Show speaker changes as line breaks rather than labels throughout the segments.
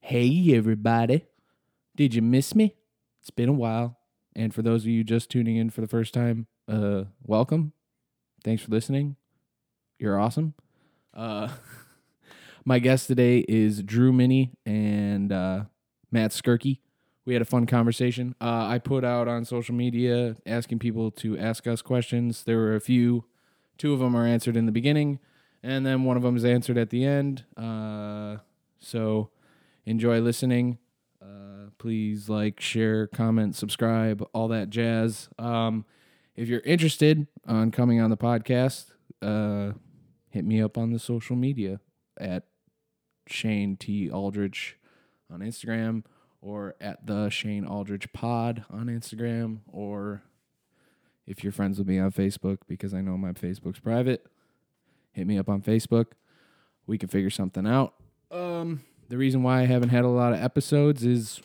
Hey, everybody. Did you miss me? It's been a while. And for those of you just tuning in for the first time, uh, welcome. Thanks for listening. You're awesome. Uh, my guest today is Drew Minnie and uh, Matt Skirky. We had a fun conversation. Uh, I put out on social media asking people to ask us questions. There were a few. Two of them are answered in the beginning, and then one of them is answered at the end. Uh, so enjoy listening. Uh, please like, share, comment, subscribe, all that jazz. Um, if you're interested on coming on the podcast, uh, hit me up on the social media at Shane T Aldrich on Instagram or at the Shane Aldrich Pod on Instagram or if you're friends with me on Facebook because I know my Facebook's private, hit me up on Facebook. We can figure something out. Um, the reason why I haven't had a lot of episodes is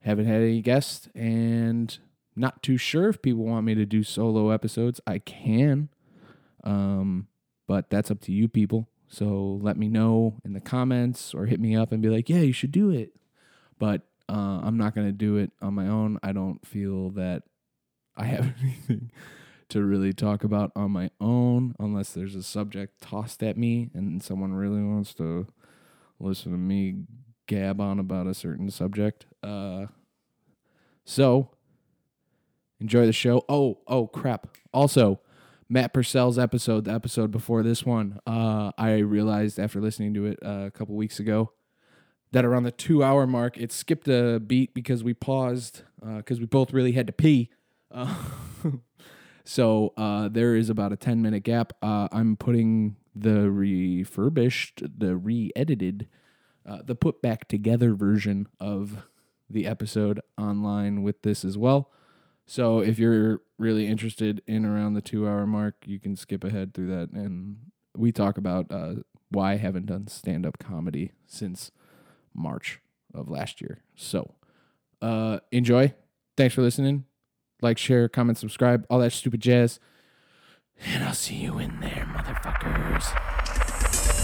haven't had any guests and not too sure if people want me to do solo episodes. I can. Um, but that's up to you people. So let me know in the comments or hit me up and be like, yeah, you should do it. But uh, I'm not going to do it on my own. I don't feel that I have anything to really talk about on my own unless there's a subject tossed at me and someone really wants to listen to me gab on about a certain subject. Uh, so enjoy the show. Oh, oh crap. Also, Matt Purcell's episode, the episode before this one, uh, I realized after listening to it uh, a couple weeks ago that around the two hour mark, it skipped a beat because we paused because we both really had to pee. Uh, so uh, there is about a 10 minute gap. Uh, I'm putting the refurbished, the re edited, uh, the put back together version of the episode online with this as well. So if you're really interested in around the two hour mark, you can skip ahead through that. And we talk about uh, why I haven't done stand up comedy since March of last year. So uh, enjoy. Thanks for listening. Like, share, comment, subscribe, all that stupid jazz. And I'll see you in there, motherfuckers.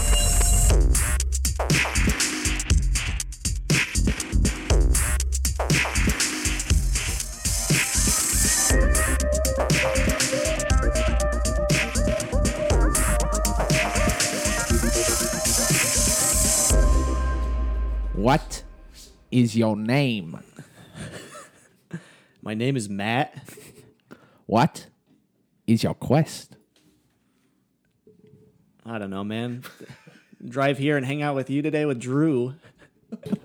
What is your name?
My name is Matt.
What is your quest?
I don't know, man. Drive here and hang out with you today with Drew.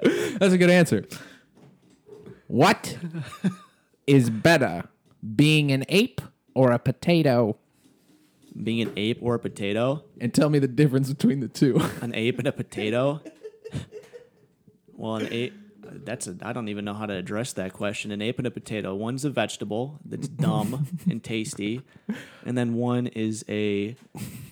That's a good answer. What is better, being an ape or a potato?
Being an ape or a potato?
And tell me the difference between the two.
An ape and a potato? Well, an ape. That's a. I don't even know how to address that question. An ape and a potato. One's a vegetable that's dumb and tasty, and then one is a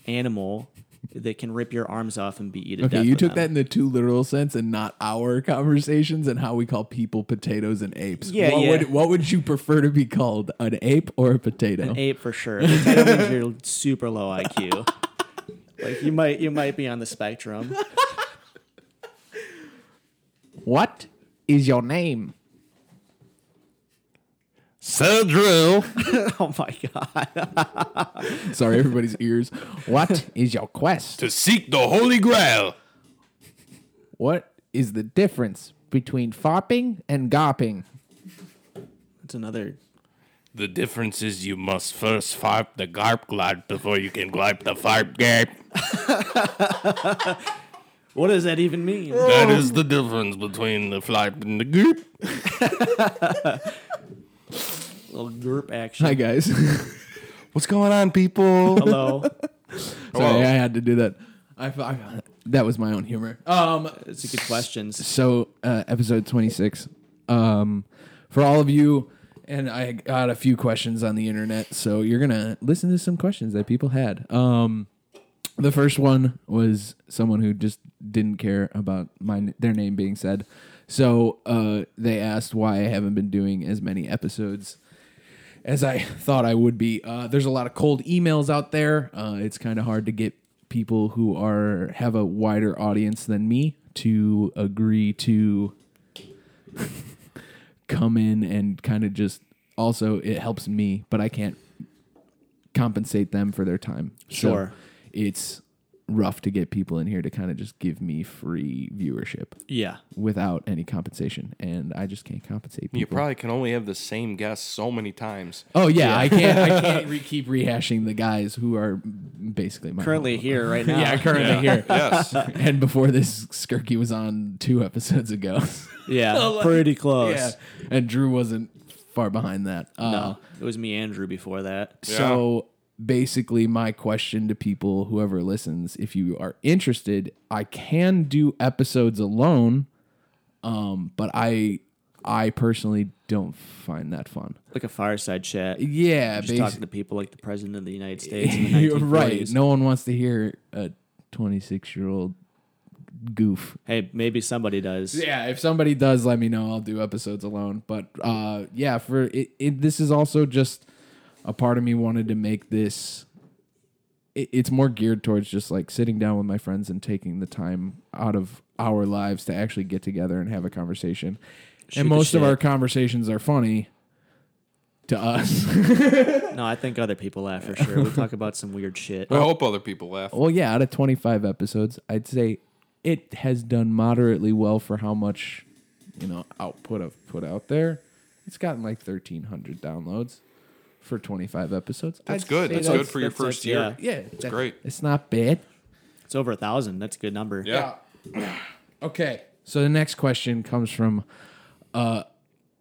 animal that can rip your arms off and beat you to
Okay,
death.
you
with
took that
them.
in the too literal sense and not our conversations and how we call people potatoes and apes.
Yeah,
what
yeah.
Would, what would you prefer to be called, an ape or a potato?
An ape for sure. A potato means you're super low IQ. Like you might you might be on the spectrum.
What is your name?
So Drew.
Oh my god.
Sorry, everybody's ears.
What is your quest?
to seek the Holy Grail.
What is the difference between farping and garping?
That's another
The difference is you must first farp the garp glide before you can glide the farp garp.
What does that even mean?
That
Oh.
is the difference between the flarp and the goop.
little group action.
Hi, guys. Sorry,
What's going on, people?
Hello.
I had to do that. I, f- I- that was my own humor. Uh,
It's a good question.
so uh, episode 26 um, for all of you and i got a few questions on the internet so you're gonna listen to some questions that people had um, the first one was someone who just didn't care about my their name being said so uh, they asked why i haven't been doing as many episodes as I thought I would be. Uh, there's a lot of cold emails out there. Uh, it's kind of hard to get people who are have a wider audience than me
to agree to come in and kind of just also it helps me, but I can't compensate them for their time. So
Sure.
it's rough to get people in here to kind of just give me free viewership
Yeah.
without any compensation and I just can't compensate people.
You probably can only have the same guest so many times.
Oh yeah, I can't. I can't re- keep rehashing the guys who are basically my
Currently here right now.
Yeah, currently here.
Yes.
And before this, Skirky was on two episodes ago.
Yeah. pretty close.
yeah, and Drew wasn't far behind that. Uh,
No, it was me Andrew before that.
So basically, my question to people, whoever listens, if you are interested, I can do episodes alone, um, but I, I personally don't find that fun.
Like a fireside chat.
Yeah,
Just
basi-
talking to people like the president of the United States. In the 1940s.
right. No one wants to hear a 26 year old goof.
Hey, maybe somebody does.
Yeah, if somebody does, let me know. I'll do episodes alone. But uh, yeah, for it, it, this is also just a part of me wanted to make this. It, it's more geared towards just like sitting down with my friends and taking the time out of our lives to actually get together and have a conversation.
Shoot the
and most of
shit.
our conversations are funny to us.
No, I think other people laugh for sure. We talk about some weird shit.
I hope other people laugh.
Well, yeah, out of 25 episodes, I'd say it has done moderately well for how much, you know, output I've put out there. It's gotten like 1,300 downloads for 25 episodes.
That's
I'd
good.
say
That's, good for your
that's-
first
that's-
year.
yeah.
Yeah, it's
great.
It's not bad.
It's over a thousand. That's a good number.
Yeah.
Okay. So the next question comes from uh,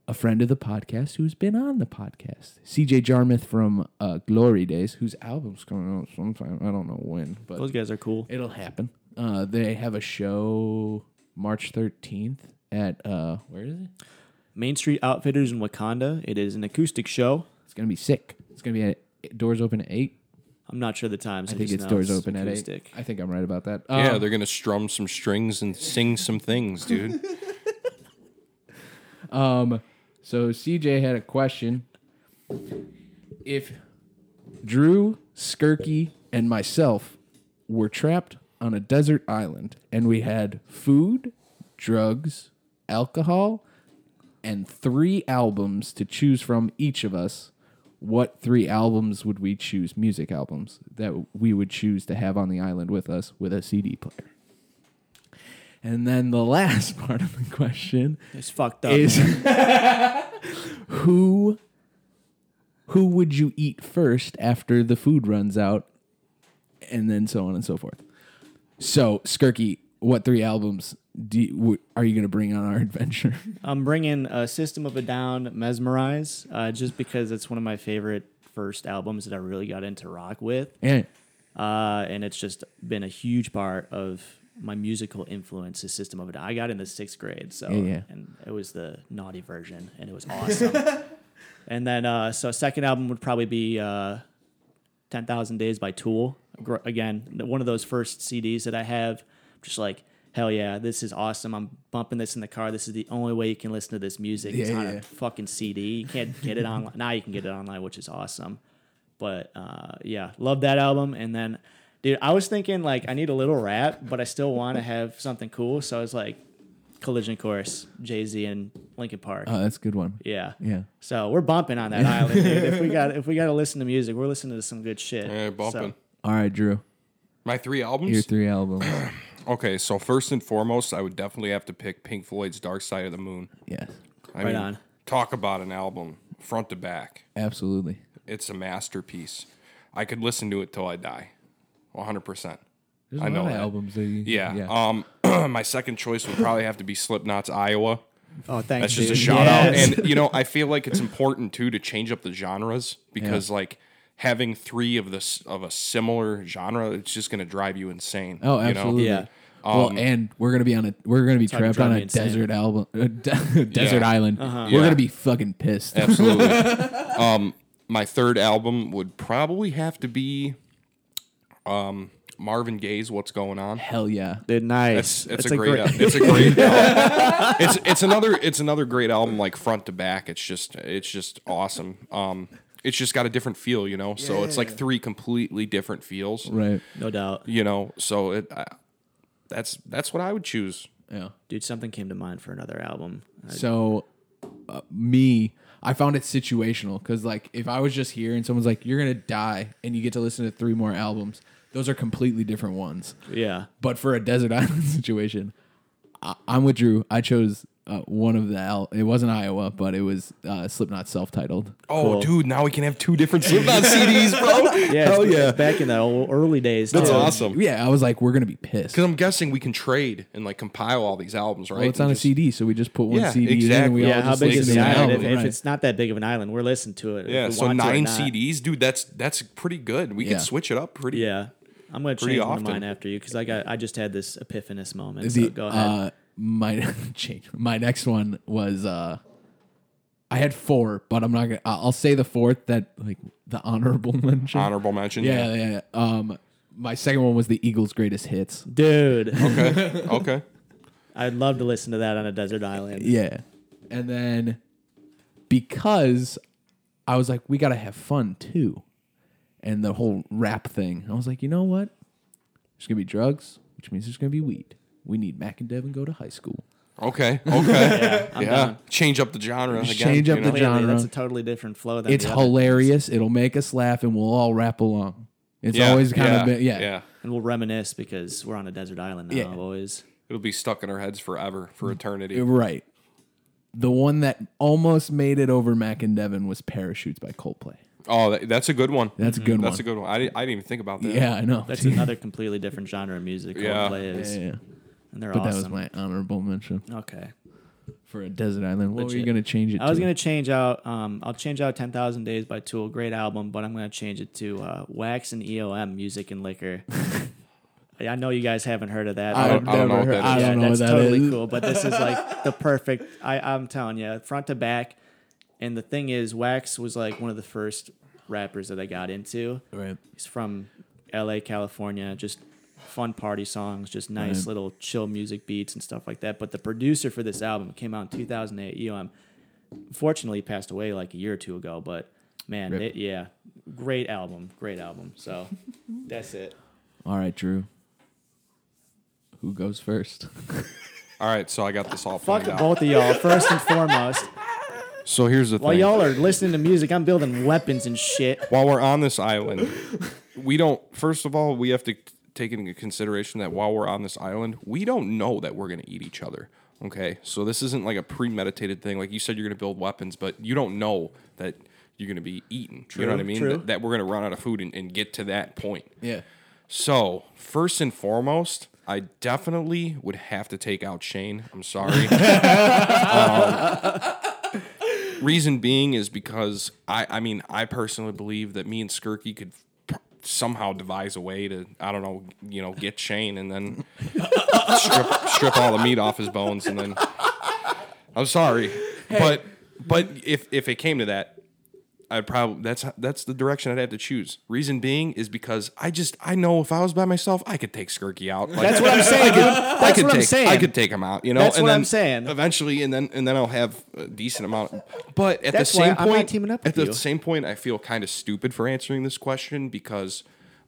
a friend of the podcast who's been on the podcast, CJ Jarmuth from uh, Glory Days, whose album's coming out sometime. I don't know when, but
Those guys are cool.
It'll happen. Uh, they have a show March 13th at uh, where is it?
Main Street Outfitters in Wakanda. It is an acoustic show.
It's gonna be sick. It's gonna be at doors open at eight.
I'm not sure the times.
I think
just
it's
know
doors open at eight.
acoustic.
I think I'm right about that. Um,
Yeah, they're gonna strum some strings and sing some things, dude.
So CJ had a question. If Drew, Skirky, and myself were trapped on a desert island and we had food, drugs, alcohol, and three albums to choose from each of us, what three albums would we choose? Music albums that we would choose to have on the island with us with a CD player. And then the last part of the question
It's fucked up.
is who who would you eat first after the food runs out and then so on and so forth so skirky what three albums do you, w- are you going to bring on our adventure
I'm bringing a System of a Down, Mesmerize, uh, just because it's one of my favorite first albums that I really got into rock with,
and
uh, and it's just been a huge part of my musical influence. Is System of a Down. I got in the sixth grade, so
Yeah, yeah.
and it was the naughty version, and it was awesome. and then uh, so second album would probably be uh, Ten Thousand Days by Tool. Gr- Again, one of those first CDs that I have. Just like hell yeah, this is awesome. I'm bumping this in the car. This is the only way you can listen to this music. it's
Yeah,
on
yeah.
a fucking CD. You can't get it online. Now you can get it online, which is awesome. But uh, yeah, love that album. And then, dude, I was thinking like I need a little rap, but I still want to have something cool. So I was like, Collision Course, Jay Z and Linkin Park.
Uh,
oh that's a good one
yeah.
yeah
So we're bumping on that island, dude. If we got if we got to listen to music, we're listening to some good shit.
Yeah, bumping.
So,
all right drew
My three albums.
your three albums
Okay, so first and foremost, I would definitely have to pick Pink Floyd's Dark Side of the Moon.
yes
I
Right
mean,
on.
talk about an album front to back.
absolutely
It's a masterpiece. I could listen to it till I die. 100%.
There's
I know
lot of
that.
albums that you,
Yeah. Um my second choice would probably have to be Slipknot's Iowa.
oh, thanks.
That's just a
dude.
shout
Yes.
out. And you know, I feel like it's important too to change up the genres because like having three of this of a similar genre, it's just gonna drive you insane.
Oh,
you know? Um,
absolutely.
Yeah.
well, and we're gonna be on a we're gonna be
hard
trapped
to drive
on
me
a
insane.
desert album, a de- desert
Yeah.
island. We're
Yeah.
gonna be fucking pissed.
Absolutely. um, my third album would probably have to be um, Marvin Gaye's "What's Going On."
Hell yeah!
Dude, nice.
It's, it's a, great, al- it's a great album. It's it's another it's another great album like front to back. It's just it's just awesome. Um, it's just got a different feel, you know. So it's like three completely different feels,
Right.
no doubt.
you know. So it I, that's that's what I would choose.
Yeah.
Dude, something came to mind for another album. I-
So, uh, me, I found it situational because, like, if I was just here and someone's like, "You're gonna die," and you get to listen to three more albums, those are completely different ones.
yeah.
But for a desert island situation, I- I'm with Drew. I chose uh, one of the al- it wasn't Iowa, but it was uh, Slipknot self-titled.
Oh, dude, now we can have two different Slipknot CDs, bro.
Yeah,
Hell
it's-
yeah.
it's back in the ol- early days.
That's
too.
awesome.
Yeah, I was like, we're gonna be pissed.
Because I'm guessing we can trade and like compile all these albums, right?
Well, it's on
And
a
just-
CD, so we just put one
Yeah,
CD in and we
exactly.
Yeah,
all
how
just
big
listen
is
to
the
the
island?
album.
If, if
right.
it's not that big of an island, we're listening to it. if
Yeah,
we
so
want to or
nine
not.
CDs, dude. That's that's pretty good. We
Yeah.
can switch it up pretty.
Yeah, I'm gonna
Pretty
change one of
often.
mine after you because I got I just had this epiphanous moment.
the
so go ahead.
uh my change my next one was uh I had four, but I'm not gonna. I- I'll say the fourth that like the honorable mention.
Honorable mention.
yeah, yeah, yeah. Um, my second one was the Eagles' greatest hits.
Dude,
Okay. okay.
I'd love to listen to that on a desert island.
Yeah, and then because I was like, we gotta have fun too, and the whole rap thing. I was like, you know what? There's gonna be drugs, which means there's gonna be weed. We need Mac and Devin go to high school.
Okay. Okay.
Yeah, I'm
yeah.
done.
Change up the genre. Again,
Change up
you
the
know?
gen-
Clearly,
Genre.
that's a totally different flow. Than
it's
the other.
hilarious. It'll make us laugh, and we'll all rap along. It's
Yeah,
always kind
yeah,
of been, yeah.
Yeah.
and we'll reminisce because we're on a desert island now.
Yeah.
Always.
It'll be stuck in our heads forever, for eternity.
right. The one that almost made it over Mac and Devin was "Parachutes" by Coldplay.
oh, that, that's a good one.
That's a good
Mm-hmm. That's a
one.
good one. I, di- I didn't even think about that.
yeah, I know.
That's another completely different genre of music.
Yeah.
Coldplay
yeah,
is,
yeah.
and they're
But that was
awesome.
my honorable mention
okay.
for a desert island. What were you
Legit.
gonna change it?
I was
to?
gonna change out. Um, I'll change out Ten Thousand Days by Tool, great album, but I'm gonna change it to uh, Wax and EOM, Music and Liquor. I I know you guys haven't heard of that.
I
don't-
don't,
I don't know
know.
what that
I
is.
don't
yeah,
know
that's
what that
totally
is.
cool. But this is like the perfect. I, I'm telling you, front to back. And the thing is, Wax was like one of the first rappers that I got into.
Right.
He's from L.A., California. Just fun party songs, just nice
Right.
little chill music beats and stuff like that. But the producer for this album came out in 2008. EOM, E fortunately, he passed away like a year or two ago. But man,
Rip.
it, yeah, great album, great album. So that's it.
All right, Drew. Who goes first?
All right. So I got this all
Fuck
planned out.
both of y'all. First and foremost.
So here's the
While
thing.
y'all are listening to music, I'm building weapons and shit.
while we're on this island, we don't. First of all, we have to take into consideration that while we're on this island, we don't know that we're going to eat each other. Okay, so this isn't like a premeditated thing. Like you said, you're going to build weapons, but you don't know that you're going to be eaten. you know what I mean?
true.
That, that we're going to run out of food and, and get to that point.
yeah.
So first and foremost, I definitely would have to take out Shane. I'm sorry. Um, reason being is because I, I mean, I personally believe that me and Skirky could p- somehow devise a way to, I don't know, you know, get Shane and then strip, strip all the meat off his bones and then. I'm sorry, but but if if it came to that, I'd probably that's that's the direction I'd have to choose. Reason being is because I just I know if I was by myself, I could take Skirky out. Like,
That's what I'm saying, dude. That's
I could
what
take,
I'm saying.
I could take him out, you know.
That's
and
what
then
I'm saying.
Eventually, and then and then I'll have a decent amount. But at
That's
the
why
same
I'm not
point,
teaming up with
at the
you.
same point, I feel kind of stupid for answering this question because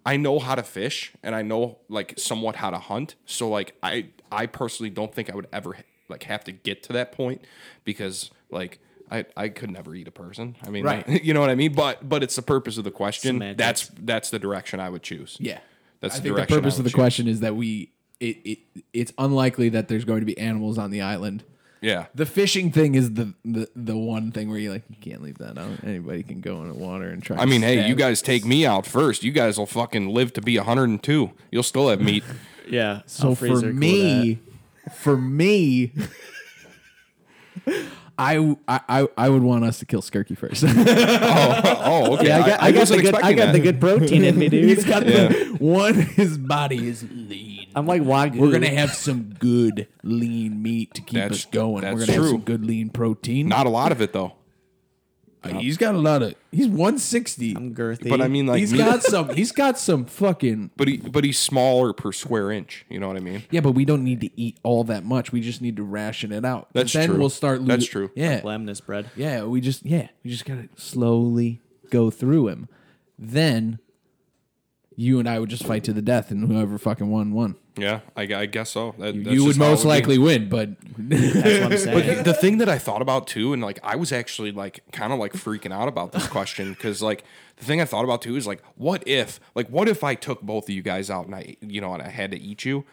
I know how to fish and I know like somewhat how to hunt. So like I I personally don't think I would ever like have to get to that point because like. I, I could never eat a person. I mean,
Right.
you know what I mean. But but it's the purpose of the question.
Semantics.
That's that's the direction I would choose.
Yeah.
that's
I think
the
the
direction I
purpose
would
of the
choose.
question is that we it, it it's unlikely that there's going to be animals on the island.
Yeah,
The fishing thing is the the, the one thing where you like you can't leave that out. Anybody can go in the water and try.
I mean, hey, you guys take me out first. You guys will fucking live to be 102. You'll still have meat.
Yeah.
So for me, for me, I, I I- I would want us to kill Skirky first.
oh, okay.
I got, I got the
wasn't
good, I
expecting
got the
that.
good protein in me,
He's
dude.
got the one. His body is lean.
I'm like wagyu.
We're gonna have some good lean meat to keep us
That's-
going. We're
that's
gonna have
true.
some good lean protein.
Not a lot of it though.
He's got a lot of. He's 160.
I'm girthy.
But I mean, like,
he's
meat-
got some. He's got some fucking.
but he, but he's smaller per square inch. You know what I mean?
Yeah, but we don't need to eat all that much. We just need to ration it out. 'Cause
That's
then
true.
we'll start. Losing.
That's true.
Yeah,
lamnus bread.
yeah. We just yeah. We just gotta slowly go through him. Then you and I would just fight to the death, and whoever fucking won won.
Yeah, I, I guess so. That- that's
you
just
would
how it
most
be.
likely win, but
That's what I'm saying.
But the thing that I thought about too, and like I was actually like kind of like freaking out about this question because like the thing I thought about too is like, what if, like, what if I took both of you guys out and I, you know, and I had to eat you?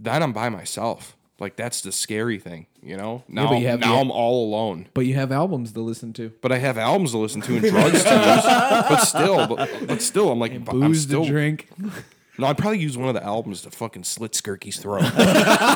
Then I'm by myself. Like that's the scary thing, you know. Now,
but you have
now
the-
I'm all alone.
but you have albums to listen to.
But I have albums to listen to and drugs to use. But still, but, but still, I'm like, but I'm
Booze
still.
to drink.
No, I'd probably use one of the albums to fucking slit Skirky's throat.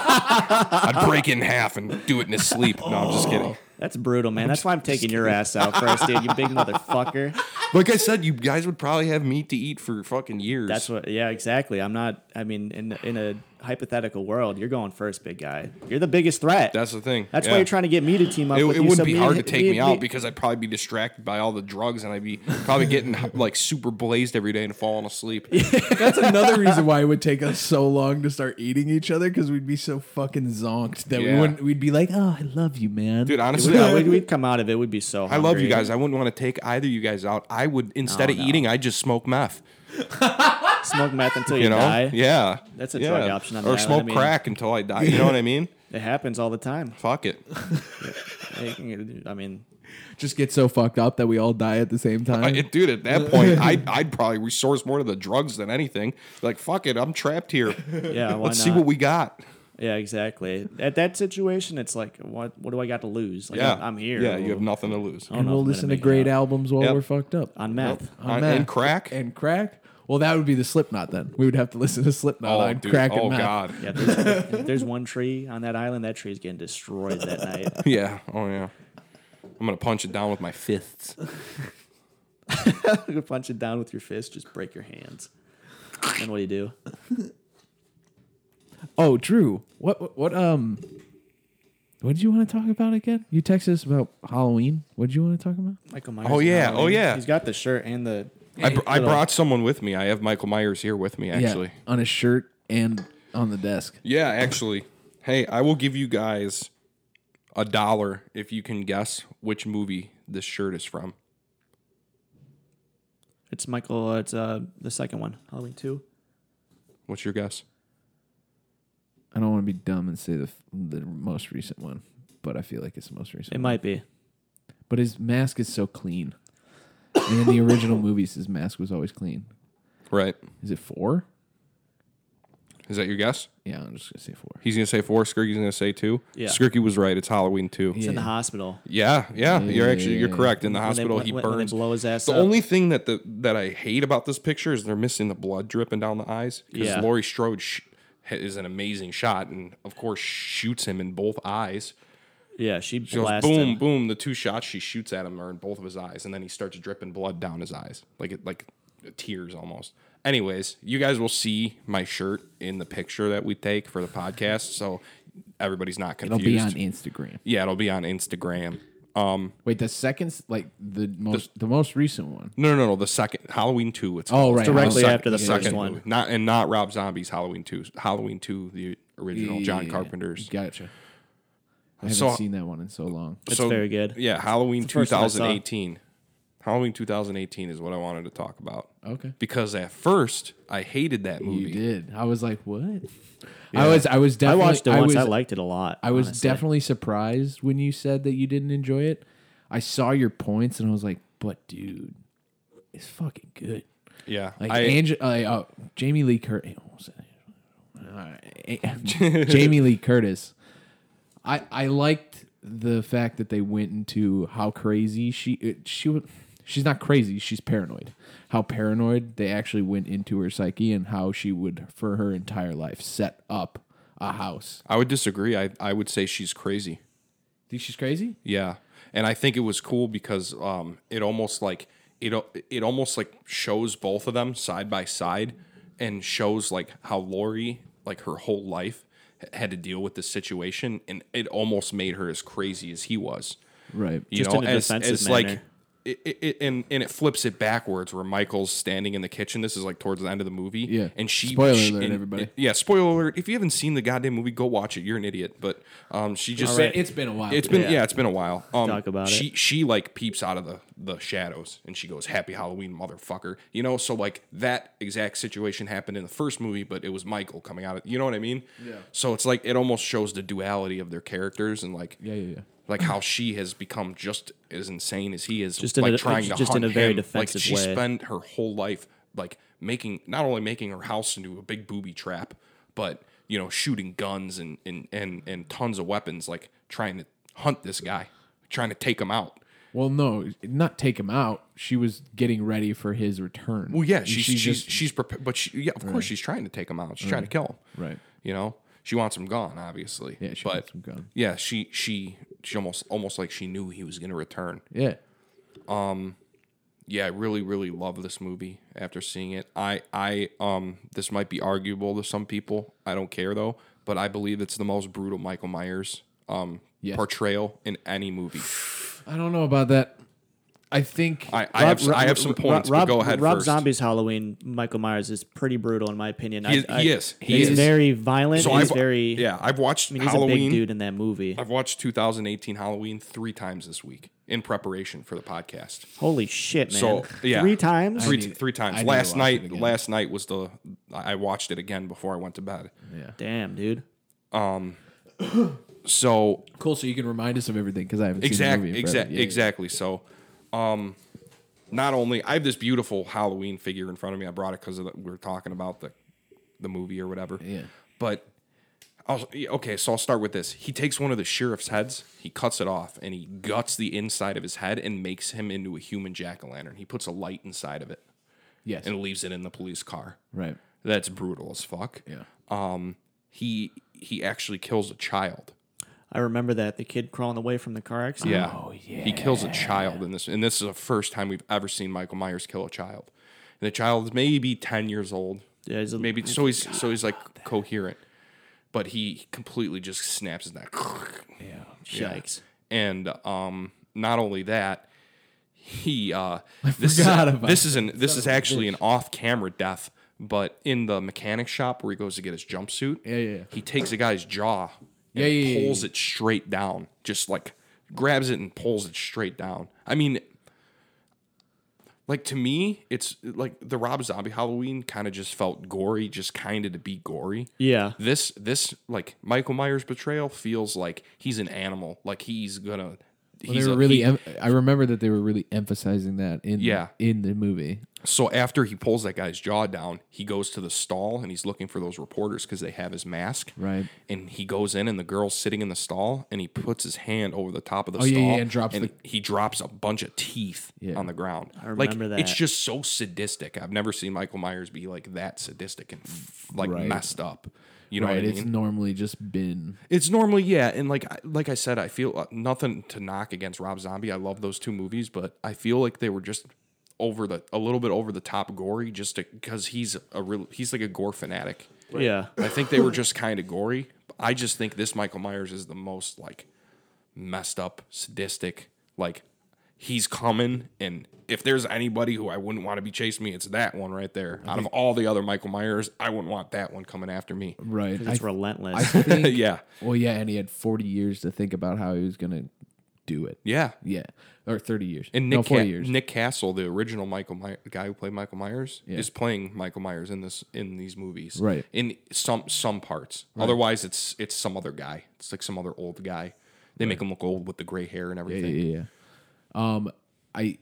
I'd break it in half and do it in his sleep. No, I'm just kidding.
That's brutal, man. That's why I'm taking your ass out first, dude. You big motherfucker.
Like I said, you guys would probably have meat to eat for fucking years.
That's what. Yeah, exactly. I'm not. I mean, in in a hypothetical world, you're going first, big guy. You're the biggest threat.
That's the thing.
That's
Yeah.
why you're trying to get me to team up.
It,
with
it
you.
wouldn't
So
be
me-
hard to take me, out
me-
because I'd probably be distracted by all the drugs and I'd be probably getting like super blazed every day and falling asleep.
That's another reason why it would take us so long to start eating each other because we'd be so fucking zonked that we
Yeah.
wouldn't. We'd be like, "Oh, I love you, man."
Dude, honestly,
Yeah,
I,
we'd,
would,
we'd come out of it. We'd be so.
I love you
hungry.
guys. I wouldn't want to take either you guys out. I would instead of eating, I'd just smoke meth.
Smoke meth until you,
You know?
die.
Yeah.
That's a
yeah.
drug option on
Or
that one, I
smoke
mean-
crack until I die. You know what I mean?
It happens all the time.
Fuck it.
I mean,
just get so fucked up that we all die at the same time.
I- it- dude, at that point, I'd, I'd probably resource more to the drugs than anything. Like, fuck it. I'm trapped here.
yeah. Why
Let's
not?
see what we got.
Yeah, exactly. At that situation, it's like, what? What do I got to lose? Like,
Yeah.
I'm, I'm here. Oh,
Yeah, you have nothing to
I
lose.
don't
and
know
we'll
if I'm gonna
listen to
make it
great
out.
albums while
Yep.
we're fucked up.
on meth.
On
Uh,
meth.
and crack?
and crack. Well, that would be the Slipknot then. We would have to listen to Slipknot
Oh,
on
dude.
crack
oh
and meth.
God.
Yeah, there's, if there's one tree on that island. That tree's getting destroyed that night.
Yeah. Oh yeah. I'm gonna punch it down with my fists.
you punch it down with your fist. Just break your hands. And what do you do?
Oh, Drew, what, what what um, what did you want to talk about again? You texted us about Halloween. What did you want to talk about?
Michael Myers.
Oh,
in
yeah.
Halloween.
Oh, yeah.
He's got the shirt and the.
I, br- I
little-
brought someone with me. I have Michael Myers here with me, actually.
yeah, on a shirt and on the desk.
Yeah, actually. Hey, I will give you guys a dollar if you can guess which movie this shirt is from.
It's Michael. uh, It's uh the second one, Halloween two.
What's your guess?
I don't want to be dumb and say the the most recent one, but I feel like it's the most recent.
It
one.
might be.
But his mask is so clean. and in the original movies, his mask was always clean.
Right.
Is it four?
Is that your guess?
Yeah, I'm just gonna say four.
He's gonna say four. Skirky's gonna say two.
Yeah.
Skirky was right. It's Halloween two.
It's
Yeah,
in the hospital.
yeah. You're actually you're correct. In the
When they-
hospital,
when-
he
when
burns.
They blow his ass.
The
up.
only thing that the that I hate about this picture is they're missing the blood dripping down the eyes because
Yeah.
Laurie Strode sh- ha- is an amazing shot and of course shoots him in both eyes.
Yeah, she
She goes
blasts
boom,
him.
boom. The two shots she shoots at him are in both of his eyes, and then he starts dripping blood down his eyes like it like tears almost. Anyways, you guys will see my shirt in the picture that we take for the podcast, so everybody's not
It'll
confused.
be on Instagram.
yeah, it'll be on Instagram. Um,
Wait, the second, s- like the most, the, most recent one.
No, no, no, no. The second Halloween two. It's
Oh,
called.
right, Directly
Halloween-
after the
second
first one.
movie. Not and not Rob Zombie's Halloween two. Halloween two, the original John Carpenter's.
Gotcha. I haven't
So-
seen that one in so long.
It's very good.
Yeah, Halloween
the first one I saw.
2018. Halloween 2018 is what I wanted to talk about
Okay.
because at first I hated that movie.
You did. I was like, what? I was. I was
I
definitely.
watched it once.
was,
I liked it a lot.
I was
honestly.
definitely surprised when you said that you didn't enjoy it. I saw your points and I was like, but dude, it's fucking good.
Yeah,
Like
I,
Ange- like, uh, Jamie Lee Curtis. Eh, Jamie Lee Curtis. I I liked the fact that they went into how crazy she it, she wa- she's not crazy she's paranoid how paranoid they actually went into her psyche and how she would for her entire life set up a house.
I would disagree. I I would say she's crazy.
Think she's crazy?
Yeah, and I think it was cool because um, it almost like it al- it almost like shows both of them side by side, and shows like how Lori like her whole life h- had to deal with this situation, and it almost made her as crazy as he was.
Right.
You
Just
know,
in a
as,
defensive
as
manner.
like. It, it, it- and and it flips it backwards where Michael's standing in the kitchen. This is like towards the end of the movie.
Yeah.
and she
Spoiler
she-
alert,
and-
everybody.
Yeah, spoiler alert. If you haven't seen the goddamn movie, go watch it. You're an idiot. But um, she just
It's been a while.
it's been yeah, it's been a while. Um,
Talk about
she, She like peeps out of the the shadows and she goes happy halloween motherfucker you know so like that exact situation happened in the first movie but it was michael coming out of you know what i mean yeah so it's like it almost shows the duality of their characters and like
Yeah, yeah, yeah.
like how she has become just as insane as he is
Just in
like
a-
trying to
just in
hunt
a very
him.
defensive
like she
way.
spent her whole life like making not only making her house into a big booby trap but you know shooting guns and and and, and tons of weapons like trying to hunt this guy trying to take him out
Well, no, not take him out. She was getting ready for his return.
well yeah she's she's she's,
just-
prepared but she, yeah of course she's trying to take him out she's trying to kill him
Right.
you know she wants him gone obviously
Yeah, she
but
wants him gone.
yeah she she she almost almost like she knew he was going to return
yeah.
yeah, I really, really love this movie after seeing it. I, I, um, this might be arguable to some people. I don't care though, but I believe it's the most brutal Michael Myers, um,
Yes.
portrayal in any movie.
I don't know about that. I think
I, I have, I have some points,
Rob,
but go ahead
Rob
first.
Zombie's Halloween, Michael Myers is pretty brutal in my opinion.
He is-
I, I,
he is. He
he's
is.
very violent.
so
he's
I've,
very.
yeah, I've watched
I mean, he's a big
Halloween.
dude in that movie.
I've watched 2018 Halloween three times this week in preparation for the podcast.
Holy shit, man!
So yeah,
three times.
three, three times.
I need to
last
watch it
night,
again.
last night was the I watched it again before I went to bed.
Damn, dude.
So
cool. So you can remind us of everything because I haven't seen the
Exactly.
movie. in forever.
Exactly.
Yeah, yeah.
exactly. So, um, not only I have this beautiful Halloween figure in front of me. I brought it because we were talking about the the movie or whatever.
Yeah.
But I'll, yeah, okay, so I'll start with this. He takes one of the sheriff's heads, he cuts it off, and he guts the inside of his head and makes him into a human jack o' lantern. He puts a light inside of it
Yes.
and leaves it in the police car.
right.
That's brutal as fuck.
Yeah.
He he actually kills a child.
I remember that the kid crawling away from the car accident.
Yeah.
Oh,
He kills a child in this, and this is the first time we've ever seen Michael Myers kill a child. And the child is maybe ten years old.
Yeah, he's a-
maybe so he's so he's like coherent, but he completely just snaps his neck.
Yikes.
And um, not only that, he uh, this
forgot
is
about
this is an this is actually an off camera death. But in the mechanic shop where he goes to get his jumpsuit,
Yeah, yeah, yeah.
he takes a guy's jaw and
Yeah, yeah, yeah,
pulls it straight down, just like grabs it and pulls it straight down. I mean, like to me, it's like the Rob Zombie Halloween kind of just felt gory, just kind of to be gory
Yeah.
this this like Michael Myers betrayal feels like he's an animal. Like he's gonna.
Well,
he's
they were
a-
really.
he-
em- I remember that they were really emphasizing that in
Yeah.
in the movie.
so after he pulls that guy's jaw down, he goes to the stall and he's looking for those reporters because they have his mask.
Right.
And he goes in, and the girl's sitting in the stall, and he puts his hand over the top of the
Oh, yeah,
stall.
yeah, and drops the-
he drops a bunch of teeth
Yeah.
on the ground. I
remember
like, It's
that.
just so sadistic. I've never seen Michael Myers be like that sadistic and f- like
Right.
messed up. You know
right.
what I mean?
It's normally just been.
It's normally yeah, and like I- like I said, I feel uh, nothing to knock against Rob Zombie. I love those two movies, but I feel like they were just over the a little bit over the top gory, just because he's a real he's like a gore fanatic.
Yeah.
I think they were just kind of gory. I just think this Michael Myers is the most like messed up, sadistic. Like he's coming, and if there's anybody who I wouldn't want to be chasing me, it's that one right there. Out of all the other Michael Myers, I wouldn't want that one coming after me.
Right. I
It's relentless.
think.
yeah,
Well, yeah, and he had forty years to think about how he was gonna do it.
yeah.
Yeah, or thirty years.
And
no,
Nick,
forty
Ca-
years.
Nick Castle, the original Michael My- guy who played Michael Myers,
Yeah.
is playing Michael Myers in this in these movies,
Right.
In some some parts. Otherwise, it's it's some other guy. It's like some other old guy. They make him look old with the gray hair and
yeah,
everything.
yeah, yeah. Um, I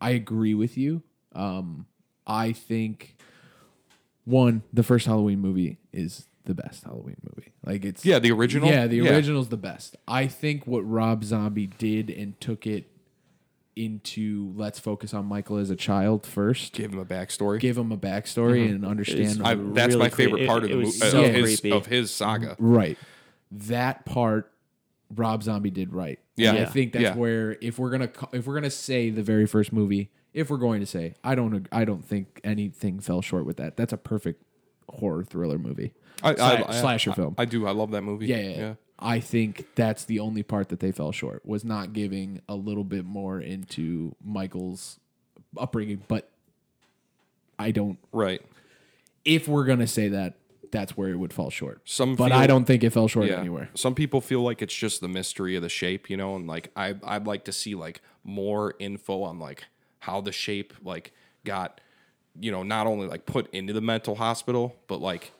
I agree with you. Um, I think one the first Halloween movie is the best Halloween movie. Like it's
Yeah, the original?
Yeah, the
Yeah.
original's the best. I think what Rob Zombie did and took it into let's focus on Michael as a child first.
Give him a backstory.
Give him a backstory and understand
Mm-hmm. I, that's
Really
my
creepy.
favorite
It-
part of the
it was
movie
so
of, his,
creepy.
of his saga.
Right. That part Rob Zombie did right.
Yeah.
And I
Yeah.
think that's
Yeah.
where if we're going to if we're going to say the very first movie, if we're going to say, I don't ag- I don't think anything fell short with that. That's a perfect horror thriller movie.
I,
Sla- slasher film.
I do. I love that movie.
yeah, yeah, yeah. I think that's the only part that they fell short was not giving a little bit more into Michael's upbringing, but I don't
Right.
if we're going to say that that's where it would fall short.
Some
but
feel-
I don't think it fell short
Yeah.
anywhere.
Some people feel like it's just the mystery of the shape, you know, and like I I'd like to see like more info on like how the shape like got, you know, not only like put into the mental hospital, but like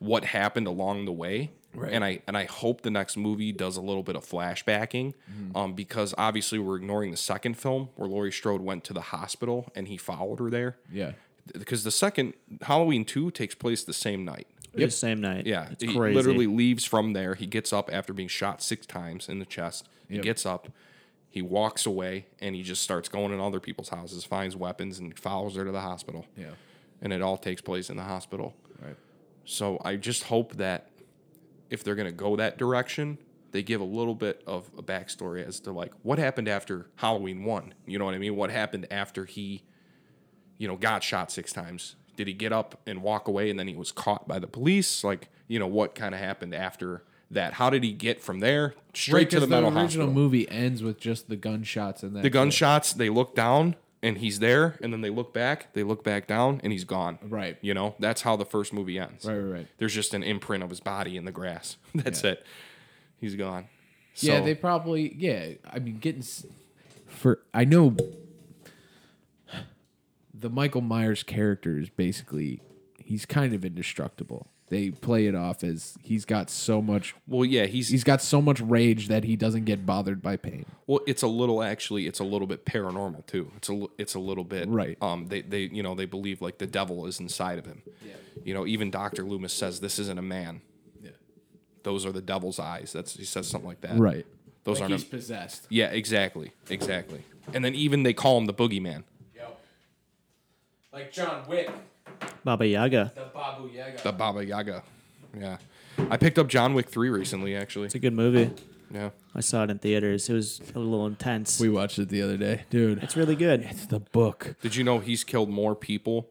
what happened along the way. Right. And I and I hope the next movie does a little bit of flashbacking, um, because obviously we're ignoring the second film where Laurie Strode went to the hospital and he followed her there.
Yeah.
Because the second Halloween two takes place the same night.
The same night.
Yeah,
It's
he
crazy.
literally leaves from there. He gets up after being shot six times in the chest. He gets up, he walks away, and he just starts going in other people's houses, finds weapons, and follows her to the hospital.
Yeah.
and it all takes place in the hospital.
Right.
So I just hope that if they're gonna go that direction, they give a little bit of a backstory as to like what happened after Halloween one. You know what I mean? What happened after he, you know, got shot six times? Did he get up and walk away and then he was caught by the police? Like, you know, what kind of happened after that? How did he get from there straight to the, mental
original
hospital?
movie ends with just the gunshots and that.
The gunshots, they look down and he's there, and then they look back, they look back down, and he's gone.
Right.
You know, that's how the first movie ends.
Right, right, right.
There's just an imprint of his body in the grass. That's it. He's gone.
Yeah,
So-
they probably. Yeah, I mean, getting s- for I know the Michael Myers character is basically he's kind of indestructible. They play it off as he's got so much
Well, yeah, he's,
he's got so much rage that he doesn't get bothered by pain.
well. It's a little actually. It's a little bit paranormal too. It's a li- it's a little bit
Right.
Um, they they you know they believe like the devil is inside of him. Yeah. You know, even Doctor Loomis says this isn't a man.
Yeah.
Those are the devil's eyes. That's he says something like that.
Right.
Those
Like
aren't.
he's
a-
possessed.
Yeah, exactly, exactly. And then even they call him the boogeyman,
Like John Wick,
Baba Yaga.
the Babu Yaga.
the Baba Yaga. Yeah, I picked up John Wick three recently, actually.
It's a good movie.
Yeah,
I saw it in theaters. It was a little intense.
We watched it the other day, dude.
it's really good.
It's the book.
did you know he's killed more people,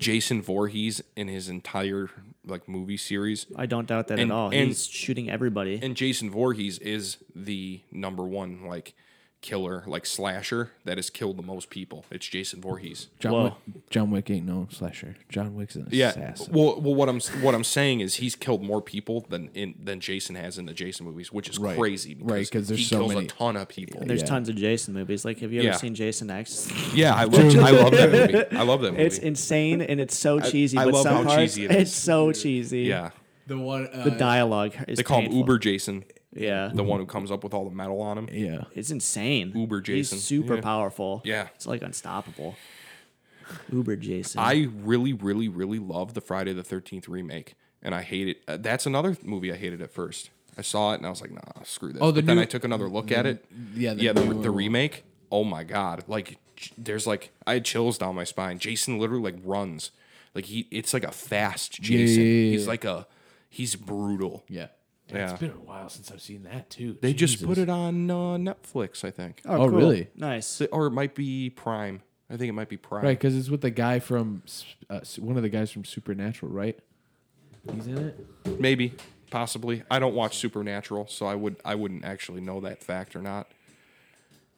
Jason Voorhees, in his entire like movie series?
I don't doubt that
And-
at all.
and-
He's shooting everybody.
And Jason Voorhees is the number one like killer, like slasher that has killed the most people. It's Jason Voorhees.
John
Whoa.
Wick, John Wick ain't no slasher. John Wick's an
Yeah.
assassin.
Well, well, what I'm what I'm saying is he's killed more people than in than Jason has in the Jason movies, which is
Right.
crazy.
Right, 'cause there's
he
so
kills
many.
a ton of people.
There's
yeah.
tons of Jason movies. Like, have you ever
Yeah.
seen Jason X?
Yeah, I love I love that movie. I love that movie.
It's insane and it's so cheesy.
I
but
love
some
how
parts,
cheesy it
It's
is.
so cheesy.
yeah,
the one uh,
The dialogue is
they call
painful.
him Uber Jason,
Yeah.
the
Mm-hmm.
one who comes up with all the metal on him.
yeah.
It's insane.
Uber Jason.
He's super
Yeah.
powerful.
Yeah.
It's like unstoppable. Uber Jason.
I really, really, really love the Friday the Thirteenth remake, and I hate it. Uh, that's another movie I hated at first. I saw it and I was like, nah, screw this.
Oh, the
but then
new- Mm-hmm.
I took another look at it.
yeah, the
yeah, the,
newer
the
one.
remake. Oh my god! Like, j- there's like I had chills down my spine. Jason literally like runs, like he. It's like a fast Jason.
yeah, yeah,
He's
yeah.
like a. He's brutal.
Yeah.
Yeah.
It's been a while since I've seen that too.
They just put it on uh, Netflix, I think,
Oh, really?
Nice.
Th- or it might be Prime. I think it might be Prime.
Right, because it's with the guy from uh, one of the guys from Supernatural, right? He's in it.
Maybe, possibly. I don't watch Supernatural, so I would I wouldn't actually know that fact or not.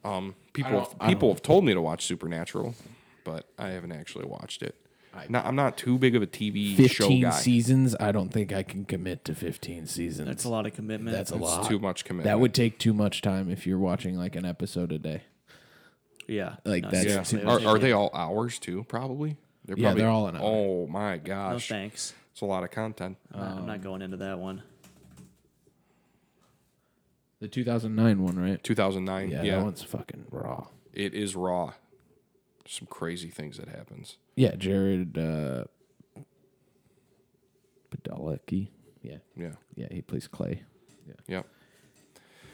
Um, people
don't- I
have, people have told me to watch Supernatural, but I haven't actually watched it. Not- I'm not too big of a TV show
Fifteen
guy.
seasons. I don't think I can commit to fifteen seasons.
That's a lot of commitment.
That's a lot.
Too much commitment.
That would take too much time if you're watching like an episode a day.
Yeah.
Like, that's-
Yeah.
seriously, it would
Are,
take
are
me-
they all hours too? Probably. They're
Yeah, they're all an hour.
Oh my
No
gosh,
thanks.
it's a lot of content.
I'm not- I'm
Um,
not going into that one.
The 2009 one, right?
2009. Yeah,
Yeah, that one's fucking raw.
it is raw. Some crazy things that happens.
Yeah, Jared uh Padalecki. Yeah.
Yeah.
Yeah, he plays Clay.
Yep.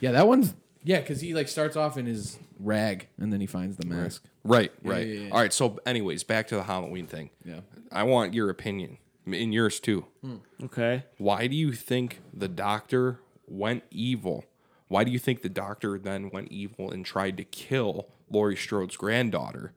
Yeah, that one's yeah, because he like starts off in his rag and then he finds the mask.
Right, right.
yeah, yeah.
All right. So, anyways, back to the Halloween thing.
Yeah.
I want your opinion, and yours too.
Okay.
Why do you think the doctor went evil? Why do you think the doctor then went evil and tried to kill Laurie Strode's granddaughter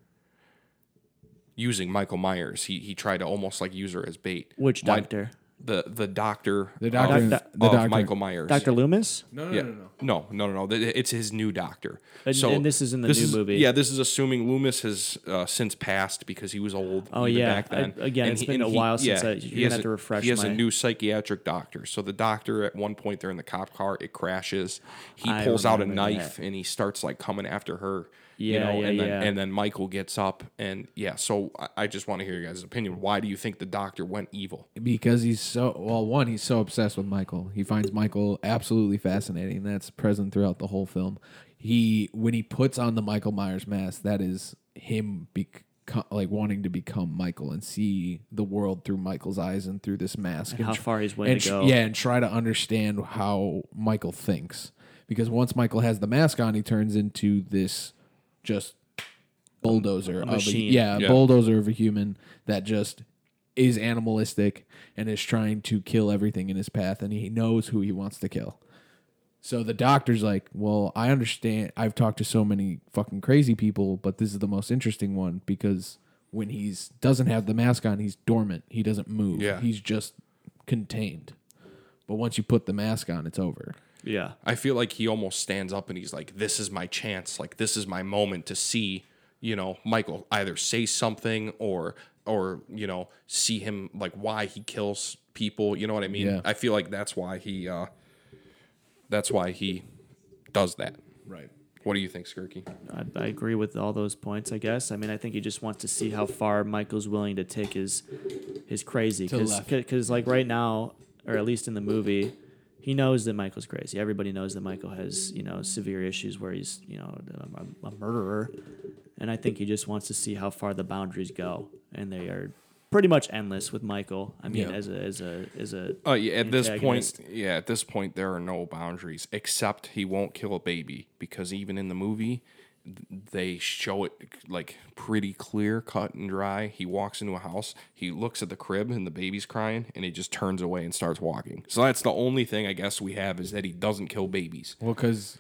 using Michael Myers? He he tried to almost like use her as bait.
Which
Why-
doctor?
the the doctor,
The doctor-
of,
the
of
doctor.
Michael Myers.
Dr. Loomis?
No, no, no, no, no, no, no, no. Th- It's his new doctor.
And- and this is in the new
is-
movie.
Yeah, this is assuming Loomis has uh, since passed because he was old.
Oh,
even
yeah.
back then.
I- again,
And
it's
he-
been
and
a
he-
while since I-
he
you're gonna
has
have to refresh
He has
my-
a new psychiatric doctor. So the doctor, at one point, they're in the cop car. It crashes. He
I
pulls out a
remember
knife and he starts like coming after her. you
Yeah,
know,
yeah,
and then
yeah.
and then Michael gets up and yeah. So I, I just want to hear your guys' opinion. Why do you think the doctor went evil?
because he's so well one he's so obsessed with michael he finds michael absolutely fascinating that's present throughout the whole film he when he puts on the michael myers mask that is him become like wanting to become michael and see the world through michael's eyes and through this mask and
how
tr-
far he's willing
and
to
tr-
go.
yeah and try to understand how michael thinks because once michael has the mask on he turns into this just bulldozer of a,
machine.
yeah, a
Yeah.
bulldozer of a human that just is animalistic and is trying to kill everything in his path and he knows who he wants to kill. So the doctor's like, "Well, I understand. I've talked to so many fucking crazy people, but this is the most interesting one because when he's doesn't have the mask on, he's dormant. He doesn't move.
Yeah.
He's just contained. But once you put the mask on, it's over."
Yeah.
I feel like he almost stands up and he's like, "This is my chance. Like this is my moment to see, you know, Michael either say something or or you know see him like why he kills people. You know what I mean?
Yeah.
I feel like that's why he uh that's why he does that.
Right.
What do you think, Skirky?
I, I agree with all those points. I guess. I mean, I think he just wants to see how far Michael's willing to take his his crazy.
To the
Because
left.
because like right now, or at least in the movie, he knows that Michael's crazy. Everybody knows that Michael has you know severe issues where he's you know a, a murderer, and I think he just wants to see how far the boundaries go, and they are pretty much endless with Michael. I mean,
Yeah. Oh,
as a as a as a
Uh, yeah, at this point,
antagonist.
yeah, at this point, there are no boundaries except he won't kill a baby because even in the movie, th- they show it like pretty clear, cut and dry. He walks into a house, he looks at the crib, and the baby's crying, and he just turns away and starts walking. So that's the only thing I guess we have is that he doesn't kill babies.
Well, because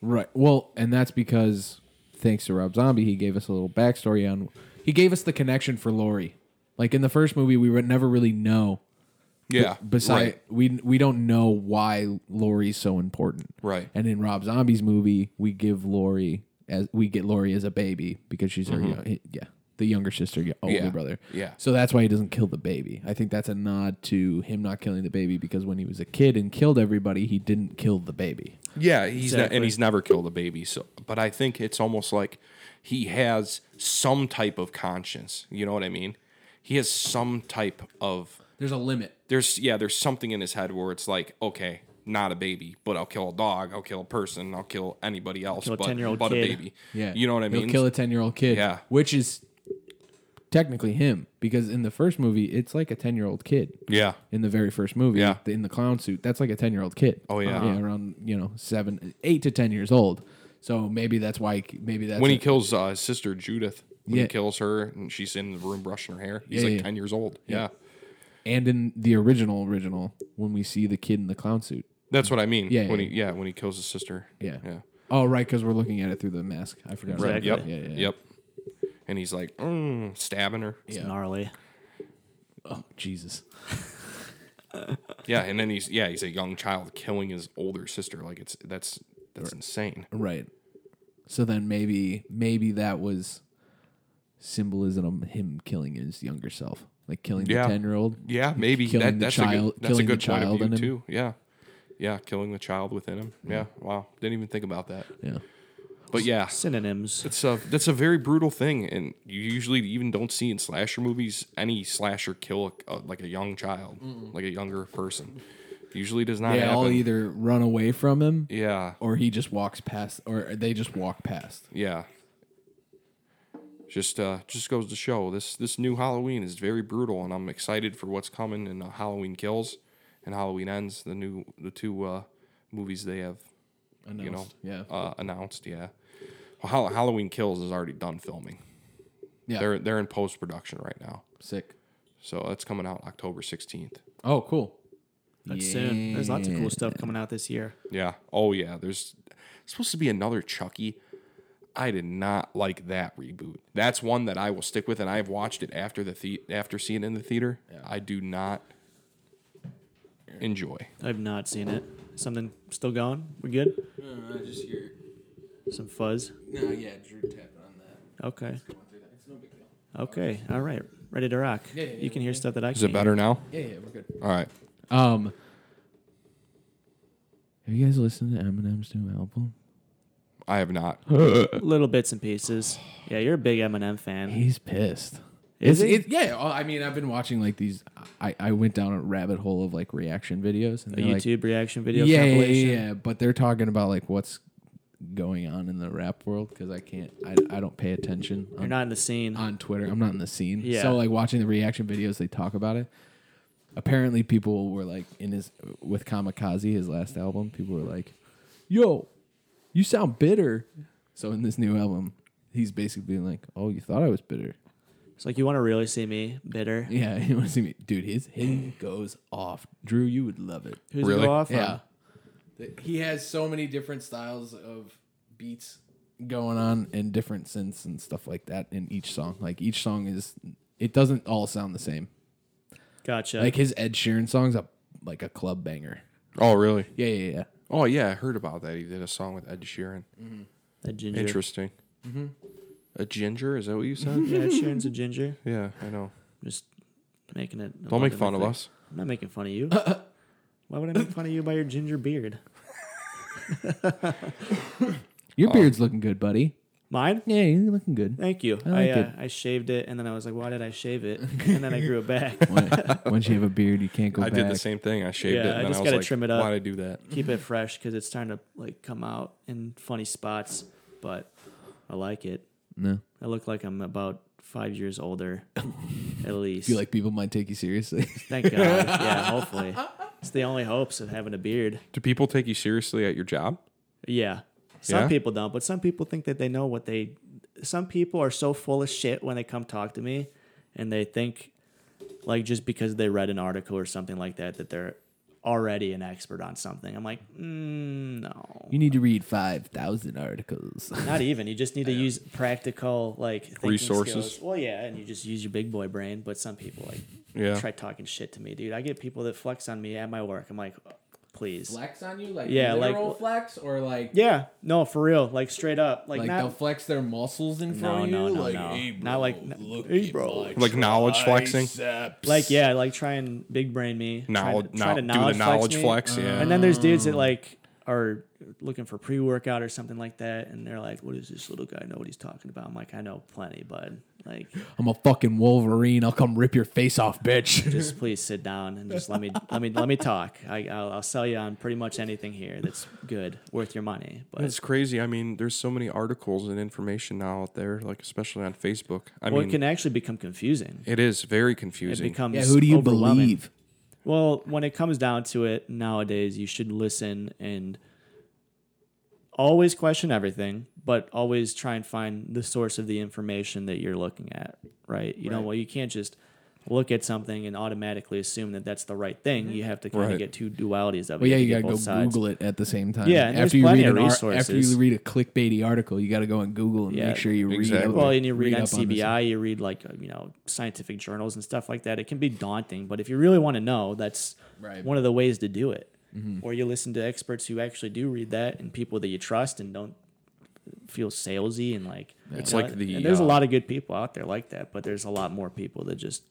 right. Well, and that's because thanks to Rob Zombie, he gave us a little backstory on. He gave us the connection for Laurie. Like in the first movie, we would never really know.
Yeah,
Besides, we we don't know why Laurie's so important.
Right.
And in Rob Zombie's movie, we give Laurie as we get Laurie as a baby because she's her young, yeah the younger sister, yeah, older
Mm-hmm. Yeah.
brother.
Yeah.
So that's why he doesn't kill the baby. I think that's a nod to him not killing the baby because when he was a kid and killed everybody, he didn't kill the baby.
Yeah, he's not, and
Exactly.
he's never killed a baby. So, but I think it's almost like he has some type of conscience. You know what I mean? He has some type of
There's a limit.
there's yeah there's something in his head where it's like okay not a baby but i'll kill a dog i'll kill a person i'll kill anybody else
kill a
but,
10-year-old
but
kid.
a baby
Yeah.
you know what i mean
He'll kill a 10 year old kid.
Yeah.
Which is technically him because in the first movie, it's like a 10 year old kid.
yeah
In the very first movie,
Yeah.
in the clown suit, that's like a 10 year old kid.
Oh, yeah.
Yeah. Around, you know, seven, eight to 10 years old. So maybe that's why, maybe that's
when he
it.
kills uh, his sister judith when
Yeah.
he kills her and she's in the room brushing her hair he's
Yeah,
like
yeah.
10 years old yeah.
and in the original, original, when we see the kid in the clown suit.
that's what i mean
Yeah,
when
yeah,
he yeah when he kills his sister
Yeah.
yeah
Oh, right. Because we're looking at it through the mask. I forgot. about
Right,
that.
yep
Yeah. Yeah. yeah.
yep and he's like mm, stabbing her
it's gnarly.
Oh, Jesus.
yeah and then he's yeah he's a young child killing his older sister like it's that's that's insane
Right. So then maybe maybe that was symbolism of him killing his younger self, like killing
Yeah.
the ten year old.
Yeah, maybe
killing
that,
the
that's
child-
a good, that's a
killing the
good point
child
of view
in him. Mm-hmm.
too. Yeah, yeah, killing the child within him. Yeah, wow, didn't even think about that.
Yeah.
But yeah,
Synonyms.
it's a that's a very brutal thing, and you usually even don't see in slasher movies any slasher kill a, a- like a young child, like a younger person. Usually does not.
They all
happen.
either run away from him,
Yeah,
or he just walks past, or they just walk past.
yeah. Just uh, just goes to show this this new Halloween is very brutal, and I'm excited for what's coming in uh, Halloween Kills and Halloween Ends, the new the two uh, movies they have
Announced.
you know,
Yeah.
uh, announced. Yeah, well, Hall- Halloween Kills is already done filming.
Yeah.
They're they're in post production right now,
Sick.
so that's coming out October sixteenth.
Oh, cool.
That's soon. There's lots of cool stuff coming out this year.
Yeah. Oh yeah. There's supposed to be another Chucky. I did not like that reboot. That's one that I will stick with, and I've watched it after the, the after seeing it in the theater. I do not enjoy.
I've not seen it. Something still going? We good?
I just hear.
Some fuzz.
No, yeah, Drew tapped on that.
Okay. Okay. All right. Ready to rock. you can hear stuff that I
Is
can
it better now?
Yeah, yeah, we're good.
All right.
Um, have you guys listened to Eminem's new album?
I have not.
Little bits and pieces. Yeah, you're a big Eminem fan.
He's pissed. It's-
Is he?
it- yeah, oh, I mean, I've been watching like these. I, I went down a rabbit hole of like reaction videos and
A
they're, like,
YouTube reaction video
yeah, yeah,
compilation.
yeah, yeah, But they're talking about like what's going on in the rap world because I can't. I, I don't pay attention.
You're
on-
not in the scene.
on Twitter. I'm not in the scene.
Yeah.
So like watching the reaction videos, they talk about it. Apparently, people were like in his with Kamikaze, his last album. People were like, "Yo, you sound bitter." So in this new album, he's basically being like, "Oh, you thought I was bitter?
It's like you want to really see me bitter.
Yeah, you want to see me, dude? His hit goes off. Drew, you would love it.
Who's
Really?
it go off on?
Yeah. Th- He has so many different styles of beats going on and different synths and stuff like that in each song. Like each song is it doesn't all sound the same.
Gotcha.
Like his Ed Sheeran song's a like a club banger.
Oh, really?
Yeah, yeah, yeah.
Oh, yeah. I heard about that. He did a song with Ed Sheeran.
that ginger.
Interesting.
Mm-hmm.
A ginger? Is that what you said?
Yeah, Sharon's a ginger.
yeah, I know.
Just making it. a
Don't make
little
fun of
thing.
us.
I'm not making fun of you. Why would I make fun of you by your ginger beard?
Your beard's looking good, buddy.
Mine?
Yeah, you're looking good.
Thank you. I,
like
uh, I shaved it, and then I was like, why did I shave it? And then I grew it back.
Once you have a beard, you can't go
I
back.
did the same thing. I shaved
Yeah,
it. And
I
then
just
I was
gotta
like,
trim it up.
Why'd I do that?
Keep it fresh because it's starting to like come out in funny spots, but I like it.
No,
I look like I'm about five years older, at least.
feel like people might take you seriously.
Thank God. yeah, hopefully. It's the only hopes of having a beard.
Do people take you seriously at your job?
Yeah. Some
Yeah?
people don't, but some people think that they know what they. Some people are so full of shit when they come talk to me, and they think, like, just because they read an article or something like that, that they're already an expert on something. I'm like, mm, no,
you need to read five thousand articles.
not even. You just need to use practical like thinking
Resources.
skills. Well, yeah, and you just use your big boy brain. But some people like
Yeah.
try talking shit to me, dude. I get people that flex on me at my work. I'm like, please,
flex on you, like
Yeah, like- literal
flex, or like
yeah, no, for real, like straight up, like,
like
not
they'll flex their muscles in
No,
front
no,
of you,
no,
like,
no.
Hey,
Not like,
look
hey,
at
bro.
my
Like knowledge flexing?
triceps.
Like, yeah, like try and big brain me. try
Knowledge,
to- try to
do the knowledge
me. Uh,
flex. yeah.
And then there's dudes that, like, are looking for pre workout or something like that. And they're like, what does this little guy know what he's talking about? I'm like, I know plenty, bud. Like,
I'm a fucking Wolverine. I'll come rip your face off, bitch.
just please sit down and just let me, let me, let me talk. I, I'll, I'll sell you on pretty much anything here that's good, worth your money. But
It's crazy. I mean, there's so many articles and information now out there, like especially on Facebook. I
well,
mean,
it can actually become confusing.
it is very
It
confusing.
becomes
yeah, who do you
overwhelming.
believe?
Well, when it comes down to it, nowadays you should listen and always question everything, but always try and find the source of the information that you're looking at, right? You know, well, you can't just look at something and automatically assume that that's the right thing. You have to kind
Right.
of get two dualities of it.
Well, yeah,
have to
you
get
gotta go
both sides.
Google it at the same time.
Yeah, and there's
after you
plenty
read
of
an ar- after
resources.
you read a clickbaity article, you gotta go and Google and
Yeah,
make sure you read.
exactly.
up-
Well, and you read,
up
on
this.
CBI, you read like uh, you know scientific journals and stuff like that. It can be daunting, but if you really want to know, that's
Right.
one of the ways to do it. Or you listen to experts who actually do read that and people that you trust and don't feel salesy and like
It's
you know,
like the,
and there's a
uh,
lot of good people out there like that, but there's a lot more people that just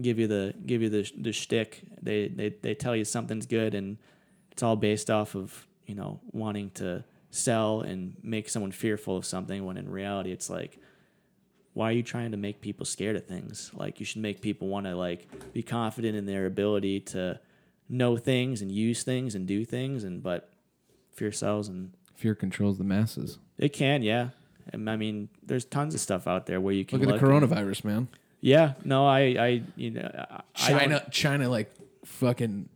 give you the give you the the shtick. They they they tell you something's good, and it's all based off of you know wanting to sell and make someone fearful of something. When in reality, it's like, why are you trying to make people scared of things? Like you should make people want to like be confident in their ability to know things and use things and do things, and but fear sells and
Fear controls the masses.
it can, yeah. And I mean, there's tons of stuff out there where you can
Look at the
and-
coronavirus, man.
yeah, no, I, I, you know, I- I don't-
China, China, like fucking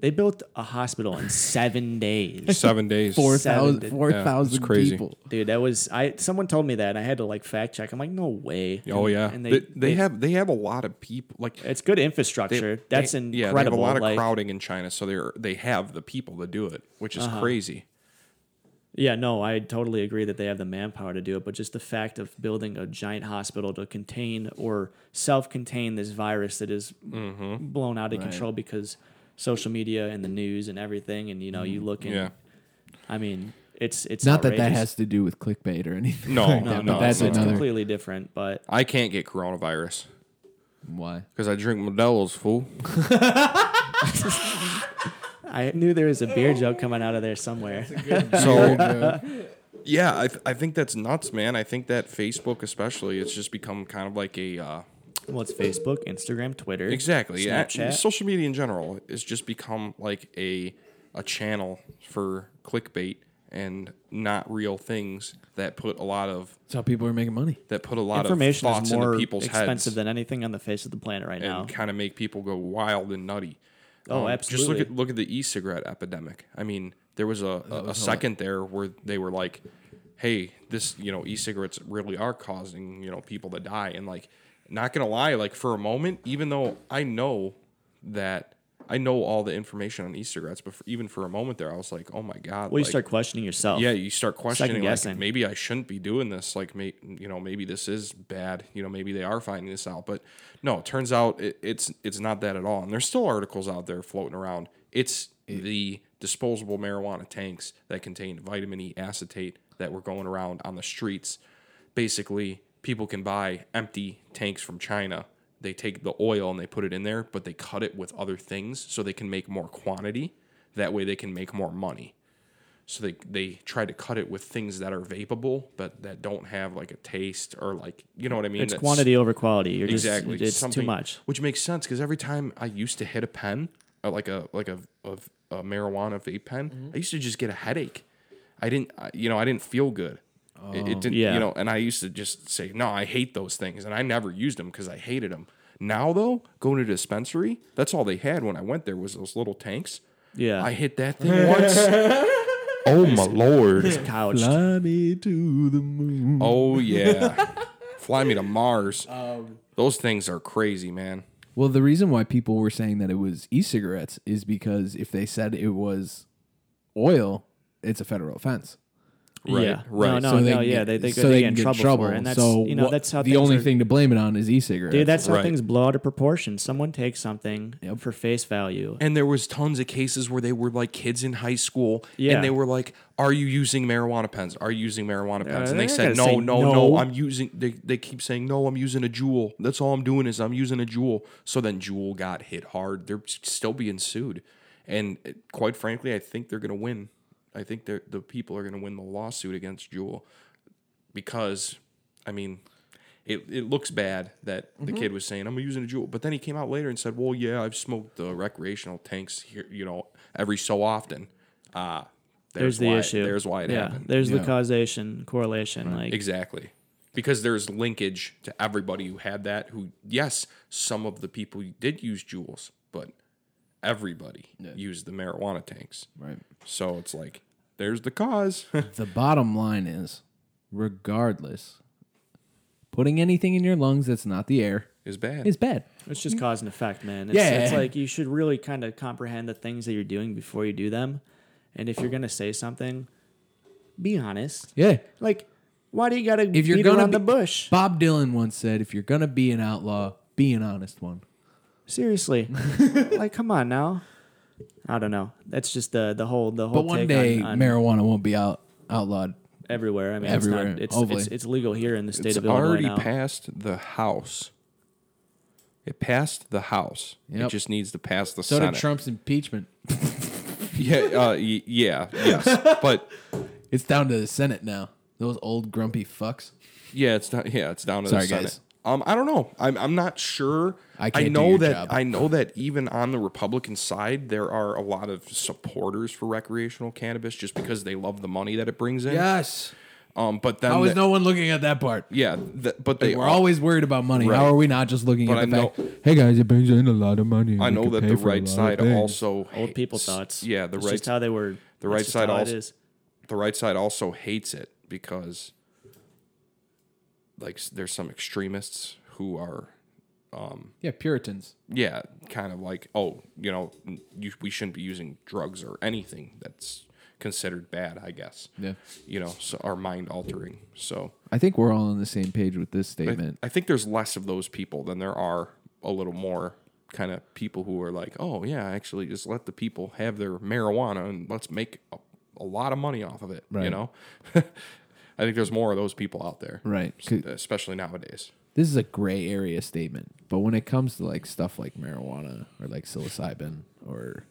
they built a hospital in seven days,
seven days.
four
Seven
thousand,
to-
four thousand
it's crazy.
people.
dude. That was I. Someone told me that, and I had to like fact check. I'm like, no way.
Oh yeah,
and
they,
they,
they, have they have a lot of people like
it's good infrastructure. That's
they-
incredible.
Yeah, they have a lot of
like, Uh-huh.
crowding in China, so they're they have the people to do it, which is crazy.
Yeah, no, I totally agree that they have the manpower to do it, but just the fact of building a giant hospital to contain or self-contain this virus that is
Mm-hmm.
blown out of control because social media and the news and everything, and you know, you look and
Yeah.
I mean, it's it's
Mm-hmm. Not that that
outrageous.
has to do with clickbait or anything.
No,
like
no,
that,
no,
But that's
it's
another.
completely different, but
I can't get coronavirus
Why?
because I drink Modelo's, fool.
I knew there was a beer joke coming out of there somewhere.
uh,
So, yeah, I, th- I think that's nuts, man. I think that Facebook, especially, it's just become kind of like a uh,
well, it's Facebook, Instagram, Twitter,
exactly yeah,
Snapchat.
social media in general has just become like a a channel for clickbait and not real things that put a lot of
That's how people are making money.
that put a lot
Information
of thoughts
is more
into people's
expensive
heads
than anything on the face of the planet right now.
and kind of make people go wild and nutty.
Oh,
Just look
absolutely.
at look at the e-cigarette epidemic. I mean, there was a, a, a second there where they were like, "Hey, this you know e-cigarettes really are causing you know people to die." And like, not gonna lie, like for a moment, even though I know that I know all the information on e-cigarettes, but for, even for a moment there, I was like, "Oh my god!"
Well, you
like,
start questioning yourself.
yeah, you start questioning like
guessing.
maybe I shouldn't be doing this. Like, may, you know, maybe this is bad. You know, maybe they are finding this out. But no, it turns out it, it's it's not that at all. And there's still articles out there floating around. It's the disposable marijuana tanks that contain vitamin E acetate that were going around on the streets. Basically, people can buy empty tanks from China. They take the oil and they put it in there, but they cut it with other things so they can make more quantity. That way, they can make more money so they they try to cut it with things that are vapable but that don't have like a taste or like you know what I mean.
it's
That's-
quantity over quality. You're
exactly.
just it's too
something-
much.
which makes sense because every time I used to hit a pen, uh, like a like a, of a marijuana vape pen,
Mm-hmm.
I used to just get a headache. I didn't, I- you know, I didn't feel good. It- It, didn't,
Oh, Yeah.
you know, and I used to just say, no, I hate those things, and I never used them because I hated them. Now though, going to dispensary, that's all they had when I went there was those little tanks.
Yeah.
I hit that thing once. Oh my lord!
Couch.
Fly me to the moon.
Oh yeah. Fly me to Mars. Those things are crazy, man.
Well, the reason why people were saying that it was e-cigarettes is because if they said it was oil, it's a federal offense.
Right,
Yeah. No,
right.
no,
So
Oh, no.
can
yeah,
get-
they they,
so
they,
can
get in trouble, for it, and that's
so
you know
what-
that's how
the
things
only
are-
thing to blame it on is e-cigarettes.
Dude, that's how
Right.
things blow out of proportion. Someone takes something for face value.
And there was tons of cases where they were like kids in high school
Yeah.
and they were like, Are you using marijuana pens? Are you using marijuana pens? and
they're
they
not
said,
gonna
no,
say
no,
no.
no, I'm using they, they keep saying, No, I'm using a jewel. That's all I'm doing is I'm using a jewel. So then Jewel got hit hard. They're s- still being sued. And uh, quite frankly, I think they're gonna win. I think they're, the people are gonna win the lawsuit against Jewel. because I mean, it, it looks bad that
Mm-hmm.
the kid was saying I'm using a jewel, but then he came out later and said, "Well, yeah, I've smoked the recreational tanks here, you know, every so often." Ah,
There's the
why,
issue.
There's why it
yeah.
happened.
There's the
Yeah.
causation correlation. Like
Exactly. Because there's linkage to everybody who had that. Who, yes, some of the people did use jewels, but everybody used the marijuana tanks.
right.
So it's like there's the cause.
The bottom line is, regardless, putting anything in your lungs that's not the air
is bad.
is bad.
it's just cause and effect, man. It's,
Yeah.
it's like you should really kind of comprehend the things that you're doing before you do them. And if you're gonna say something, be honest.
Yeah.
Like, why do you gotta
If you're
beat
gonna
around
be-
the bush?
Bob Dylan once said, "If you're gonna be an outlaw, be an honest one."
Seriously, like, come on now. I don't know. That's just the the whole the whole.
But one
take
day,
on, on
marijuana won't be out outlawed.
everywhere. I mean,
Everywhere,
It's, not, it's,
hopefully.
it's it's legal here in the state
it's
of Illinois
already
now.
passed the house. It passed the house. It
Yep.
just needs to pass the
So
Senate.
did Trump's impeachment.
Yeah, uh, y- yeah, yes. but
It's down to the Senate now. Those old grumpy fucks.
yeah, it's not. Yeah, it's down to
Sorry,
the Senate.
guys.
Um, I don't know. I'm, I'm not sure.
I can't do
know
your
that
job.
I know that even on the Republican side, there are a lot of supporters for recreational cannabis just because they love the money that it brings in.
Yes.
Um, but then
How is
the-
no one looking at that part?
yeah, the, but they
We're
are-
always worried about money.
Right.
How are we not just looking
But
at the
I
fact? Hey guys, it brings in a lot of money.
I
We
know
could
that
pay
the
for a
right
lot of
side
things."
also
Old people
hates-
thoughts.
Yeah, the
It's
right
just how they were.
the
that's
right
just
side
how it
also-
is.
the right side also hates it because like s- there's some extremists who are
Yeah, Puritans.
yeah kind of like oh you know n- you, we shouldn't be using drugs or anything that's considered bad, I guess.
Yeah.
You know, so, or mind altering. So
I think we're all on the same page with this
I,
statement.
I think there's less of those people than there are a little more kind of people who are like, oh yeah, actually just let the people have their marijuana and let's make a, a lot of money off of it. You
Right.
know, I think there's more of those people out there,
Right. 'Cause
Especially nowadays.
This is a gray area statement, but when it comes to like stuff like marijuana or like psilocybin or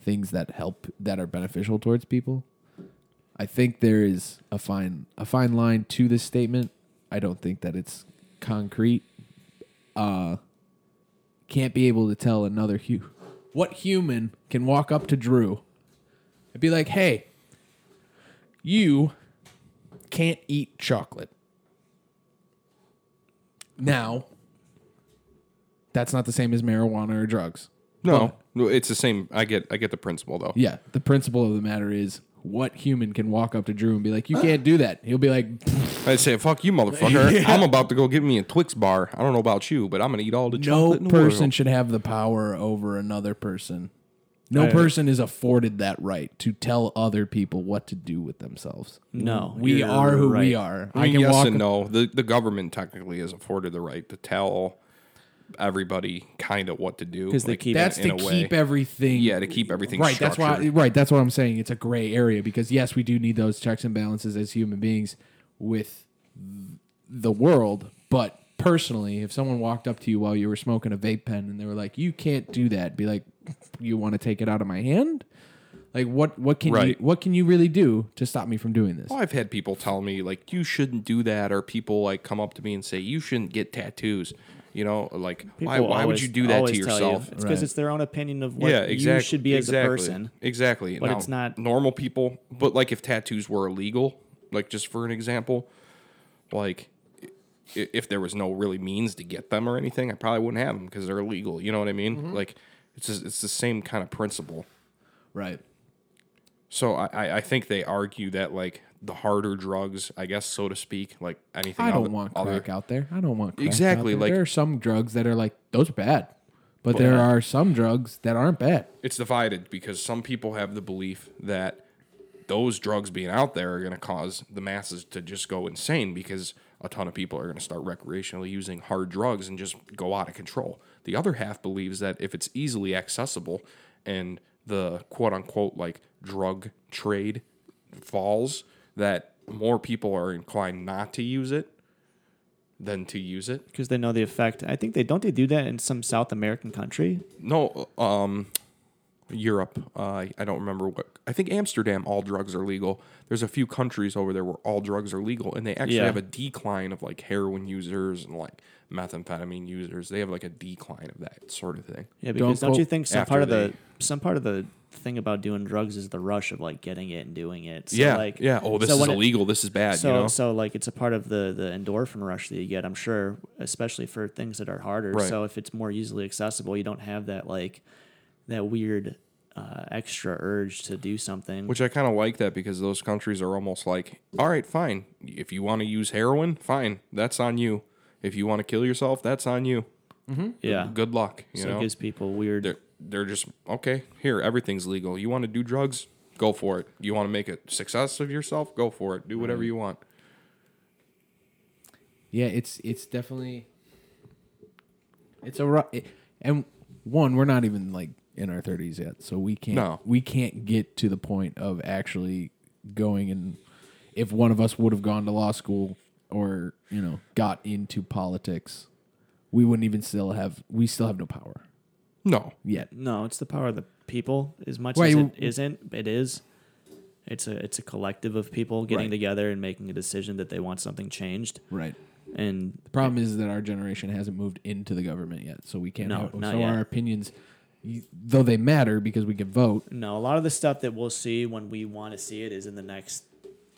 things that help that are beneficial towards people, I think there is a fine a fine line to this statement. I don't think that it's concrete. Uh can't be able to tell another hu- what human can walk up to Drew and be like, "Hey, you can't eat chocolate." Now, that's not the same as marijuana or drugs.
No, no, it's the same. I get, I get the principle though.
Yeah, the principle of the matter is what human can walk up to Drew and be
Ah.
like, "You can't do that." He'll be like,
I say, fuck you, motherfucker. I'm about to go get me a Twix bar. I don't know about you, but I'm gonna eat all the
"No
chocolate in the
person
world.
should have the power over another person. No person is afforded that right to tell other people what to do with themselves.
Mm,
No,
We
you're
are who we
right.
are.
I, mean, yes and no. The the government technically is afforded the right to tell everybody kind of what to do
'Cause they keep-
That's
in
to
a
keep
way.
everything.
yeah to keep everything
right that's why
structured.
right that's what i'm saying it's a gray area because yes we do need those checks and balances as human beings with th- the world but personally if someone walked up to you while you were smoking a vape pen and they were like you can't do that be like you want to take it out of my hand like what what can you
Right.
what can you really do to stop me from doing this
Well, I've had people tell me like you shouldn't do that, or people like come up to me and say you shouldn't get tattoos. You know, like why
People
why
always-
would you do that to
always tell you.
yourself?
It's because
Right.
it's their own opinion of what
yeah, exactly.
you should be as
exactly,
a person.
Exactly.
But it's not-
normal people. But like if tattoos were illegal, like just for an example, like i- if there was no really means to get them or anything, I probably wouldn't have them because they're illegal. You know what I mean?
Mm-hmm.
Like it's just, it's the same kind of principle.
right
So I- I, I think they argue that like the harder drugs, I guess so to speak, like anything.
i don't
other-
want
other-
crack out there i don't want crack
Exactly,
out there.
like-
there are some drugs that are like those are bad but there are some drugs that aren't bad
It's divided because some people have the belief that those drugs being out there are going to cause the masses to just go insane because a ton of people are going to start recreationally using hard drugs and just go out of control. The other half believes that if it's easily accessible and the quote unquote like drug trade falls, that more people are inclined not to use it than to use it.
because they know the effect. I think they don't they do that in some South American country.
No, um, Europe. Uh, I don't remember what. I think Amsterdam. All drugs are legal. There's a few countries over there where all drugs are legal, and they actually
Yeah.
have a decline of like heroin users and like methamphetamine users. They have like a decline of that sort of thing.
Yeah, because
Don't
don't, you
go
think some
after
part of the
they-
some part of the thing about doing drugs is the rush of like getting it and doing it. So,
yeah,
like
yeah. Oh, this
so
is
when it-
illegal. this is bad.
So
you know.
so like it's um, a part of the the endorphin rush that you get. I'm sure, especially for things that are harder.
Right.
So if it's more easily accessible, you don't have that like that weird uh, extra urge to do something.
Which I kind of like that because those countries are almost like, all right, fine. If you want to use heroin, fine. That's on you. If you want to kill yourself, that's on you.
yeah,
Good luck. You
so
know.
it gives people weird.
they're they're just okay here everything's legal you want to do drugs go for it you want to make a success of yourself go for it do whatever
Mm-hmm.
you want
yeah it's it's definitely it's a rough and one we're not even like in our 30s yet so we can't
No.
we can't get to the point of actually going and if one of us would have gone to law school or you know got into politics we wouldn't even still have we still have no power
no
yet
No, it's the power of the people. As much
Why
as
you-
it isn't, it is. It's a it's a collective of people getting
Right.
together and making a decision that they want something changed.
right
And
the problem is that our generation hasn't moved into the government yet so we can't
No,
have-
not
so
yet.
our opinions y- though they matter because we can vote
no, a lot of the stuff that we'll see when we want to see it is in the next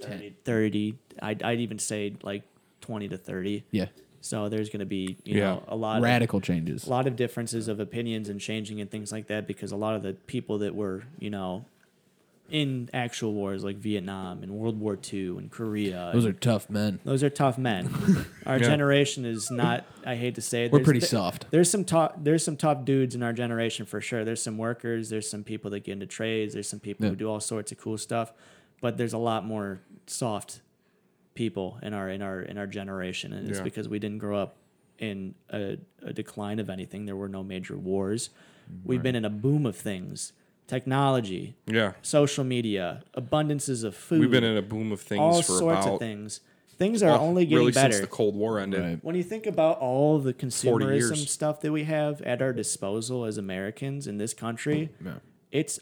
30, 30 I'd, I'd even say like 20 to 30.
yeah
So there's going to be, you
Yeah.
know, a lot of
radical changes
a lot of differences of opinions and changing and things like that because a lot of the people that were you know in actual wars like Vietnam and World War II and Korea.
Those are tough men.
Those are tough men. Our generation is not. I hate to say it.
We're
there's-
pretty
there-
soft.
There's some tough. There's some tough dudes in our generation for sure. There's some workers. There's some people that get into trades. There's some people who do all sorts of cool stuff. But there's a lot more soft people in our in our in our generation, and it's
Yeah.
because we didn't grow up in a, a decline of anything. There were no major wars. We've been in a boom of things: technology,
Yeah.
social media, abundances of food
We've been in a boom of things
all
for
sorts
about
of things. Things are only getting
really
better.
since the Cold War ended.
Right.
when you think about all the consumerism
years.
stuff that we have at our disposal as Americans in this country, it's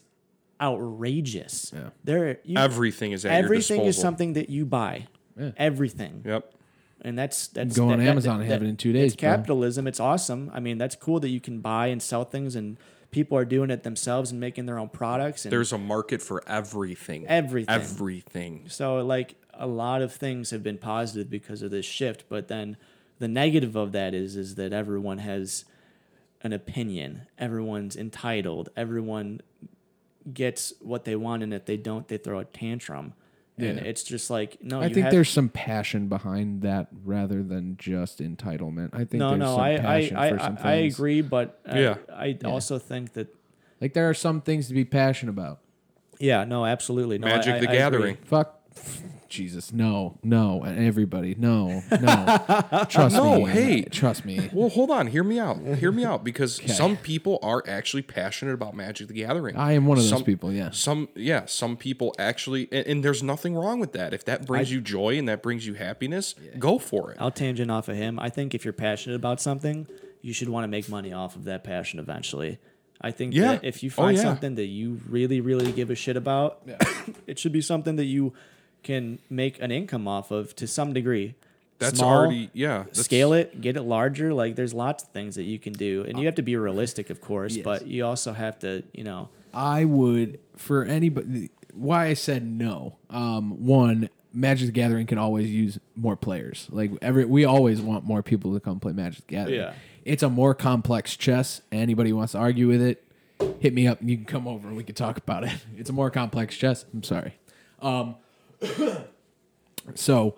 outrageous.
Yeah.
There, you,
Everything is at
everything
your disposal.
is something that you buy. Everything,
Yep.
and that's that's
Go on
that- that-
Amazon and have it in two days,
It's
bro.
capitalism. It's awesome. I mean, that's cool that you can buy and sell things, and people are doing it themselves and making their own products. And
There's a market for everything.
Everything.
Everything.
So like a lot of things have been positive because of this shift, but then the negative of that is is that everyone has an opinion. Everyone's entitled. Everyone gets what they want, and if they don't, they throw a tantrum. And
Yeah.
it's just like no.
I
you
think
have-
there's some passion behind that rather than just entitlement. I think
no,
there's
no.
some
I I
passion
I,
for some
I, I
things.
agree, but I,
Yeah.
I also think that
Like there are some things to be passionate about.
yeah, no, absolutely. No, I-
Magic
I-
the
I agree.
Gathering.
Fuck. Jesus, no, no, and everybody, no, no, trust me,
No, hey.
trust me.
Well, hold on. Hear me out. Hear me out because some people are actually passionate about Magic the Gathering.
I am one of those
Some-
people. Yeah,
Some, yeah, some people actually, and, and there's nothing wrong with that. If that brings you joy and that brings you happiness, go for it.
I'll tangent off of him. I think if you're passionate about something, you should want to make money off of that passion eventually. I think
Yeah.
that if you
Oh,
find
yeah.
something that you really, really give a shit about, it should be something that you can make an income off of to some degree.
That's
Small,
already, yeah. that's-
Scale it, get it larger. Like there's lots of things that you can do,
Uh,
and you have to be realistic, of course, but you also have to, you know,
I would for anybody. Why I said no. Um, one, Magic the Gathering can always use more players. Like every, we always want more people to come play Magic the Gathering.
Yeah.
it's a more complex chess. Anybody who wants to argue with it, hit me up. and You can come over and we can talk about it. It's a more complex chess. I'm sorry. So,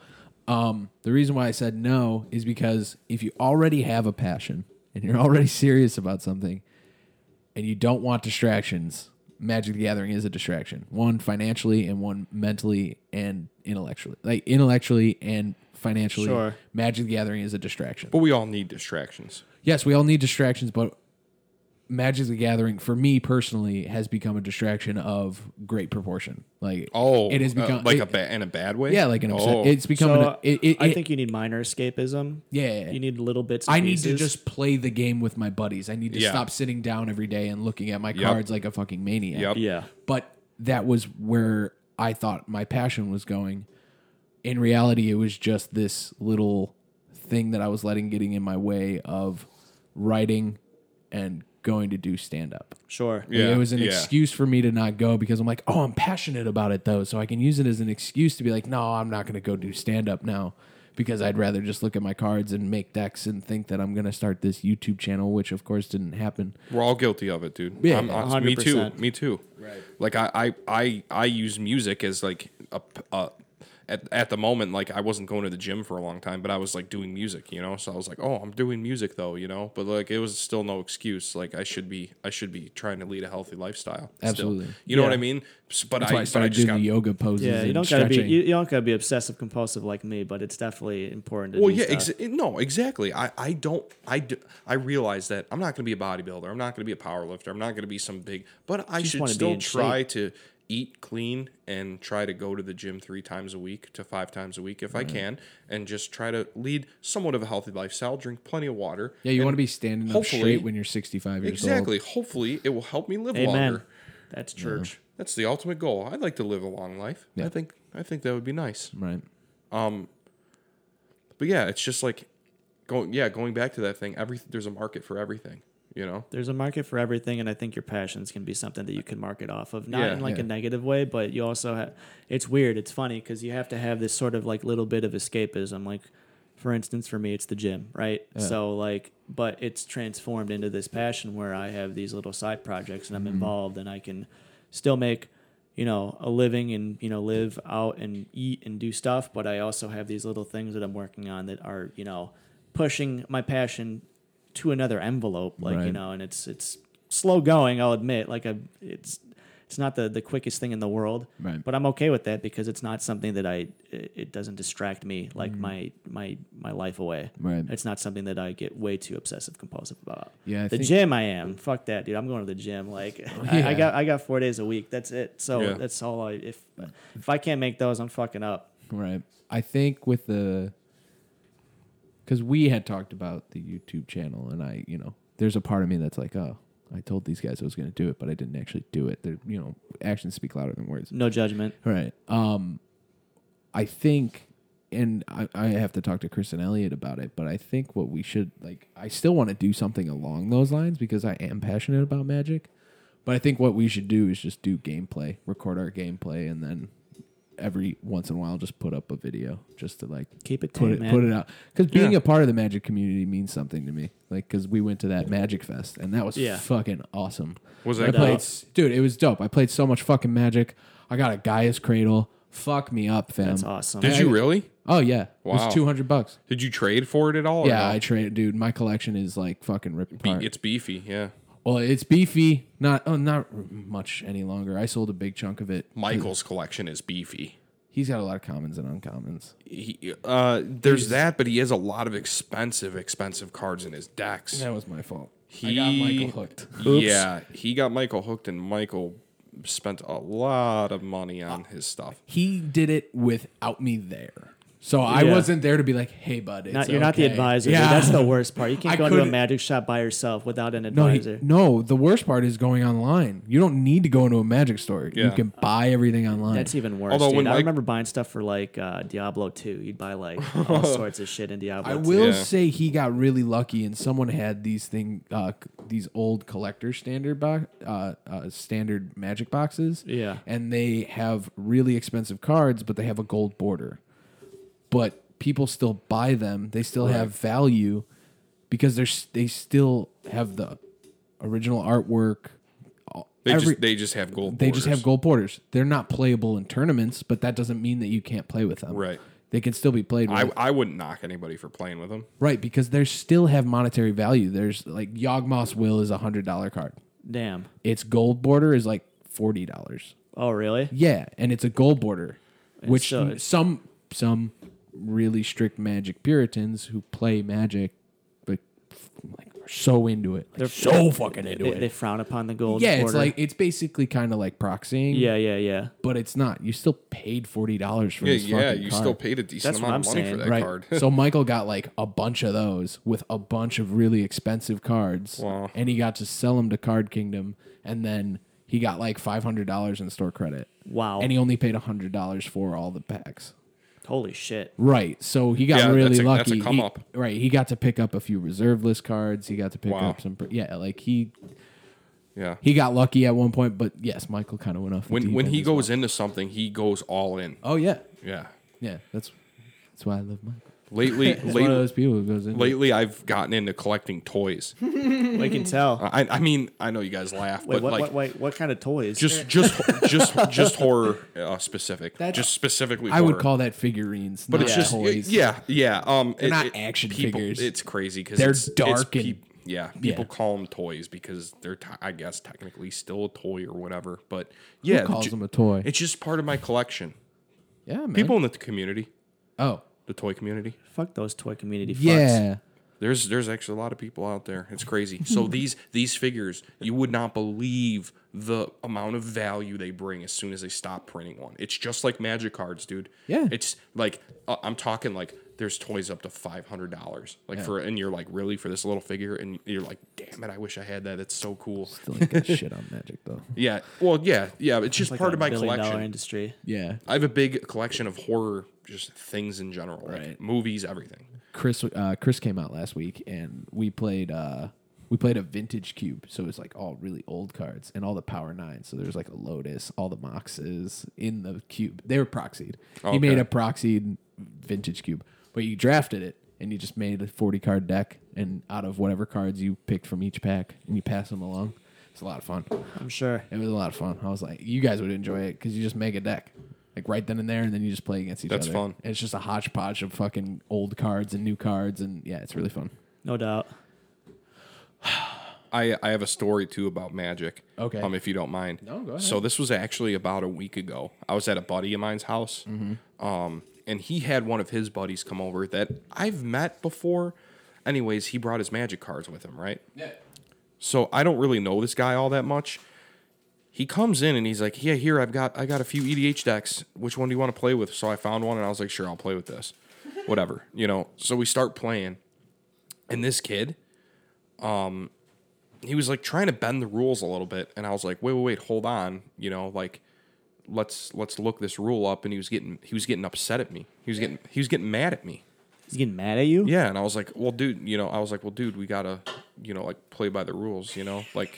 um, the reason why I said no is because if you already have a passion and you're already serious about something and you don't want distractions, Magic the Gathering is a distraction. One financially and one mentally and intellectually. Like intellectually and financially,
Sure.
Magic the Gathering is a distraction.
But we all need distractions.
Yes, we all need distractions, but Magic the Gathering for me personally has become a distraction of great proportion. Like
Oh,
it has become
uh, like
it-
a ba- in a bad way.
yeah, like an upset.
Oh.
It's become
so
an, it, it,
I
it-
think you need minor escapism.
Yeah.
you need little bits. And
I need to
pieces.
just play the game with my buddies. I need to
Yeah.
stop sitting down every day and looking at my cards like a fucking maniac.
Yep.
yeah.
But that was where I thought my passion was going. In reality, it was just this little thing that I was letting getting in my way of writing and going to do stand up.
Sure.
Yeah,
it was an
yeah.
excuse for me to not go because I'm like, oh, I'm passionate about it though, so I can use it as an excuse to be like, no, I'm not going to go do stand up now because I'd rather just look at my cards and make decks and think that I'm going to start this YouTube channel, which of course didn't happen.
We're all guilty of it, dude.
Yeah,
I'm honest- me too.
100%.
Me too. Right. Like I, I, I, I use music as like a, p- a- at, at the moment, like I wasn't going to the gym for a long time, but I was like doing music, you know. So I was like, oh, I'm doing music though, you know. But like it was still no excuse. Like I should be, I should be trying to lead a healthy lifestyle. still.
Absolutely.
You know what
Yeah.
I mean? S- But
That's
I,
why I
but I
started
just
doing
got.
the yoga poses.
Yeah,
and
you don't gotta
stretching.
be you, you don't gotta be obsessive compulsive like me, but it's definitely important to
Well,
do
yeah,
stuff.
ex- no, exactly. I, I don't, I, do, I realize that I'm not going to be a bodybuilder. I'm not going to be a power lifter. I'm not going to be some big, but I
just
should
wanna be
still
in
try to eat clean and try to go to the gym three times a week to five times a week if I
Mm-hmm.
can, and just try to lead somewhat of a healthy lifestyle, drink plenty of water.
yeah, you
and
want to be standing up
hopefully-
straight when you're 65 years old.
Exactly. Hopefully, it will help me live
Amen.
longer.
That's church.
That's the ultimate goal. I'd like to live a long life. I think, I think that would be nice.
Right.
Um, But yeah, it's just like going yeah, going back to that thing, every there's a market for everything, you know?
There's a market for everything, and I think your passions can be something that you can market off of, not
Yeah.
in like
Yeah.
a negative way, but you also have. It's weird. It's funny because you have to have this sort of like little bit of escapism. Like, for instance, for me, it's the gym, right? So like, but it's transformed into this passion where I have these little side projects and I'm involved, and I can still make you know, a living and, you know, live out and eat and do stuff, but I also have these little things that I'm working on that are, you know, pushing my passion to another envelope, like, you
Right.
know, and it's it's slow going, I'll admit. Like I it's it's not the, the quickest thing in the world,
Right.
but I'm okay with that because it's not something that I it it doesn't distract me like
Mm-hmm.
my my my life away.
Right.
It's not something that I get way too obsessive compulsive about.
Yeah, I
the
think-
gym I am. Fuck that, dude. I'm going to the gym. Like I, I
yeah.
got I got four days a week. That's it. So
Yeah.
that's all I if if I can't make those, I'm fucking up.
Right. I think with the because we had talked about the YouTube channel, and I, you know, there's a part of me that's like, oh, I told these guys I was going to do it, but I didn't actually do it. They're, you know, actions speak louder than words.
No judgment.
Right. Um, I think, and I, I have to talk to Chris and Elliot about it, but I think what we should like, I still want to do something along those lines because I am passionate about magic. But I think what we should do is just do gameplay, record our gameplay, and then every once in a while just put up a video just to like
Keep it
put
tame,
it
man.
put it out because being
Yeah.
a part of the magic community means something to me like because we went to that magic fest and that was
Yeah.
fucking awesome
Was
I
that
played,
dope?
s- dude it was dope i played so much fucking magic i got a gaia's cradle fuck me up fam
That's awesome.
Did you really?
oh yeah it
Wow. Oh,
was 200 bucks
Did you trade for it at all? or
yeah
no?
i trade dude my collection is like fucking ripped
Be-
apart
it's beefy. Yeah.
well it's beefy not oh, not r- much any longer i sold a big chunk of it
Michael's collection is beefy.
he's got a lot of commons and uncommons
He, uh, there's that, but he has a lot of expensive, expensive cards in his decks.
that was my fault
He,
i got michael hooked
Yeah, he got Michael hooked, and Michael spent a lot of money on his stuff.
he did it without me there. So I
Yeah.
wasn't there to be like, hey, bud, it's
Not, you're not the
okay."
advisor. dude.
Yeah.
That's the worst part. You can't
I
go into a
couldn't-
magic shop by yourself without an
no, he-
advisor.
no, the worst part is going online. You don't need to go into a magic store. You
Yeah.
can buy everything online.
That's even worse.
Although
dude.
when
I
Mike-
remember buying stuff for like uh, Diablo 2. You'd buy like all sorts of shit in Diablo
I
2.
will
Yeah.
say he got really lucky, and someone had these thing, uh, c- these old collector standard box, uh, uh, standard magic boxes.
Yeah.
and they have really expensive cards, but they have a gold border. But people still buy them; they still have value because they're s- they still have the original artwork. all-
They
every-
just they just have gold.
they just
borders.
have gold borders. They're not playable in tournaments, but that doesn't mean that you can't play with them.
Right.
They can still be played. With.
I, I wouldn't knock anybody for playing with him.
Right, because they still have monetary value. There's like Yawgmoth's Will is a hundred dollar card.
Damn.
Its gold border is like forty dollars.
Oh, really?
Yeah, and it's a gold border, which
so it's-
some some really strict Magic Puritans who play Magic, but like are so into it, like,
They're-
so fucking into
They,
it.
they frown upon the gold.
yeah, it's
border.
like it's basically kind of like proxying.
Yeah, yeah, yeah.
but it's not. You still paid forty dollars for
Yeah,
this
yeah,
fucking
you
card.
still paid a decent
That's what
amount of
I'm
money
saying.
for that
right.
card.
so Michael got like a bunch of those with a bunch of really expensive cards,
Wow.
and he got to sell them to Card Kingdom, and then he got like five hundred dollars in store credit,
Wow.
and he only paid hundred dollars for all the packs.
Holy shit.
Right, so he got
Yeah,
really
that's a- that's
lucky.
a come
He-
up.
Right, he got to pick up a few reserve list cards. He got to pick
Wow.
up some. Yeah, like he
yeah.
he got lucky at one point, but yes, Michael kind of went off. the
When
deep
when
end
he
as well.
goes into something, he goes all in.
oh yeah,
Yeah.
yeah, that's that's why I love Michael.
Lately,
He's one of
late,
those people who goes in.
lately, I've gotten into collecting toys.
We can tell.
I, I mean, I know you guys laugh,
Wait,
Uh, but
what,
like,
what, wait, what kind of toys?
just just just just horror uh, specific.
That's-
just specifically,
I would
horror.
call that figurines,
But
not
it's just
toys.
yeah, yeah. Um, they're
not action figures.
It's crazy because
They're
it's,
dark
it's
and-
yeah, people
yeah.
call them toys because they're t- I guess technically still a toy or whatever. But yeah,
calls
ju-
them a toy?
It's just part of my collection.
yeah, man.
People in the community,
Oh,
the toy community.
Fuck those toy community fucks.
yeah.
There's there's actually a lot of people out there. It's crazy. So these these figures, you would not believe the amount of value they bring as soon as they stop printing one. It's just like magic cards, dude.
Yeah.
It's like uh, I'm talking like there's toys up to five hundred dollars, like for and you're like really for this little figure, and you're like, damn it, I wish I had that. It's so cool.
Still ain't got shit on magic though.
Yeah. Well, yeah, yeah. It's just
Like
part
a
of my
billion dollar
collection.
industry.
Yeah,
I have a big collection of horror, just things in general, like
Right.
movies, everything.
Chris. Uh, Chris came out last week, and we played. Uh, we played a vintage cube, so it's like all really old cards and all the power nines. So there's like a lotus, all the moxes in the cube. They were proxied.
Oh, Okay.
He made a proxied vintage cube, but you drafted it and you just made a 40 card deck, and out of whatever cards you picked from each pack, and you pass them along. It's a lot of fun.
I'm sure.
It was a lot of fun. I was like, you guys would enjoy it because you just make a deck. Like right then and there, and then you just play against each
That's
other.
fun.
It's just a hodgepodge of fucking old cards and new cards, and yeah, it's really fun.
No doubt.
I, I have a story too about magic.
Okay.
Um, if you don't mind.
No, go ahead.
So this was actually about a week ago. I was at a buddy of mine's house.
Mm-hmm.
Um, and he had one of his buddies come over that I've met before. Anyways, he brought his magic cards with him, right?
Yeah.
So I don't really know this guy all that much. He comes in and he's like, "Yeah, here I've got I got a few EDH decks. Which one do you want to play with?" So I found one and I was like, "Sure, I'll play with this." Whatever, you know. So we start playing. And this kid, um, he was like trying to bend the rules a little bit and i was like wait wait wait hold on you know like let's let's look this rule up and he was getting he was getting upset at me he was getting he was getting mad at me
He's getting mad at
Mm-hmm.
you?
yeah and i was like well dude you know i was like well dude we gotta you know like play by the rules you know like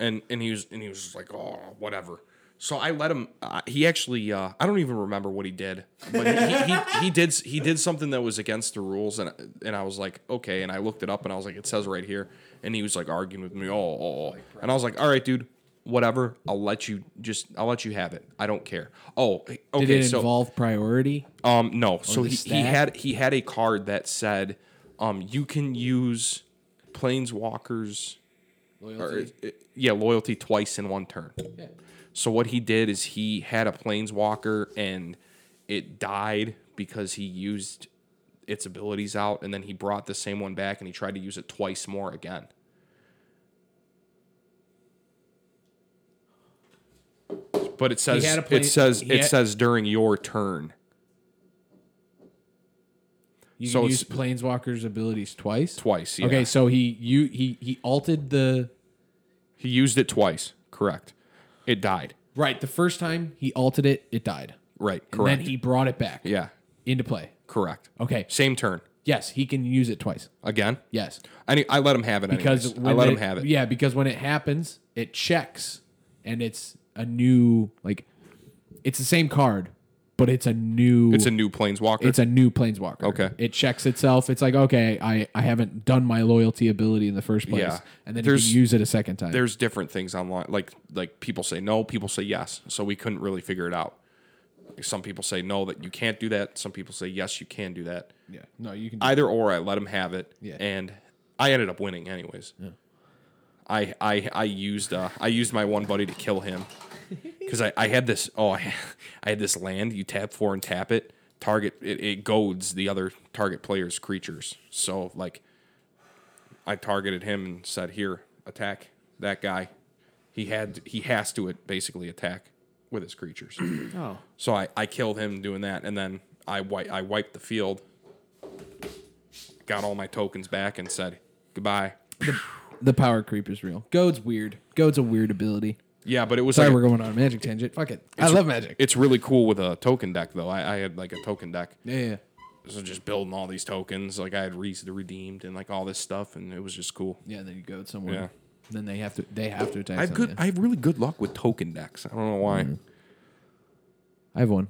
and and he was and he was just like oh whatever so i let him uh, he actually uh, i don't even remember what he did but he, he, he did s- he did something that was against the rules and and i was like okay and i looked it up and i was like it says right here and he was like arguing with me oh, oh, oh. and i was like all right dude whatever i'll let you just i'll let you have it i don't care oh okay
Did it
so
involve priority?
um, no. So
the
he, he
stat?
had he had a card that said, um, you can use planeswalkers, loyalty. yeah, loyalty twice in one turn. So what he did is he had a planeswalker and it died because he used its abilities out, and then he brought the same one back and he tried to use it twice more again. But it says
had a plane-
it says
he
it
had-
says during your turn.
You
So
can
it's-
use planeswalker's abilities twice.
Twice. Yeah.
Okay, so he you he he altered the
He used it twice. Correct. It died.
right the first time he altered it, it died.
Right.
And
Correct.
then he brought it back.
yeah.
Into play.
Correct.
Okay.
Same turn
Yes, he can use it twice.
again.
Yes.
I ne- I let him have it
because
anyways. I
when
let
it-
him have it.
Yeah, because when it happens, it checks, and it's a new like, it's the same card, but it's a new.
It's a new planeswalker.
it's a new planeswalker.
Okay.
It checks itself. It's like, okay, I, I haven't done my loyalty ability in the first place.
Yeah.
And then
There's-
you use it a second time.
There's different things online. Like like people say no, people say yes. So we couldn't really figure it out. Some people say no that you can't do that. Some people say yes, you can do that.
yeah. No, you can do
Either or, I let him have it.
Yeah.
And I ended up winning anyways. I I I used uh, I used my one buddy to kill him because I, I had this oh I had, I had this land you tap for and tap it target it, it goads the other target player's creatures so like I targeted him and said here attack that guy he had he has to it basically attack with his creatures
Oh.
so I, I killed him doing that, and then I wi- I wiped the field, got all my tokens back, and said goodbye.
the power creep is real. Goad's weird. Goad's a weird ability.
Yeah, but it was
Sorry,
like
we're going on a magic tangent. Fuck it. I love magic.
it's really cool with a token deck though. I, I had like a token deck,
Yeah, yeah. yeah.
so just building all these tokens. Like I had Reese the Redeemed and like all this stuff, and it was just cool.
Yeah, then you goad somewhere.
Yeah.
Then they have to they have to attack.
I have
something,
good
yeah.
I have really good luck with token decks. I don't know why.
Mm. I have one.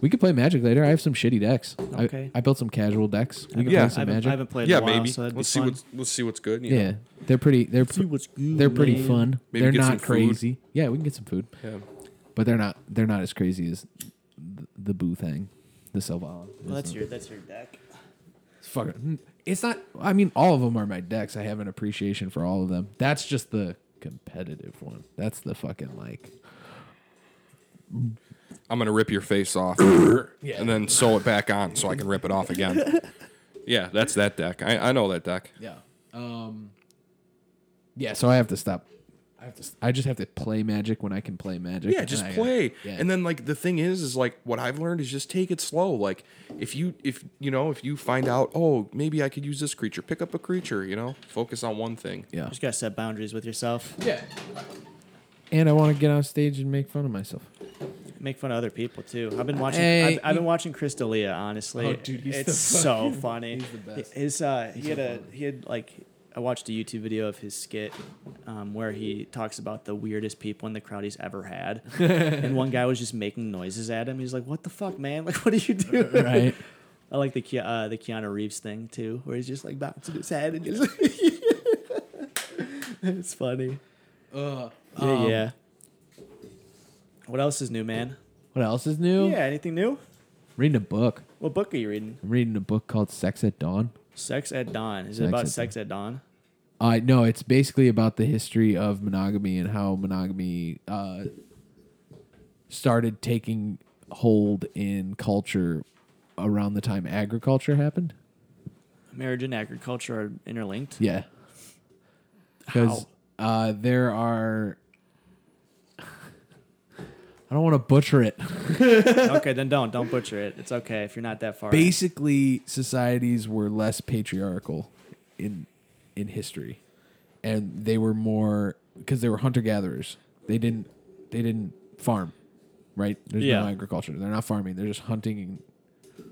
We could play Magic later. I have some shitty decks. I-
Okay.
I, built some casual decks. We could
Yeah.
play
I
some
haven't, I
Magic.
haven't played
Yeah,
in a while,
maybe.
so that'd
let's
be
see
fun.
what's let's see what's good. you know?
yeah, they're pretty. They're pr-
what's good,
they're pretty
man.
fun.
Maybe
they're
get some
not
food.
crazy. Yeah, we can get some food,
Yeah.
but they're not. They're not as crazy as the, the Boo thing, the Silvala.
Well, that's your that's your deck.
It's fucking. It's not. I mean, all of them are my decks. I have an appreciation for all of them. That's just the competitive one. That's the fucking like.
I'm gonna rip your face off, and then sew it back on so I can rip it off again. yeah, that's that deck. I, I know that deck.
Yeah. Um. Yeah. So I have to stop. I have to. s- I just have to play Magic when I can play Magic.
uh, Yeah,
and
just
I gotta-
play.
yeah.
And then like the thing is, is like what I've learned is just take it slow. Like if you if you know if you find out oh maybe I could use this creature, pick up a creature. You know, focus on one thing.
Yeah.
Just gotta set boundaries with yourself.
Yeah. And I want to get on stage and make fun of myself.
Make fun of other people too. I've been watching.
Hey,
I've, I've been
you-
watching Chris D'Elia. Honestly,
Oh, dude, he's the
it's so funny. He's
the best.
His uh, he had a he had like I watched a YouTube video of his skit um, where he talks about the weirdest people in the crowd he's ever had, and one guy was just making noises at him. He's like, "What the fuck, man? Like, what are you doing?"
Right.
I like the Ke- uh, the Keanu Reeves thing too, where he's just like bouncing his head and just. it's funny. Yeah, yeah. What else is new, man?
What else is new?
Yeah, anything new?
Reading a book.
What book are you reading?
I'm reading a book called Sex at Dawn.
Sex at Dawn. Is it
Sex
about
at
sex at dawn?
Uh, no, it's basically about the history of monogamy and how monogamy uh, started taking hold in culture around the time agriculture happened.
Marriage and agriculture are interlinked.
Yeah. Because uh, there are. I don't want to butcher it.
okay, then don't don't butcher it. It's okay if you're not that far. in.
Basically, societies were less patriarchal in in history, and they were more because they were hunter gatherers. They didn't they didn't farm, right? There's
Yeah.
no agriculture. They're not farming. They're just hunting and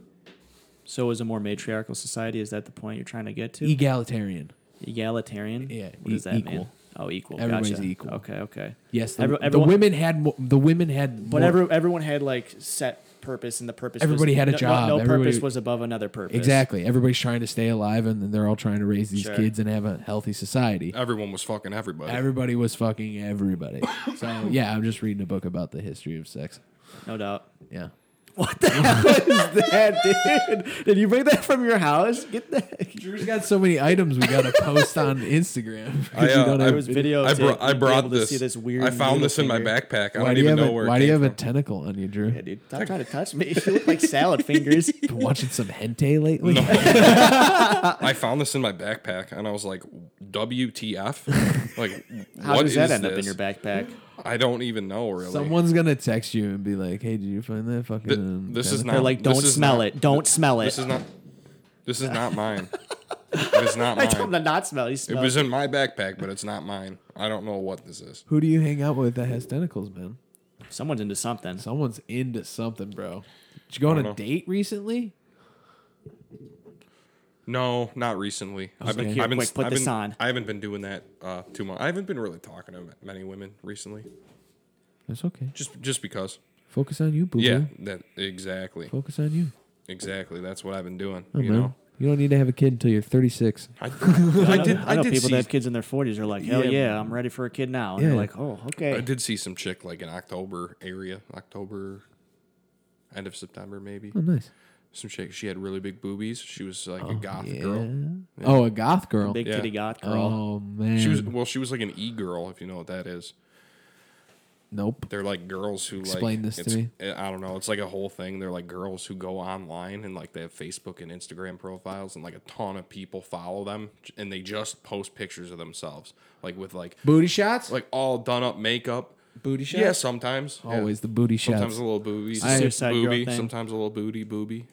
So is a more matriarchal society. Is that the point you're trying to get to?
egalitarian.
Egalitarian.
E- Yeah,
What does
e-
that mean?
equal.
Oh, equal.
Everybody's
gotcha.
equal.
Okay, okay.
Yes, the,
Every-
the
everyone-
women had mo- the women had
But
more-
every, everyone had like set purpose, and the purpose.
Everybody
was,
had a
no-
job.
No, no purpose
Everybody-
was above another purpose.
Exactly. Everybody's trying to stay alive, and then they're all trying to raise these
Sure.
kids and have a healthy society.
Everyone was fucking everybody.
Everybody was fucking everybody. so yeah, I'm just reading a book about the history of sex.
No doubt.
Yeah.
What the hell is that, dude? Did you bring that from your house? Get that.
Drew's got so many items we gotta post on Instagram.
I, uh, I
There
was
was video.
I, brought.
brought.
I brought this.
See this weird
I found this in my
needle finger.
backpack. I
why
don't
do you
even
have
know
a,
where.
why
it
do you
came
have a
from.
tentacle on you, Drew?
Yeah, dude, stop trying to touch me. You look like salad fingers.
Been watching some hentai lately?
I found this in my backpack, and I was like, "WTF? like,
How
what
does that
is
end up in
this?
your backpack?
I don't even know really.
Someone's gonna text you and be like, "Hey, did you find that fucking?"
Th- this is
tentacle?"
not.
They're like,
this
don't
is
smell
not-
it. Don't smell
This
it.
is not. This is not mine. it is not
I told him
mine.
to not smell. it. He
It
smelled.
was in my backpack, but it's not mine. I don't know what this is.
Who do you hang out with that has tentacles, man?
Someone's into something.
Someone's into something, bro. Did you go on a
know.
date recently?
No, not recently. I've been,
like, here,
I've been,
quick, put
I've
this
been-
on.
I haven't been doing that uh, too much. I haven't been really talking to many women recently,
That's okay.
just just because.
Focus on you, boo.
Yeah, that exactly,
Focus on you.
exactly. That's what I've been doing.
Oh,
you
man.
know,
You don't need to have a kid until you're 36.
I, I did.
I
I,
know
did
people
see.
that have kids in their 40s are like, hell yeah,
Yeah.
I'm ready for a kid now. And they're
Yeah.
like, oh, okay.
I did see some chick like in October area, October, end of September maybe.
Hmm.
Oh, nice.
Some chick. She had really big boobies. She was like a goth girl.
Oh, a goth girl.
Big
Yeah.
kitty goth girl.
oh man.
She was well. She was like an e girl, if you know what that is.
nope.
They're like girls who
Explain this
like,
to
it's- eh,
me.
I don't know. It's like a whole thing. They're like girls who go online and like they have Facebook and Instagram profiles, and like a ton of people follow them, and they just post pictures of themselves, like with like
Booty shots.
like all done up makeup.
booty
Yeah, sometimes yeah.
Always the booty shots.
Sometimes a little booby,
I- Suicide girl
booby.
thing.
Sometimes a little booty, booby,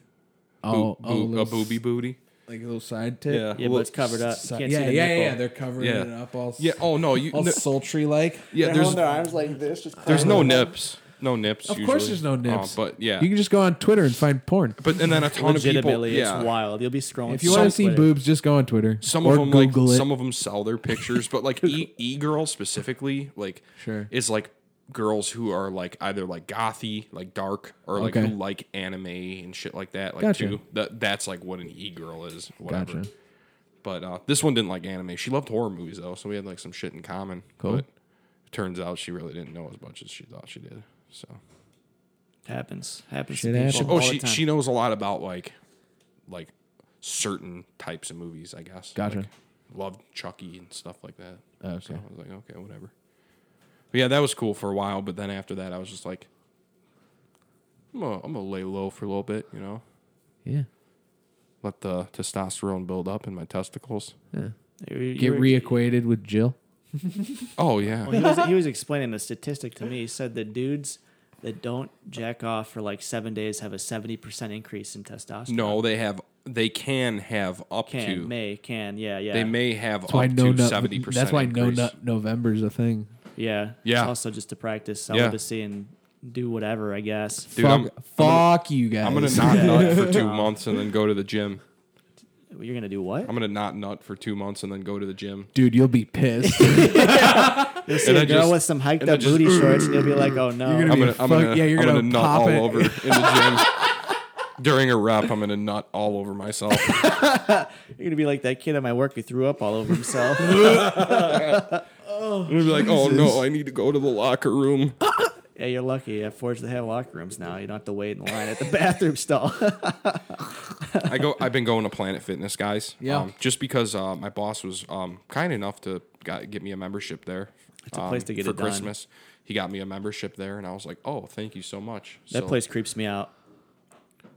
oh,
Boo-
oh,
boo- a
little-
booby booty.
like a little side tip.
Yeah, but it's covered up. You
Si-
can't
yeah,
see the
yeah,
nipple.
yeah. They're covering
Yeah.
it up all. s-
yeah. Oh no, you.
all
no-
sultry like.
yeah, there's
arms like this. Just
there's no nips, no nips.
Of course,
usually.
there's no
Uh,
nips.
but yeah,
you can just go on Twitter and find porn.
but and then a ton of people.
Legitimately,
Yeah,
it's wild. You'll be scrolling.
If you
so
want to see
quick.
boobs, just go on Twitter.
some
or
of them
Google
like
it.
some of them sell their pictures, but like e e girl specifically, like
Sure.
is like girls who are like either like gothy, like dark, or like
Okay.
who like anime and shit like that. Like
Gotcha.
too. That that's like what an e girl is. Whatever.
Gotcha.
But uh, this one didn't like anime. She loved horror movies though, so we had like some shit in common.
Cool.
But it turns out she really didn't know as much as she thought she did. So
happens. Happens
Shit
to people.
happens.
oh,
all
she
the time.
she knows a lot about like like certain types of movies, I guess.
Gotcha. Oh,
Like, loved Chucky and stuff like that.
Okay.
So I was like, okay, whatever. But yeah, that was cool for a while, but then after that, I was just like, I'm gonna, I'm gonna lay low for a little bit, you know,
yeah.
let the testosterone build up in my testicles.
You- you
Get
were-
reacquainted with Jill.
Oh yeah,
Well, he, was, he was explaining the statistic to me. He said the dudes that don't jack off for like seven days have a 70% increase in testosterone.
no, they have, they can have up
Can,
to,
may, can. Yeah, yeah.
they may have
That's why
up
no
to seventy
nut.
percent.
That's why no nut November's a thing.
Yeah.
Yeah.
Also, just to practice
Yeah.
celibacy and do whatever, I guess.
Dude, I'm-
fuck, fuck you guys.
I'm gonna not nut for two months and then go to the gym.
You're going to do what?
I'm gonna not nut for two months and then go to the gym.
dude. You'll be pissed.
You'll see a
then
girl
just-
with some hiked
and then
up
just-
booty shorts, and you'll be like, oh no.
gonna be
I'm gonna,
a
I'm
fuck-
gonna,
yeah, you're
I'm
gonna
nut
pop
all
it.
over in the gym during a rep. I'm gonna nut all over myself.
You're going to be like that kid at my work who threw up all over himself.
And you'd be like, oh no, I need to go to the locker room.
Yeah, you're lucky. At Forge, they have locker rooms now. You don't have to wait in line at the bathroom stall.
I go. I've been going to Planet Fitness, guys.
Yeah.
Um, just because uh, my boss was um, kind enough to got, get me a membership there. It's
a place to get
for
it done.
Christmas. He got me a membership there, and I was like, "Oh, thank you so much."
that
So,
place creeps me out.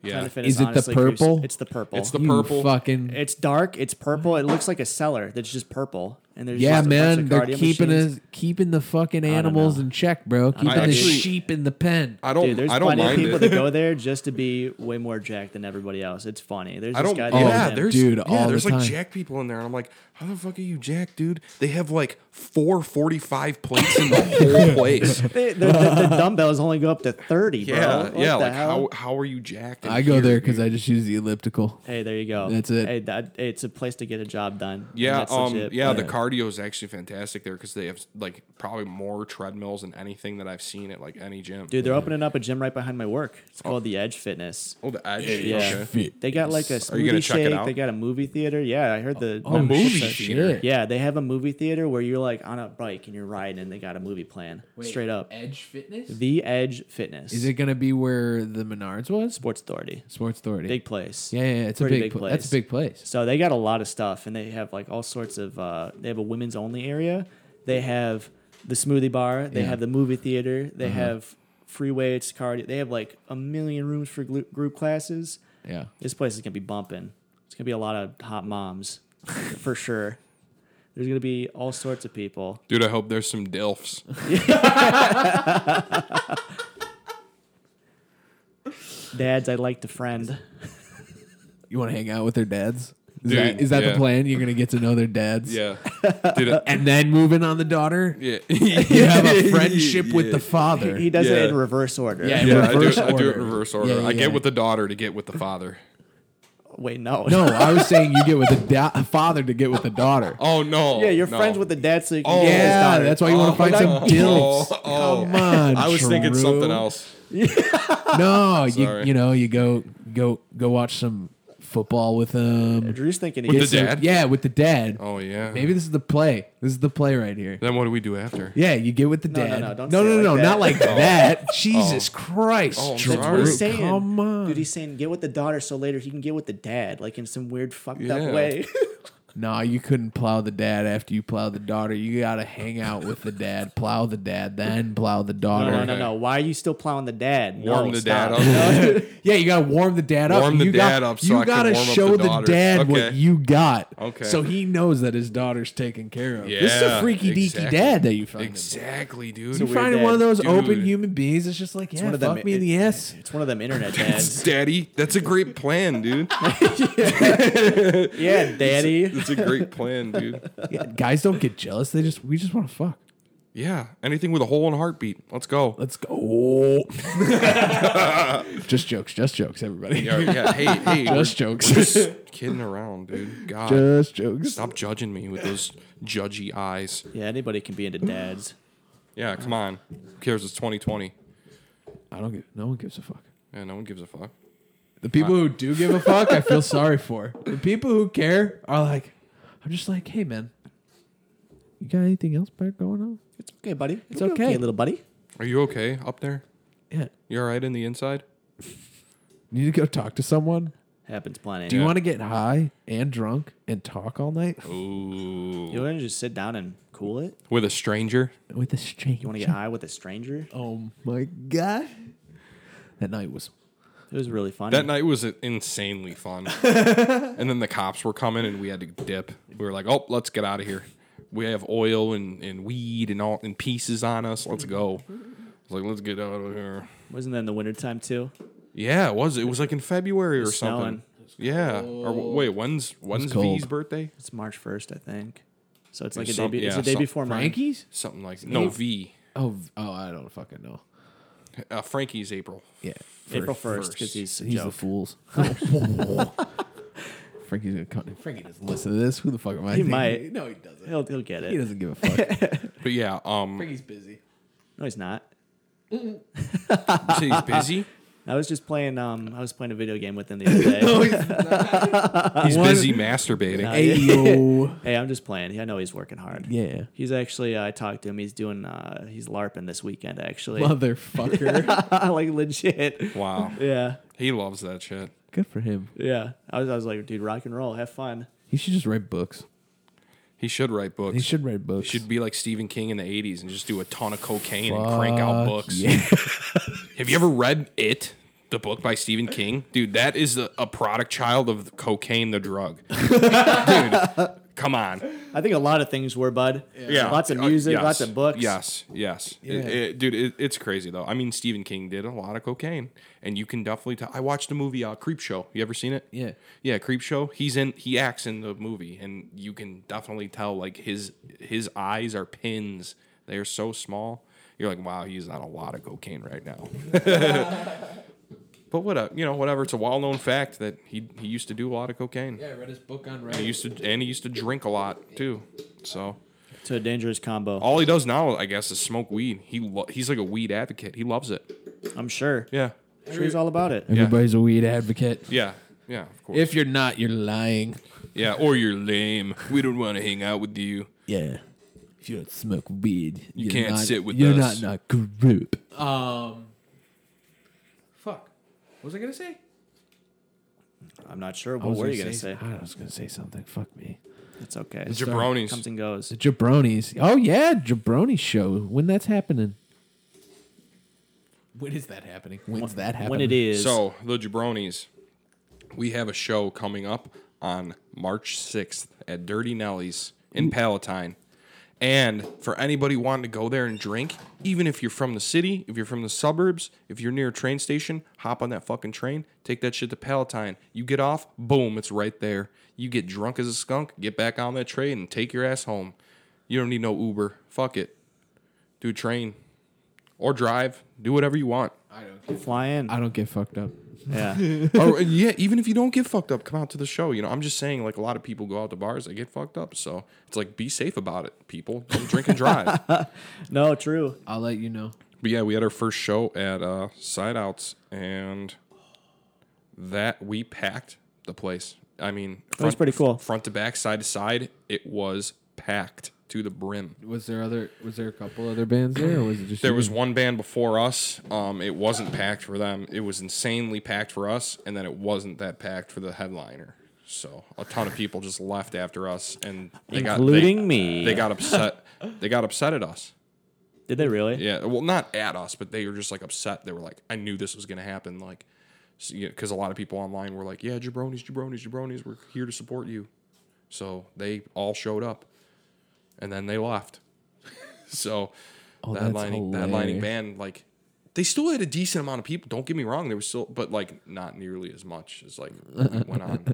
yeah.
Planet Fitness
Is it the
honestly creeps-
purple?
It's the purple.
It's the
You
purple.
fucking
It's dark. It's purple. It looks like a cellar that's just purple. And there's
yeah,
just a bunch
man.
of
They're
cardio
keeping
machines.
us, keeping the fucking animals
know.
in check, bro. Keeping the
actually-
sheep in the pen.
I don't.
Dude, there's
I don't
plenty of
mind
people
it.
that go there just to be way more jacked than everybody else. It's funny. There's
I
this
don't.
guy.
oh,
yeah,
that-
there's
dude,
yeah,
all the
there's like
time.
jack people in there, and I'm like, how the fuck are you jack, dude? They have like four 45 plates in the whole place.
They- the, the- the dumbbells only go up to thirty,
Yeah,
bro. What
yeah.
the
Like
hell?
how how are you jacked? in
I go
here,
there
dude?
because I just use the elliptical.
Hey, there you go.
That's it.
Hey, that, it's a place to get a job done. and
Yeah,
that's
um,
legit.
yeah, the cardio is actually fantastic there because they have like probably more treadmills than anything that I've seen at like any gym.
Dude, they're opening up a gym right behind my work. It's called the Edge Fitness.
oh, the edge.
Yeah,
okay.
they got like a
Are you gonna
smoothie
check it
shake.
out?
They got a movie theater. Yeah, I heard the
Oh,
membership
movie
site.
shit.
Yeah, they have a movie theater where you're like on a bike and you're riding, and they got a movie plan straight up.
Edge Fitness.
The Edge Fitness.
Is it gonna be where the Menards was?
Sports Authority?
Sports Authority.
Big place.
yeah, yeah, yeah, it's a
Pretty
big, pla- That's a big place.
So they got a lot of stuff, and they have like all sorts of. Uh, they have a women's only area. They have the smoothie bar. They
Yeah.
have the movie theater.
Uh-huh.
They have free weights, cardio. They have like a million rooms for glu- group classes.
Yeah.
This place is gonna be bumping. It's gonna be a lot of hot moms, for sure. There's gonna be all sorts of people.
Dude, I hope there's some DILFs.
Dads, I like to friend.
You want to hang out with their dads? Is
Dude,
that, is that
yeah.
the plan? You're gonna get to know their dads.
Yeah. Dude, I-
And then moving on the daughter.
yeah.
You have a friendship with the father.
He does
Yeah.
it in reverse order.
Yeah.
Yeah, I do,
Reverse
it- I do it
order.
reverse order.
Yeah, yeah,
I
yeah.
get with the daughter to get with the father.
Wait, no.
No, I was saying you get with the da- a father to get with the daughter.
Oh no.
Yeah, you're
no.
friends with the dad, so you can
Oh.
get his
Yeah,
daughter.
that's why you want to find some dilfs.
Oh, oh.
Come on,
I was thinking
Drew.
something else.
No, you
Sorry.
you know you go go go watch some football with them.
Drew's thinking he
With
gets
the
to-
dad?
Yeah, with the dad.
Oh yeah.
Maybe this is the play. This is the play right here.
Then what do we do after?
Yeah, you get with the
No, no,
dad.
no, don't
no,
say
no,
it like
no,
that.
not like that. Jesus Christ,
Oh, I'm
Drew,
That's what he's
Sorry.
saying.
come on.
Dude, he's saying get with the daughter so later he can get with the dad, like in some weird fucked
Yeah.
up way.
Nah, you couldn't plow the dad after you plow the daughter. You gotta hang out with the dad, plow the dad, then plow the
no,
daughter.
no, no, no. Why are you still plowing the dad? No,
Warm the
stop.
dad up.
Yeah, you gotta warm the dad up.
Warm the
you
dad up so
you
I can
gotta
warm up
show
the
the,
daughter.
dad what
Okay.
you got.
Okay.
So he knows that his daughter's taken care of. this is a
Yeah,
freaky deaky
exactly.
dad that you find.
Exactly, dude.
You
weird
find one
dad.
of those open
Dude.
human beings that's just like, yeah,
one of them-
fuck me in the ass.
It's one of them internet dads.
Daddy, that's a great plan, dude.
yeah, daddy.
That's a great plan, dude.
Yeah, guys don't get jealous. They just we just want to fuck.
Yeah, anything with a hole in a heartbeat. Let's go.
Let's go. just jokes, just jokes, everybody.
Yeah, yeah. Hey, hey, we're
Just jokes.
just kidding around, dude. God,
just jokes.
stop judging me with those judgy eyes.
Yeah, anybody can be into dads.
Yeah, come on. Who cares? It's 2020.
I don't give no one gives a fuck.
Yeah, no one gives a fuck.
The people who do give a fuck, I feel sorry for. The people who care are like, I'm just like, hey man, you got anything else better going on?
It's okay, buddy. It's
okay.
little buddy.
Are you okay up there?
Yeah.
You all right in the inside?
You need to go talk to someone.
Happens plenty.
Do you want to get high and drunk and talk all night
Ooh.
You want to just sit down and cool it?
With a stranger?
with a stranger?
You want to get high with a stranger?
Oh my god. That night was
It was really funny.
That night was insanely fun. and then the cops were coming and we had to dip. We were like, oh, let's get out of here. We have oil and, and weed and all and pieces on us. Let's go. I was like, let's get out of here.
Wasn't that in the wintertime too?
Yeah, it was. It was like in February or
was
something.
snowing.
Yeah. Or w- wait, when's when's
cold.
V's birthday?
It's March 1st, I think. So it's like
There's
a day,
some-
be- it's
yeah,
a day
some-
before mine.
Frankie's?
Something like no V.
Oh, v- oh, I don't fucking know.
Uh, Frankie's April.
Yeah,
April
First.
1st, because he's a
he's the
joke.
fools. Frankie's gonna come. Frankie doesn't listen to this. Who the fuck am I?
He
thinking?
might.
No, he doesn't.
He'll, he'll get it.
He doesn't give a fuck.
But yeah, um
Frankie's busy.
No, he's not.
you say he's busy?
I was just playing. Um, I was playing a video game with him the other day.
He's busy masturbating.
Ayo.
hey, I'm just playing. I know he's working hard.
Yeah.
He's actually. Uh, I talked to him. He's doing. Uh, he's larping this weekend. Actually,
Motherfucker.
like legit.
Wow,
Yeah,
he loves that shit.
Good for him.
yeah. I was. I was like, dude, rock and roll. Have fun.
He should just write books.
He should write books.
He should write books.
Should be like Stephen King in the '80s and just do a ton of cocaine and crank
Uh,
out books. Have you ever read it? The book by Stephen King, dude. That is a, a product child of cocaine, the drug. dude, come on.
I think a lot of things were, bud.
Yeah,
Lots of
Uh,
music.
yes.
Lots of books.
Yes, yes, It- it- dude. It, it's crazy though. I mean, Stephen King did a lot of cocaine, and you can definitely. tell. I watched a movie, uh, Creep Show. You ever seen it?
Yeah.
yeah, Creep Show. He's in. He acts in the movie, and you can definitely tell like his his eyes are pins. They are so small. You're like, wow, he's on a lot of cocaine right now. but what a, you know, whatever. It's a well known fact that he he used to do a lot of cocaine.
I read his book on
He
writing.
used to, and he used to drink a lot too. So.
It's a dangerous combo.
All he does now, I guess, is smoke weed. He lo- he's like a weed advocate. He loves it.
I'm sure.
Yeah,
I'm sure he's all about it.
Everybody's a weed advocate.
yeah, yeah. Of course.
If you're not, you're lying.
yeah, or you're lame. We don't want to hang out with you.
Yeah. If you don't smoke weed, you
can't sit with
you're
us.
not in a group. Um. Fuck. What was I gonna say?
I'm not sure. What were you gonna say?
I was gonna say something. Fuck me.
It's okay.
Jabronis.
comes and goes.
The jabronis. Oh yeah, jabroni show. When that's happening? When is that happening? When's that happening?
When it is.
So the jabronis, we have a show coming up on March sixth at Dirty Nelly's in Palatine. And for anybody wanting to go there and drink, even if you're from the city, if you're from the suburbs, if you're near a train station, hop on that fucking train, take that shit to Palatine. You get off, boom, it's right there. You get drunk as a skunk, get back on that train and take your ass home. You don't need no Uber. Fuck it. Do a train or drive. Do whatever you want.
fly in.
I don't get fucked up.
Yeah.
or yeah, even if you don't get fucked up, come out to the show. You know, I'm just saying, like a lot of people go out to bars, they get fucked up. So it's like be safe about it, people. Don't drink and drive. but
no, true.
I'll let you know.
yeah, we had our first show at uh Side Outs and that we packed the place. I mean front,
was pretty cool.
Front to back, side to side, it was packed to the brim.
Was there other? Was there a couple other bands there, or was it just
There
you?
Mm-hmm.
was one band before us. Um, it wasn't packed for them. It was insanely packed for us, and then it wasn't that packed for the headliner. So a ton of people just left after us, and they
Including
got, they,
me.
They got upset. They got upset at us.
Did they really?
Yeah, well, not at us, but they were just like upset. They were like, "I knew this was gonna happen." Like, because a lot of people online were like, "Yeah, jabronis, jabronis, jabronis. We're here to support you." So they all showed up, and then they left. so that
Oh, that's
lining that lining
hilarious.
band like. They still had a decent amount of people. Don't get me wrong; there was still, but like not nearly as much as like went on.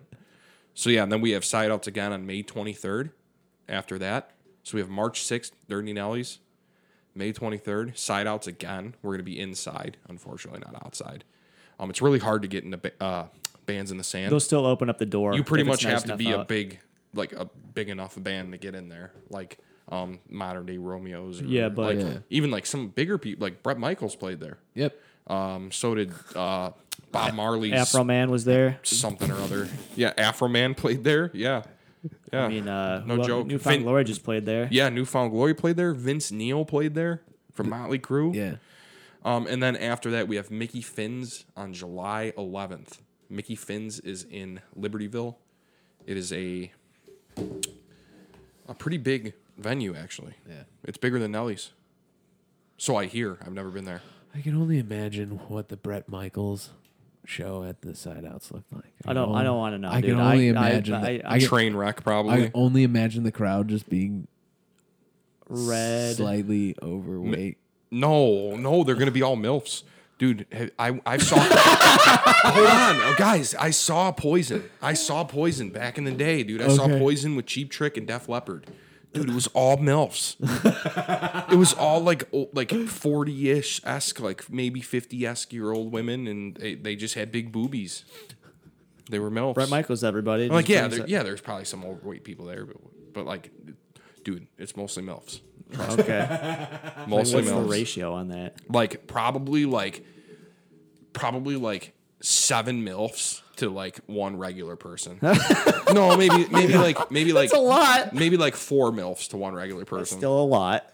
So yeah, and then we have side outs again on May 23rd. After that, so we have March 6th, Dirty Nellies, May 23rd, side outs again. We're going to be inside, unfortunately, not outside. Um, it's really hard to get into ba- uh, bands in the sand.
They'll still open up the door.
you pretty
if it's
much
nice
have to
enough
be a
out.
big, like a big enough band to get in there, like um, modern day Romeos. Or,
Yeah, but-
like,
Yeah.
even like some bigger people, like Brett Michaels played there.
Yep.
Um, so did uh, Bob Marley's
Afro Man was there.
something or other. Yeah, Afro Man played there. Yeah, yeah.
I mean, uh,
No
well,
joke.
Newfound
Vin-
Glory just played there.
Yeah, Newfound Glory played there. Vince Neil played there from Motley Crue.
Yeah.
Um, and then after that, we have Mickey Finn's on July 11th. Mickey Finn's is in Libertyville. It is a a pretty big venue, actually.
Yeah.
It's bigger than Nelly's. So I hear. I've never been there.
I can only imagine what the Brett Michaels show at the side outs looked like.
I don't. I
can
don't
only-
want to know.
I
dude.
can only
I,
imagine.
I, I,
the-
I,
I can-
Train wreck,
I
probably.
can only imagine the crowd just being
red.
slightly overweight.
No, no, they're gonna be all milfs, dude. ha- I I saw. Hold on, oh, guys. I saw Poison. I saw Poison back in the day, dude. I saw
Okay.
Poison with Cheap Trick and Def Leppard. Dude, it was all milfs. it was all like o- like forty ish esque, like maybe fifty esque year old women, and they, they just had big boobies. They were milfs.
Brett Michaels, everybody.
like
Just
yeah,
brings
there,
it-
yeah. There's probably some overweight people there, but but like, dude, it's mostly milfs.
Okay.
Mostly
What's the
milfs
ratio on that?
like probably like probably like seven milfs to like one regular person. no, maybe maybe like maybe like
a lot.
Maybe like four milfs to one regular person.
Still a lot.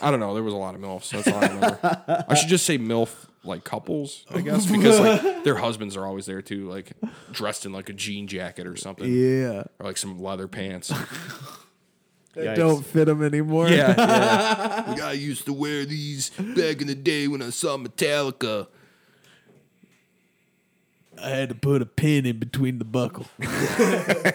I don't know. There was a lot of milfs. That's all I remember. I should just say milf like couples, I guess, because like their husbands are always there too, like dressed in like a jean jacket or something,
Yeah.
or like some leather pants.
Yikes.
Don't fit them anymore.
Yeah,
Like, I used to wear these back in the day when I saw Metallica.
I had to put a pin in between the buckle.
but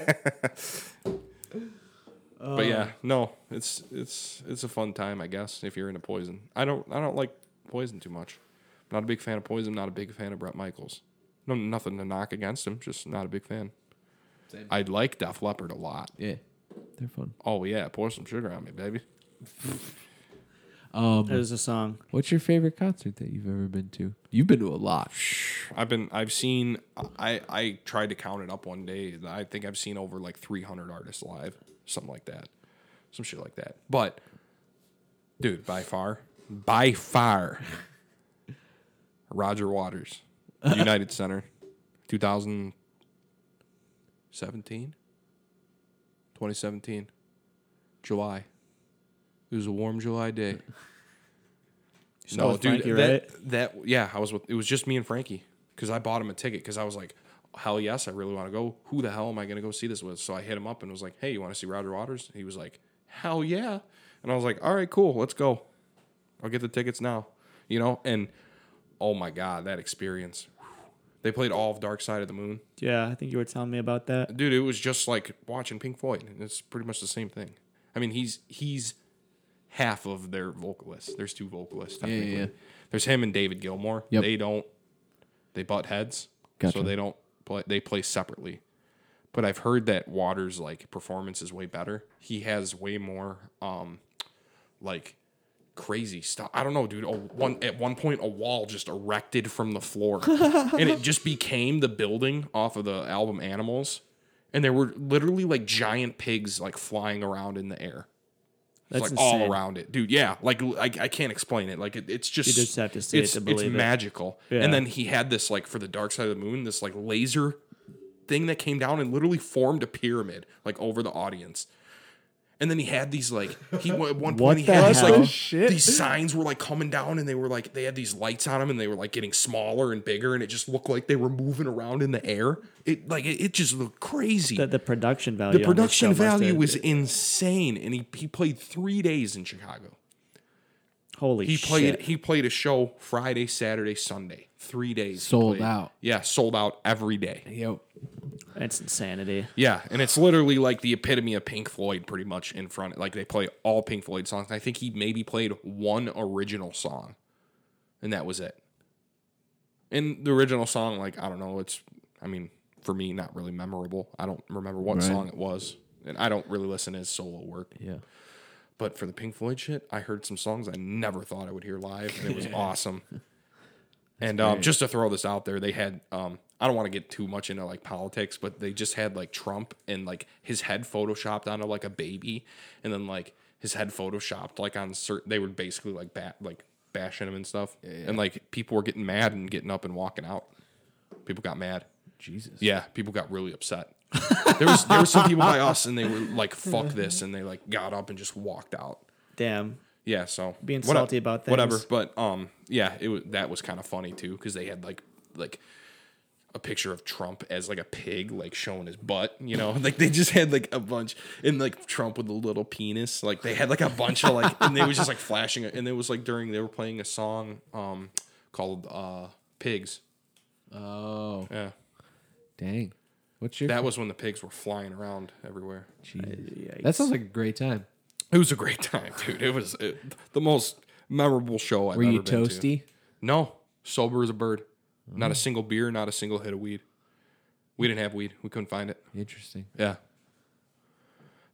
yeah, no, it's it's it's a fun time, I guess, if you're into Poison. I don't I don't like Poison too much. Not a big fan of Poison. Not a big fan of Brett Michaels. No, nothing to knock against him. Just not a big fan. I like Def Leppard a lot.
Yeah. They're fun.
Oh yeah, pour some sugar on me, baby.
There's a song.
What's your favorite concert that you've ever been to? You've been to a lot.
I've been I've seen I I tried to count it up one day. I think I've seen over like 300 artists live, something like that. Some shit like that. But dude, by far, by far Roger Waters, United Center, 2017 2017 July. It was a warm July day.
Still with Frankie,
that,
right?
that yeah, I was with it was just me and Frankie because I bought him a ticket because I was like, hell yes, I really want to go. Who the hell am I going to go see this with? So I hit him up and was like, hey, you want to see Roger Waters? He was like, hell yeah, and I was like, all right, cool, let's go. I'll get the tickets now, you know. And oh my god, that experience! They played all of Dark Side of the Moon,
Yeah, I think you were telling me about that.
dude. It was just like watching Pink Floyd. It's pretty much the same thing. I mean, he's he's half of their vocalists. There's two vocalists. Technically.
yeah.
There's him and David Gilmour.
Yep.
They don't they butt heads,
Gotcha.
so they don't play. They play separately. But I've heard that Waters' like performance is way better. He has way more um like crazy stuff. I don't know, dude. A one at one point, a wall just erected from the floor, and it just became the building off of the album Animals. And there were literally like giant pigs like flying around in the air. It's,
That's
like all
insane.
around it, dude. Yeah, like l- I, I can't explain it. Like it, it's just
just have to see it
it's,
to believe
it's
it.
magical.
Yeah.
And then he had this like for the dark side of the moon, this like laser thing that came down and literally formed a pyramid like over the audience. And then he had these like he at one point he
the
had these
hell?
like these signs were like coming down and they were like they had these lights on them and they were like getting smaller and bigger and it just looked like they were moving around in the air. It like it, it just looked crazy.
The, the production value.
the
on this show
production
must
value
have-
was insane and he he played 3 days in Chicago.
holy.
He played
shit.
he played a show Friday, Saturday, Sunday. Three days. he
Sold
played.
out.
Yeah, sold out every day.
Yo.
That's insanity.
Yeah, and it's literally like the epitome of Pink Floyd pretty much in front. Like they play all Pink Floyd songs. I think he maybe played one original song. And that was it. And the original song like I don't know, it's I mean, for me not really memorable. I don't remember what song it was. And I don't really listen to his solo work.
Yeah.
But for the Pink Floyd shit, I heard some songs I never thought I would hear live, and it was awesome. and um, just to throw this out there, they had um, I don't want to get too much into like politics, but they just had like Trump and like his head photoshopped onto like a baby, and then like his head photoshopped like on certain. They were basically like bat like bashing him and stuff, and like people were getting mad and getting up and walking out. People got mad.
Jesus.
Yeah, people got really upset. there was there were some people by us, and they were like, "Fuck this," and they like got up and just walked out.
Damn.
Yeah, so
Being
whate-
salty about things.
whatever. But um, yeah, it was that was kind of funny too because they had like like a picture of Trump as like a pig, like showing his butt. You know, like they just had like a bunch and like Trump with a little penis. Like they had like a bunch of like, and they was just like flashing. it. And it was like during they were playing a song um called uh Pigs.
Oh,
Yeah,
dang. What's your
that was when the pigs were flying around everywhere.
That sounds like a great time.
It was a great time, dude. It was it, the most memorable show I've
Were
ever
you
been to.
toasty?
No, sober as a bird. Not a single beer, not a single hit of weed. We didn't have weed. We couldn't find it.
Interesting.
Yeah.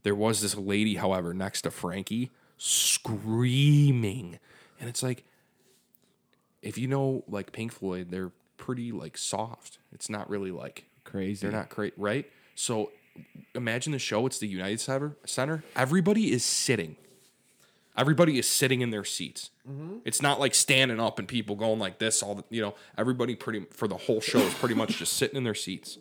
There was this lady, however, next to Frankie screaming. And it's like, if you know, like Pink Floyd, they're pretty like soft. It's not really like
Crazy.
they're not great, right? So imagine the show. It's the United Cyber Center. Everybody is sitting. Everybody is sitting in their seats. It's not like standing up and people going like this all the, you know, everybody pretty for the whole show is pretty much just sitting in their seats.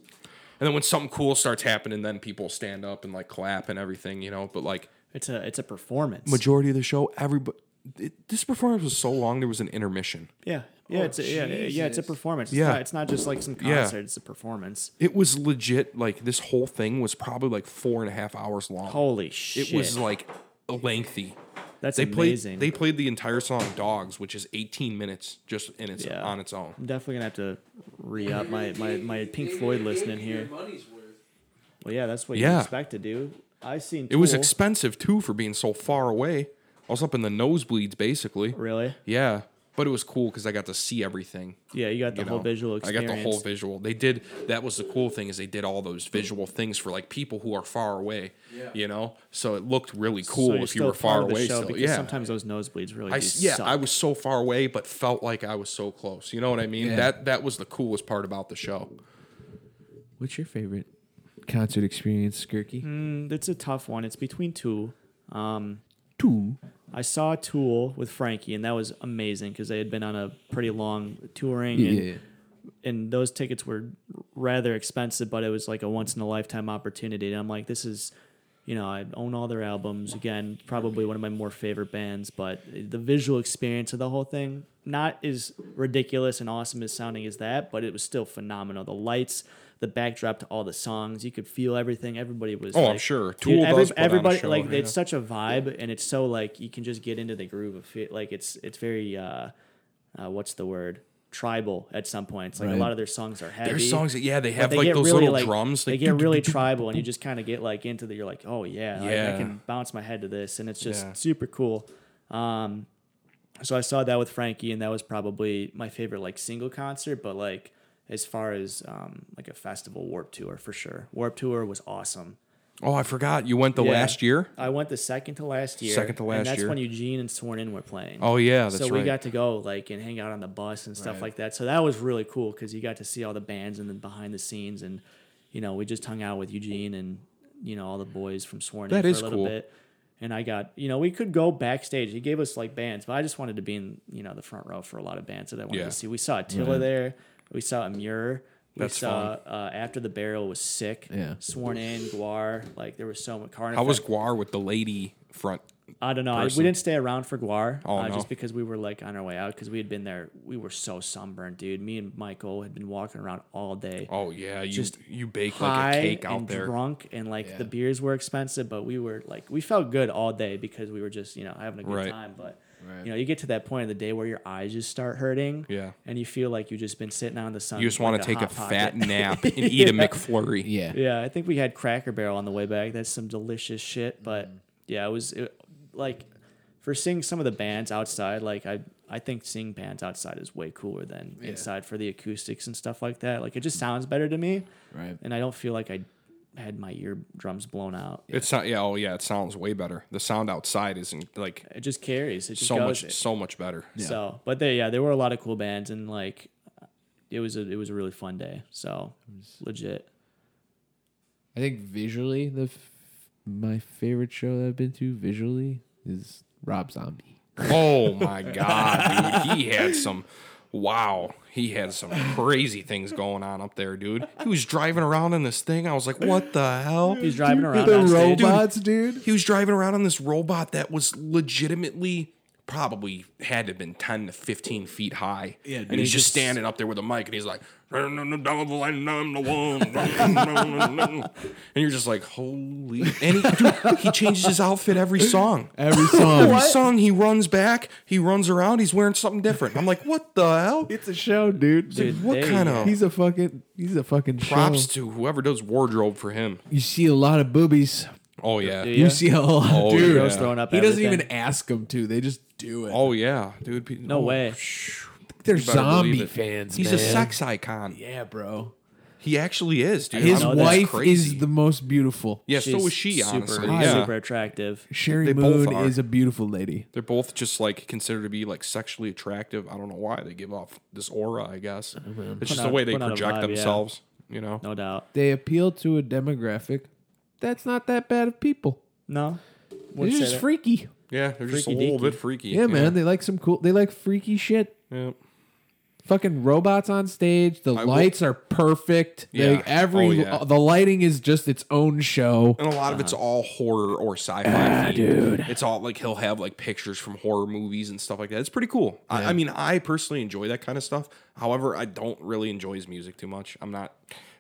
And then when something cool starts happening, then people stand up and like clap and everything, you know, but like
It's a it's a performance.
majority of the show everybody it, this performance was so long there was an intermission.
yeah. Yeah, it's a, yeah, yeah, it's a performance. It's
Yeah.
not, it's not just like some
Yeah.
concert. It's a performance.
It was legit like this whole thing was probably like four and a half hours long.
Holy shit!
it was like lengthy.
that's
They played
amazing.
they played the entire song Dogs, which is 18 minutes just in its
Yeah.
on its own.
I'm definitely gonna have to re up my, my, my Pink Floyd listening here. Well, yeah, that's what you
Yeah.
expect to do. I seen
It was
Tool.
expensive too for being so far away. I was up in the nosebleeds basically.
really
Yeah, but it was cool because I got to see everything.
yeah. You got the
you
whole
know?
visual experience.
I got the whole visual. They did that was the cool thing is they did all those visual things for like people who are far away. Yeah. You know, so it looked really cool
So you're
if you
still
were far
part of the
away.
show
still.
because
yeah.
sometimes those nosebleeds really
I,
do
s- yeah,
suck.
I was so far away, but felt like I was so close. You know what I mean? That that was the coolest part about the show.
What's your favorite concert experience, Skirky?
It's a tough one. It's between two. Um,
Two.
I saw Tool with Frankie, and that was amazing because they had been on a pretty long touring,
Yeah.
and, and those tickets were rather expensive, but it was like a once in a lifetime opportunity. And I'm like, this is, you know, I own all their albums. Again, probably one of my more favorite bands, but the visual experience of the whole thing, not as ridiculous and awesome as sounding as that, but it was still phenomenal. The lights. The backdrop to all the songs, you could feel everything. Everybody was.
Oh, I'm
like-
sure.
Dude,
Tool does put on a
everybody
show,
like
yeah.
it's such a vibe and it's so like you can just get into the groove of it like it's it's very uh, uh what's the word tribal at some points like a
Right.
lot of their songs are heavy
Their songs, that- yeah, they
but
have like
get
those
really,
little
like-
drums.
they
like,
get really tribal and you just kind of get like into the you're like oh yeah, like, I,
Yeah.
can bounce my head to this and it's just
Yeah.
super cool um so I saw that with Frankie and that was probably my favorite like single concert but like as far as um like a festival warp tour for sure warp tour was awesome
Oh, I forgot. You went the
yeah.
last year.
I went the second to last year.
Second to last
and that's
year.
when Eugene and Sworn In were playing.
Oh yeah, that's
so
right.
we got to go like and hang out on the bus and stuff like that. So that was really cool because you got to see all the bands and then behind the scenes and you know we just hung out with Eugene and you know all the boys from Sworn In
That
for
is
a little
cool.
bit. And I got you know we could go backstage. He gave us like bands, but I just wanted to be in you know the front row for a lot of bands that I wanted
Yeah.
to see. We saw Attila there. We saw Amur. We
That's
saw Uh, after the barrel was sick.
Yeah.
Sworn in, Guar. Like there was so much. Carnifex.
How was Guar with the lady front?
I don't know. I, we
person.
didn't stay around for Guar
Oh,
uh,
no.
just because we were like on our way out because we had been there. We were so sunburned, dude. Me and Michael had been walking around all day,
Oh yeah, you
Just
you bake
high
like a cake out
and
there.
drunk, and like the beers were expensive, but we were like we felt good all day because we were just you know having a good
Right.
time. But you know, you get to that point of the day where your eyes just start hurting,
Yeah.
and you feel like you just been sitting out in the sun.
You just
like
want to take a
Hot Pocket.
fat nap and eat a McFlurry.
Yeah.
Yeah, I think we had Cracker Barrel on the way back. That's some delicious shit. But
Mm-hmm.
yeah, it was it, like for seeing some of the bands outside. Like I, I think seeing bands outside is way cooler than inside for the acoustics and stuff like that. Like it just sounds better to me,
Right.
and I don't feel like I had my eardrums blown out.
It's not. Yeah. Oh yeah. It sounds way better. The sound outside isn't like
It just carries. It just
so
goes.
much. So much better.
So, but they yeah, there were a lot of cool bands, and like it was a it was a really fun day. So legit.
I think visually, the f- my favorite show that I've been to visually is Rob Zombie.
Oh my god, dude. He had some wow. He had some crazy things going on up there, dude. He was driving around in this thing. I was like, what the hell?
He's driving around.
the
on stage.
robots, dude.
He was driving around on this robot that was legitimately probably had to have been 10 to 15 feet high. Yeah, and he's just standing up there with a mic and he's like, "Down the line, I'm the one." and you're just like, holy. And he, dude, he changes his outfit every song.
Every song.
Every song he runs back, he runs around, he's wearing something different. I'm like, what the hell?
it's a show, dude.
Dude,
what
they-
kind of
He's a fucking he's a fucking
props
props.
to whoever does wardrobe for him?
You see a lot of boobies.
Oh yeah.
Yeah.
You see a lot,
Oh,
dude.
yeah.
throwing up
He doesn't
everything.
even ask them to. They just do it.
Oh yeah, dude. pe-
No
oh,
way.
They're
you better believe
zombie
it.
fans.
He's a
man.
sex icon.
Yeah, bro.
He actually is, dude.
His
I'm-
know that.
that's
wife
crazy.
is the most beautiful.
Yeah, so
She's
is she.
super,
Honestly, yeah.
super attractive.
Sherry
They both
Moon
are.
is a beautiful lady.
They're both just like considered to be like sexually attractive. I don't know why they give off this aura. I guess it's just
out-
the way they
put out a
project
vibe, yeah.
themselves. You know.
No doubt.
They appeal to a demographic that's not that bad of people.
No.
They're
Wouldn't say
just
that.
freaky.
Yeah, they're just a
Freaky
little
deaky.
bit freaky.
Yeah, man. They like some cool. They like freaky shit.
Yeah.
Fucking robots on stage. The
will-
lights are perfect. They,
Yeah.
every uh,
Oh, yeah.
the lighting is just its own show.
And a lot of it's all horror or sci-fi.
Ah,
themed. It's all like he'll have like pictures from horror movies and stuff like that. It's pretty cool. I, I mean, I personally enjoy that kind of stuff. However, I don't really enjoy his music too much. I'm not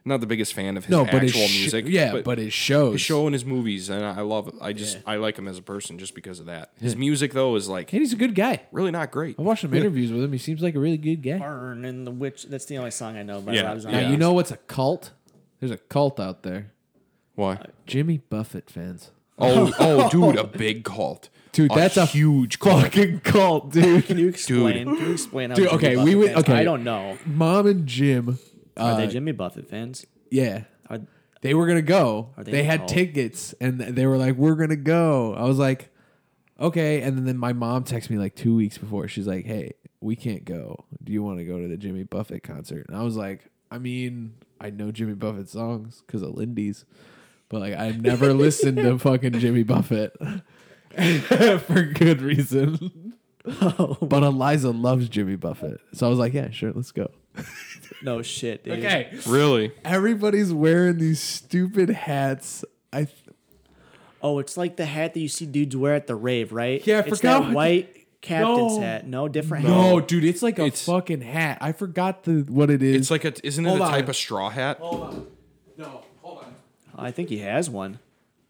not the biggest fan of his
No,
actual
but his sh-
music.
Yeah, but, his shows.
his show and his movies, and I love. it. I just I like him as a person just because of that. His music though is like
And he's a good guy.
really not great.
I watched some interviews with him. He seems like a really good guy.
Burn and the witch. That's the only song I know by
Yeah,
Rob Zombie.
Now you know what's a cult? There's a cult out there.
Why?
Jimmy Buffett fans.
Oh, oh, dude, a big cult,
Dude, that's a
huge cult.
Fucking cult, dude.
Can you explain? Can you explain how
Dude,
Jimmy
okay, we
Buffett
would-
fans-
okay. Uh,
I don't know.
Mom and Jim.
Are they Jimmy Buffett fans?
Yeah.
Are,
They were gonna go.
Are
They,
they
had
cult?
tickets, and th- they were like, "We're gonna go." I was like, "Okay." And then, then my mom texted me like two weeks before. She's like, "Hey, we can't go. Do you want to go to the Jimmy Buffett concert?" And I was like, "I mean, I know Jimmy Buffett songs because of Lindy's, but like I've never listened to fucking Jimmy Buffett for good reason." But Eliza loves Jimmy Buffett, so I was like, "Yeah, sure, let's go."
no shit, dude.
Really?
everybody's wearing these stupid hats. I th-
Oh, it's like the hat that you see dudes wear at the rave, right?
Yeah, I
it's
forgot what-
that white captain's
No.
hat. No, different
No,
hat.
dude, it's like a fucking hat. I forgot the what it is.
It's like a isn't it
Hold
a
on.
type of straw hat?
no, hold on.
I think he has one.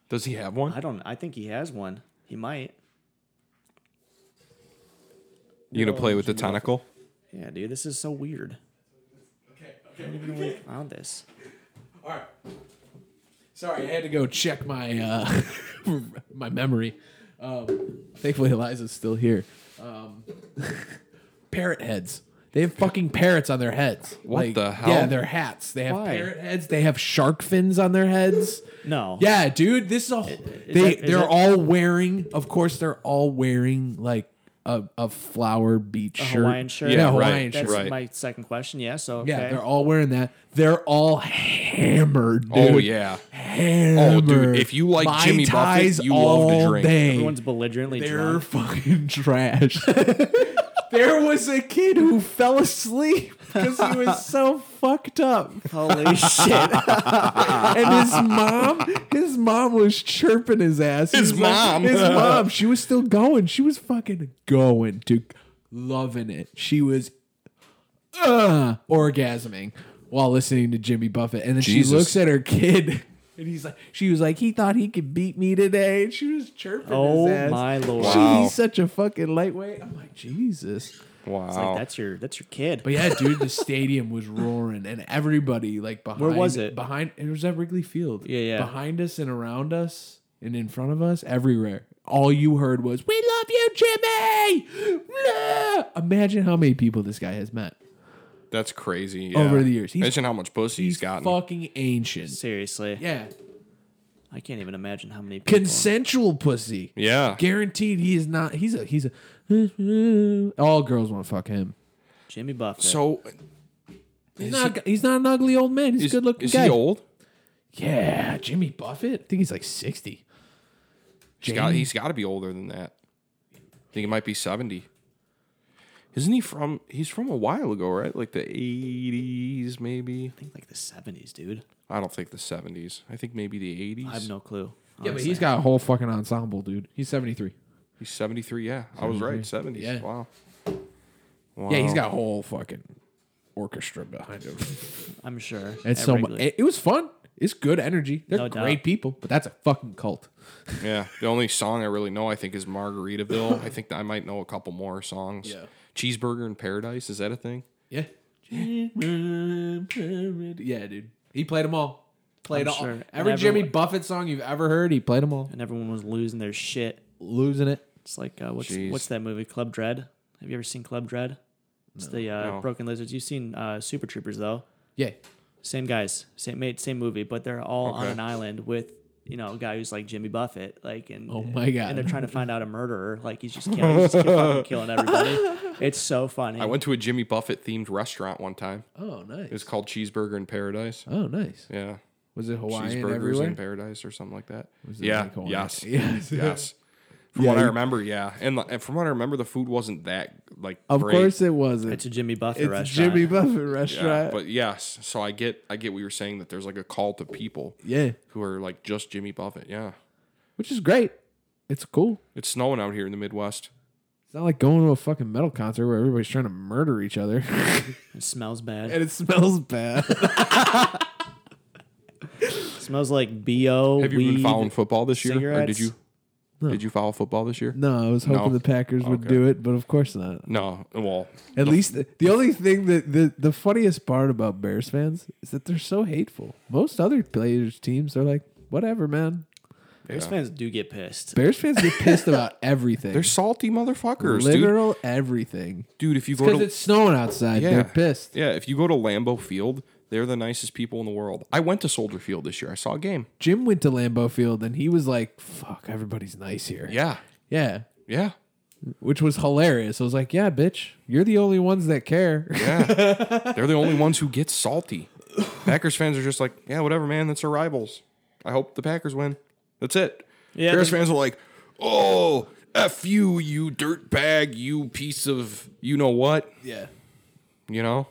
Does he have one?
I don't. I think he has one. He might.
You gonna play with the tentacle?
Yeah, dude, this is so weird. Okay, okay. Found this.
Sorry, I had to go check my uh my memory. Um, thankfully, Eliza's still here. Um, parrot heads. They have fucking parrots on their heads.
What the hell?
Yeah, their hats. They have
Why?
parrot heads. They have shark fins on their heads.
No.
Yeah, dude, this is a they
that- is
they're
that-
all wearing, of course they're all wearing like a, a flower beach
A
shirt.
Hawaiian shirt.
Yeah,
Yeah, right,
Hawaiian
That's
shirt.
Right.
my second question. Yeah. So okay.
Yeah, they're all wearing that. They're all hammered, dude.
Oh yeah. Oh,
Hammered.
if you like
Mai
Jimmy Buffett,
Tais
you love to
all
drink.
day.
Everyone's belligerently
They're
drunk.
fucking trash. there was a kid who fell asleep because he was so fucked up.
Holy shit!
and his mom, his mom was chirping his ass. He
His
was like-
mom.
his mom. She was still going. She was fucking going, dude, loving it. She was uh, orgasming while listening to Jimmy Buffett, and then she
Jesus.
looks at her kid. And he's like, she was like, he thought he could beat me today. And she was chirping
Oh
his ass.
my lord!
She,
Wow.
He's such a fucking lightweight. I'm like, Jesus.
Wow.
It's like that's your that's your kid.
But yeah, dude, the stadium was roaring, and everybody like behind.
was it?
Behind it was at Wrigley Field.
Yeah, yeah.
Behind us and around us and in front of us, everywhere. All you heard was "We love you, Jimmy." Blah! Imagine how many people this guy has met.
That's crazy. yeah.
Over the years, he's-
Imagine how much pussy he's gotten.
Fucking ancient.
Seriously,
Yeah,
I can't even imagine how many people.
consensual pussy.
Yeah.
Guaranteed, he is not. He's a. He's a. All girls want to fuck him.
Jimmy Buffett.
So
He's not. he's not an ugly old man. He's
is,
a good looking
is
guy.
he old?
Yeah, Jimmy Buffett. I think he's like sixty.
He's got he's got to be older than that. I think he might be 70. Isn't he from he's from a while ago, right? Like the 80s maybe.
I think like the seventies, dude.
I don't think the 70s. I think maybe the 80s.
I have no clue.
Yeah, but
honestly.
he's got a whole fucking ensemble, dude. He's 73.
He's 73, yeah. I was right, 70s.
Yeah.
Wow.
Yeah, he's got a whole fucking orchestra behind him.
I'm sure.
And
At
so mu-
Wrigley.
it, it was fun. It's good energy. They're
No doubt.
great people, but that's a fucking cult.
Yeah. The only song I really know, I think, is Margaritaville. I think I might know a couple more songs.
Yeah.
Cheeseburger in Paradise. Is that a thing?
Yeah. Yeah, dude. He played them all. Played
I'm
all.
sure. And
Every
everyone-
Jimmy Buffett song you've ever heard, he played them all.
and everyone was losing their shit.
Losing it.
It's like uh, what's
Jeez.
what's that movie? Club Dread. Have you ever seen Club Dread? It's the uh,
No.
Broken Lizards. You've seen uh, Super Troopers though.
Yeah.
Same guys, same mate, same movie, but they're all on
Okay.
an island with you know a guy who's like Jimmy Buffett, like and
Oh my God.
and they're trying to find out a murderer. Like he's just killing, he's just fucking killing everybody. It's so funny.
I went to a Jimmy Buffett themed restaurant one time.
Oh,
It was
nice.
called Cheeseburger in Paradise.
Oh, nice.
Yeah.
Was it Hawaiian
Cheeseburgers
everywhere?
in Paradise or something like that.
Was it
yeah.
like Hawaiian?
yes.
Yes.
yes. From
Yeah,
what I
you-
remember, yeah, and, li- and from what I remember, the food wasn't that like
Of
great.
course it wasn't.
It's a Jimmy Buffett
It's
restaurant.
Jimmy Buffett
Yeah,
restaurant.
But yes, so I get I get what you're saying that there's like a call to people
Yeah,
who are like just Jimmy Buffett. Yeah,
which is great. It's cool.
it's snowing out here in the Midwest.
It's not like going to a fucking metal concert where everybody's trying to murder each other
It smells bad.
and it smells bad.
It smells like bo.
Have you
weed.
been following football this year, or did
cigarettes?
you? Did you follow football this year?
no, I was hoping
No.
the Packers would
Okay.
do it, but of course not.
No. Well,
At least the, the only thing that the, the funniest part about Bears fans is that they're so hateful. Most other players teams are like, whatever, man.
Bears fans do get pissed.
Bears fans get pissed about everything.
they're salty motherfuckers, dude.
literal everything.
Dude, if you go
Because
to
it's snowing outside,
Yeah.
they're pissed.
yeah, if you go to Lambeau Field, they're the nicest people in the world. I went to Soldier Field this year. I saw a game.
Jim went to Lambeau Field and he was like, "Fuck, everybody's nice here."
Yeah,
yeah,
yeah,
which was hilarious. I was like, "Yeah, bitch, you're the only ones that care."
yeah. they're the only ones who get salty. Packers fans are just like, yeah, whatever, man. That's our rivals. I hope the Packers win. That's it.
Yeah,
Bears
they-
fans are like, oh, f you, you dirt bag, you piece of you know what,
yeah,
you know.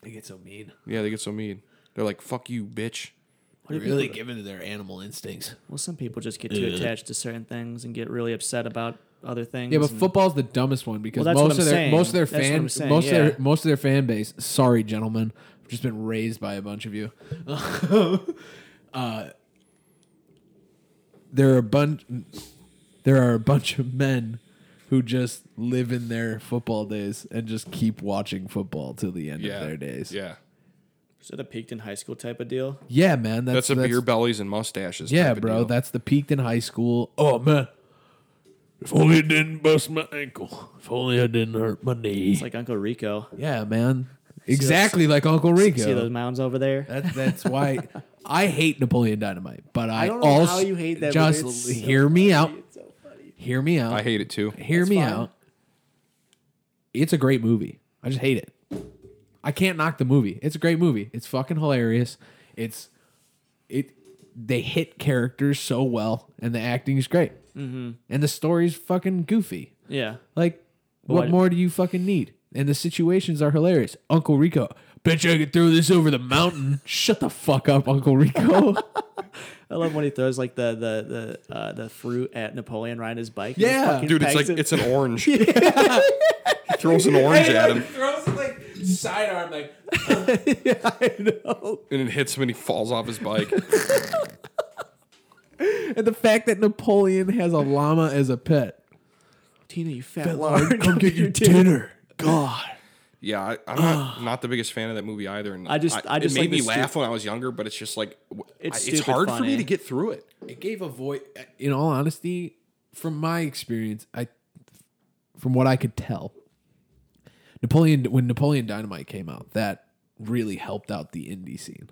they get so mean.
Yeah, they get so mean. They're like, fuck you, bitch.
What do people-
into their animal instincts.
Well, some people just get too attached to certain things and get really upset about other things.
Yeah, but
and-
football's the dumbest one because
Well, that's what
most
I'm
of their
saying.
most of their
That's what
fan
I'm saying,
most of
yeah.
their most of their fan base. Sorry, gentlemen, I've just been raised by a bunch of you. uh, there are a bunch. There are a bunch of men who just live in their football days and just keep watching football till the end
Yeah,
of their days.
Yeah,
is it a peaked in high school type of deal?
Yeah, man, that's,
that's, a beer bellies and mustaches.
Yeah,
type of
bro,
deal.
that's the peaked in high school. Oh man, if only it didn't bust my ankle. If only I didn't hurt my knee.
It's like Uncle Rico.
Yeah, man. Exactly like Uncle
See those
Rico.
mounds over there?
Uh,
That, that's why I hate Napoleon Dynamite, but I,
don't know
also
how you hate that, but
Just
it's so
hear me out. Hear me out.
I hate it too.
hear me out. It's a great movie. I just hate it. I can't knock the movie. It's a great movie. It's fucking hilarious. It's it. They hit characters so well, and the acting is great, mm-hmm. and the story's fucking goofy.
Yeah.
Like, what
why-
more do you fucking need? And the situations are hilarious. Uncle Rico, bet you I could throw this over the mountain. Shut the fuck up, Uncle Rico.
I love when he throws like the the the uh, the fruit at Napoleon riding his bike.
Yeah.
Dude, it's like it's an orange. he throws an orange at him
throws it like sidearm, like
and it hits him and he falls off his bike.
and the fact that Napoleon has a llama as a pet.
Tina, you fat lard.
Come get your dinner. God.
Yeah, I, I'm not, not the biggest fan of that movie either. And
I just- I just
it made
like
me
the
laugh
stu-
when I was younger, but it's just like w- I-
It's
it's,
stupid
hard for
fun,
me
eh?
to get through it.
It gave a voice. In all honesty, from my experience, I, from what I could tell, Napoleon when Napoleon Dynamite came out, that really helped out the indie scene.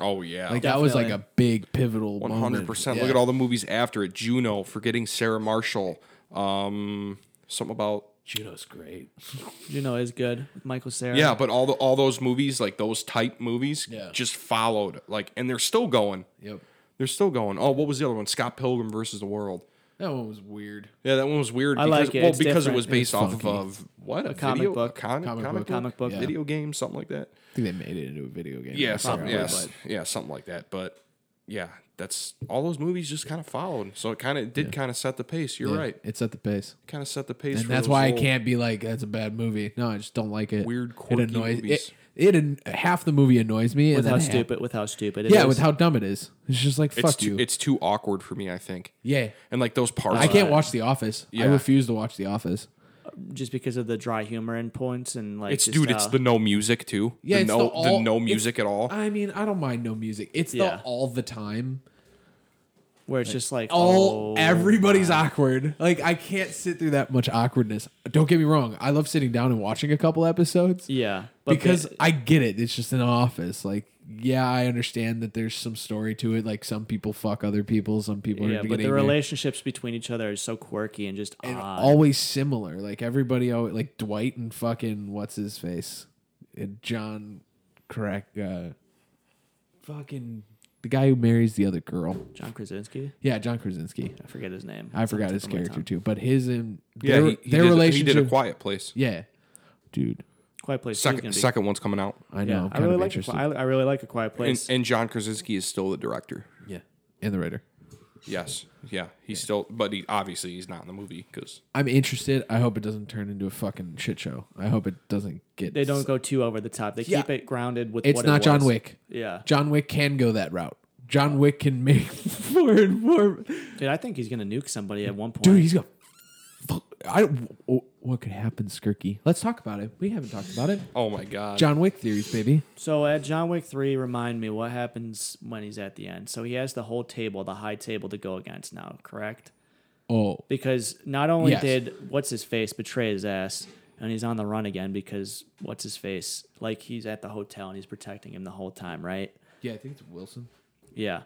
Oh yeah,
Like that was like a big pivotal
one hundred percent. Look at all the movies after it. Juno, forgetting Sarah Marshall. Um, something about
Juno's great.
you know is good. Michael Sarah.
yeah, but all the all those movies, like those type movies,
Yeah.
just followed. Like, and they're still going.
Yep.
They're still going. Oh, what was the other one? Scott Pilgrim versus the World.
That one was weird.
Yeah, that one was weird.
I
because,
like it.
Well,
It's
because it
different.
was based
It's
off of,
funky.
of what a,
comic
video?
book.
a
Comic
comic, comic,
book.
book,
Comic book.
video game, something like that.
I think they made it into a video game.
Yeah, something,
probably,
yes, yeah, something like that. But yeah, that's all those movies just kind of followed. So it kind of did kind of set the pace. You're
Yeah,
right.
It's at the pace.
Kind of set the pace.
And
for
that's
those
why I
old-
can't be like that's a bad movie. No, I just don't like it.
Weird, quirky
it annoys
movies.
It, it an- half the movie annoys me.
With
and
how
then
stupid? With how stupid? it
Half, yeah,
is.
with how dumb it is. It's just like
It's
fuck
too,
you.
it's too awkward for me. I think.
yeah,
And like those parts.
I can't watch The Office. I
yeah.
refuse to watch The Office.
just because of the dry humor and points and like.
It's
just,
dude. It's
uh,
the no music too.
Yeah,
the
it's
no
the, all,
no
it's-
music at all.
I mean, I don't mind no music. It's
Yeah.
the all the time.
where it's just like
all
oh,
everybody's awkward. Like I can't sit through that much awkwardness. Don't get me wrong. I love sitting down and watching a couple episodes
Yeah, but
because
the-
I get it. It's just an office. Like yeah, I understand that there's some story to it. Like some people fuck other people. Some people
yeah,
are
but
getting
the
their-
relationships between each other is so quirky and just
and
odd.
always similar. Like everybody always like Dwight and fucking what's his face, and John, correct, uh, fucking The guy who marries the other girl.
John Krasinski.
Yeah, John Krasinski.
I forget his name.
I forgot his character too, but his and
Yeah,
their,
he, he
their
did,
relationship.
He did a quiet place.
yeah, dude,
Quiet Place. Second,
Second, second one's coming out,
I know.
Yeah,
I'm
I
kind
really
of
like. A,
interested.
Qui- I, I really like a Quiet
and,
Place.
and John Krasinski is still the director.
yeah, and the writer.
Yes, yeah, he's still, but he obviously he's not in the movie because
I'm interested. I hope it doesn't turn into a fucking shit show. I hope it doesn't get.
they don't go too over the top. They
Yeah.
keep it grounded with.
It's
what it
not John
was.
Wick.
Yeah,
John Wick can go that route. John Wick can make more and more.
dude. I think he's gonna nuke somebody at one point.
Dude, he's gonna. Fuck, I. wh- What could happen, Skirky? Let's talk about it. We haven't talked about it.
oh my god,
John Wick theories, baby.
So at John Wick 3, remind me what happens when he's at the end. So he has the whole table, the high table to go against now, correct?
Oh,
Because not only
Yes.
did what's his face betray his ass and he's on the run again because what's his face? Like he's at the hotel and he's protecting him the whole time, right?
yeah, I think it's Wilson.
Yeah.